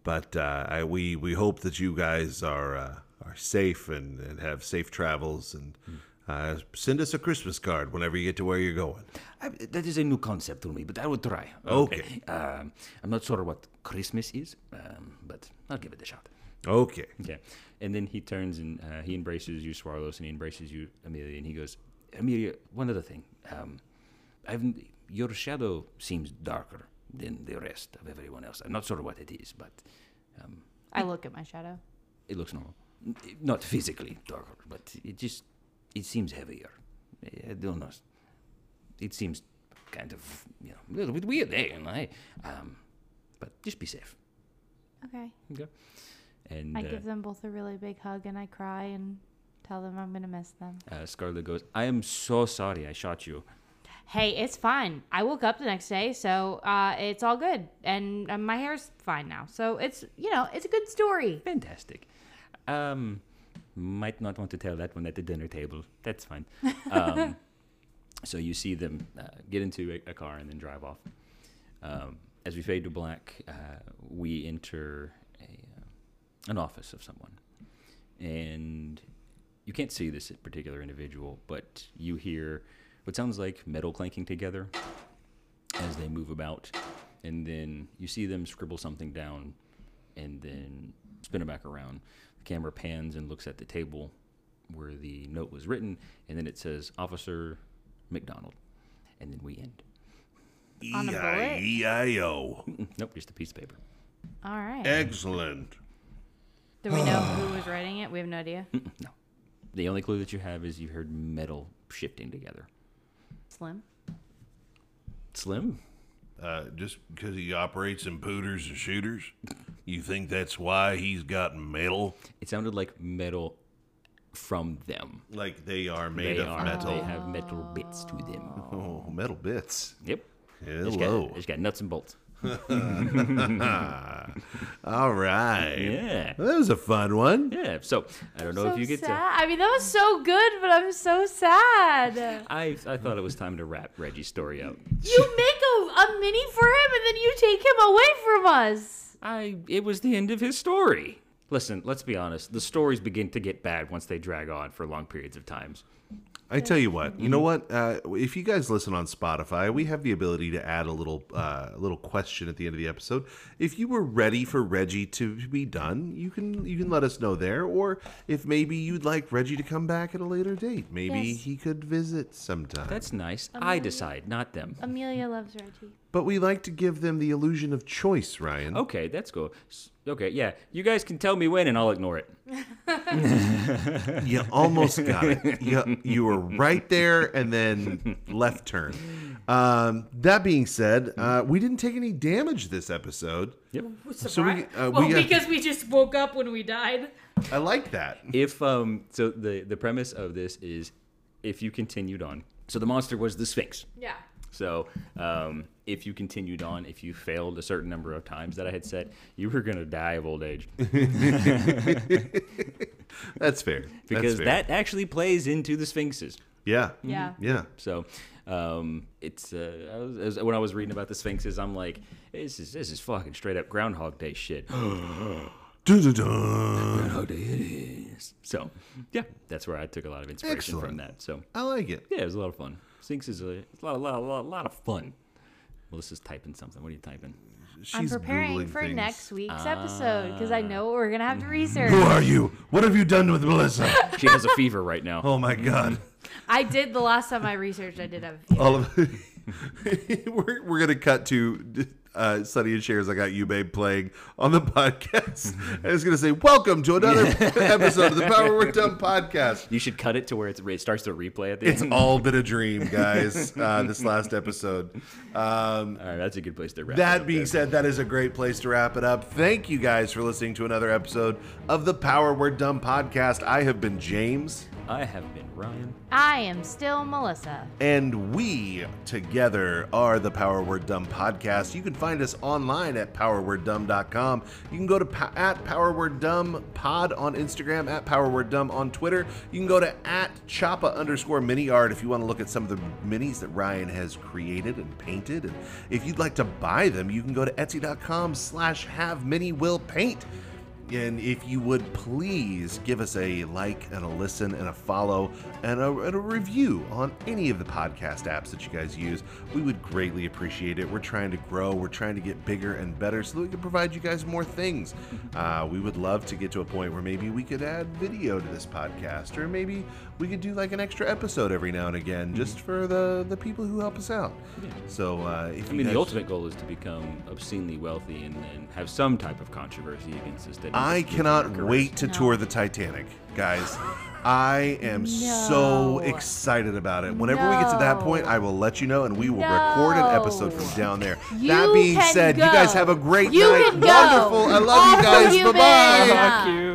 Speaker 1: But uh, I, we we hope that you guys are uh, are safe and, and have safe travels. And
Speaker 4: Hmm.
Speaker 1: uh, send us a Christmas card whenever you get to where you're going.
Speaker 4: I, that is a new concept to me, but I will try.
Speaker 1: Okay.
Speaker 4: Um, I'm not sure what Christmas is, um, but I'll give it a shot.
Speaker 1: Okay.
Speaker 4: Yeah. And then he turns and uh, he embraces you, Swarlos, and he embraces you, Amelia, and he goes, Amelia, one other thing. Um, I've, your shadow seems darker than the rest of everyone else. I'm not sure what it is, but um,
Speaker 3: I look at my shadow.
Speaker 4: it looks normal. N- Not physically darker, but it just, it seems heavier. I- I don't know. It seems kind of, you know, a little bit weird, eh? And I, um, but just be safe.
Speaker 3: Okay.
Speaker 4: Okay. And
Speaker 3: I
Speaker 4: uh,
Speaker 3: give them both a really big hug and I cry and tell them I'm gonna miss them.
Speaker 4: uh, Scarlet goes, I am so sorry I shot you.
Speaker 3: Hey, it's fine. I woke up the next day, so uh, it's all good, and uh, my hair's fine now. So it's you know it's a good story.
Speaker 4: Fantastic. Um, might not want to tell that one at the dinner table. That's fine. Um, so you see them uh, get into a, a car and then drive off. Um, as we fade to black, uh, we enter a, uh, an office of someone, and you can't see this particular individual, but you hear what sounds like metal clanking together as they move about, and then you see them scribble something down and then spin it back around. The camera pans and looks at the table where the note was written, and then it says Officer McDonald. And then we end.
Speaker 3: On a bullet?
Speaker 1: E E-I-E-I-O.
Speaker 4: Nope, just a piece of paper.
Speaker 3: All right.
Speaker 1: Excellent.
Speaker 3: Do we know who was writing it? We have no idea.
Speaker 4: No. The only clue that you have is you heard metal shifting together.
Speaker 3: Slim.
Speaker 4: Slim?
Speaker 1: Uh, just because he operates in pooters and shooters, you think that's why he's got metal?
Speaker 4: It sounded like metal from them.
Speaker 1: Like they are made
Speaker 4: they
Speaker 1: of
Speaker 4: are. They
Speaker 1: metal.
Speaker 4: have metal bits to them.
Speaker 1: Oh, metal bits.
Speaker 4: Yep. It's
Speaker 1: Hello.
Speaker 4: got, it's got nuts and bolts.
Speaker 1: All right.
Speaker 4: Yeah.
Speaker 1: Well, that was a fun one.
Speaker 4: Yeah. So I don't know
Speaker 3: so
Speaker 4: if you get
Speaker 3: sad. I mean, that was so good, but I'm so sad.
Speaker 4: to. I, I thought it was time to wrap Reggie's story up.
Speaker 3: you make a, a mini for him, and then you take him away from us.
Speaker 4: I it was the end of his story. Listen, let's be honest. The stories begin to get bad once they drag on for long periods of times.
Speaker 1: I tell you what, you know what?
Speaker 4: Mm-hmm.
Speaker 1: Uh, if you guys listen on Spotify, we have the ability to add a little, uh, a little question at the end of the episode. If you were ready for Reggie to be done, you can you can let us know there. Or if maybe you'd like Reggie to come back at a later date, maybe
Speaker 3: Yes.
Speaker 1: he could visit sometime.
Speaker 4: That's nice. I decide, not them.
Speaker 3: Amelia loves Reggie.
Speaker 1: but we like to give them the illusion of choice, Ryan.
Speaker 4: Okay, that's cool. S- Okay, yeah. You guys can tell me when and I'll ignore it.
Speaker 1: You almost got it. You, you were right there and then left turn. Um, that being said, uh, we didn't take any damage this episode.
Speaker 4: Yep.
Speaker 1: So we, uh,
Speaker 16: well,
Speaker 1: we got-
Speaker 16: because we just woke up when we died.
Speaker 1: I like that.
Speaker 4: If um so the the premise of this is if you continued on. So the monster was the Sphinx.
Speaker 16: Yeah.
Speaker 4: So um, if you continued on, if you failed a certain number of times that I had set, you were gonna die of old age.
Speaker 1: That's fair. That's
Speaker 4: Because
Speaker 1: fair.
Speaker 4: that actually plays into the Sphinxes.
Speaker 1: Yeah.
Speaker 3: Yeah.
Speaker 1: Yeah.
Speaker 4: So um, it's uh, I was, as- when I was reading about the sphinxes, I'm like, this is this is fucking straight up Groundhog Day shit.
Speaker 1: Dun, dun, dun.
Speaker 4: Groundhog Day it is. So yeah, that's where I took a lot of inspiration from
Speaker 1: Excellent.
Speaker 4: that. So
Speaker 1: I like it.
Speaker 4: yeah, it was a lot of fun. Sphinx is a, it's a lot, a lot, a lot, a lot of fun. Melissa's typing something. What are you typing?
Speaker 1: She's
Speaker 3: I'm preparing
Speaker 1: Googling
Speaker 3: for
Speaker 1: things. Ah.
Speaker 3: next week's episode because I know what we're gonna have to research.
Speaker 1: Who are you? What have you done with Melissa?
Speaker 4: She has a fever right now.
Speaker 1: Oh my God.
Speaker 3: I did the last time I researched. I did have. a few.
Speaker 1: All of we're we're gonna cut to uh, Sunny and Shares. I got you, babe, playing on the podcast. I was gonna say, welcome to another episode of the Power We're Done podcast.
Speaker 4: You should cut it to where it's, it starts to replay at the
Speaker 1: It's
Speaker 4: end.
Speaker 1: all been a dream, guys. Uh, this last episode. Um,
Speaker 4: all right, that's a good place to wrap. it
Speaker 1: That
Speaker 4: up
Speaker 1: being
Speaker 4: there.
Speaker 1: said, that is a great place to wrap it up. Thank you guys for listening to another episode of the Power We're Dumb podcast. I have been James,
Speaker 4: I have been Ryan.
Speaker 3: I am still Melissa.
Speaker 1: and we together are the Power We're Dumb podcast. You can find us online at powerwordumb.com. You can go to po- at Power We're Dumb pod on Instagram, at Power We're Dumb on Twitter. You can go to at Choppa underscore mini art if you want to look at some of the minis that Ryan has created and painted. And if you'd like to buy them, you can go to etsy.com slash have mini will paint. And if you would please give us a like and a listen and a follow and a, and a review on any of the podcast apps that you guys use, we would greatly appreciate it. We're trying to grow, we're trying to get bigger and better so that we can provide you guys more things. Uh, we would love to get to a point where maybe we could add video to this podcast, or maybe we could do like an extra episode every now and again just
Speaker 4: Mm-hmm.
Speaker 1: for the, the people who help us out. So, uh, if
Speaker 4: I
Speaker 1: you
Speaker 4: mean, the
Speaker 1: guys-
Speaker 4: ultimate goal is to become obscenely wealthy and then have some type of controversy against us that
Speaker 1: I cannot wait to
Speaker 3: No.
Speaker 1: tour the Titanic, guys. I am so
Speaker 3: No.
Speaker 1: excited about it. Whenever we get to that point,
Speaker 3: No.
Speaker 1: I will let you know, and we will record an episode
Speaker 3: No.
Speaker 1: from down there.
Speaker 3: You
Speaker 1: that being
Speaker 3: can
Speaker 1: said, you guys
Speaker 3: go.
Speaker 1: have a great
Speaker 3: You
Speaker 1: night.
Speaker 3: can go.
Speaker 1: Wonderful. I love you
Speaker 3: Awesome
Speaker 1: guys.
Speaker 3: human.
Speaker 1: Bye bye.
Speaker 3: Yeah.
Speaker 2: Fuck you.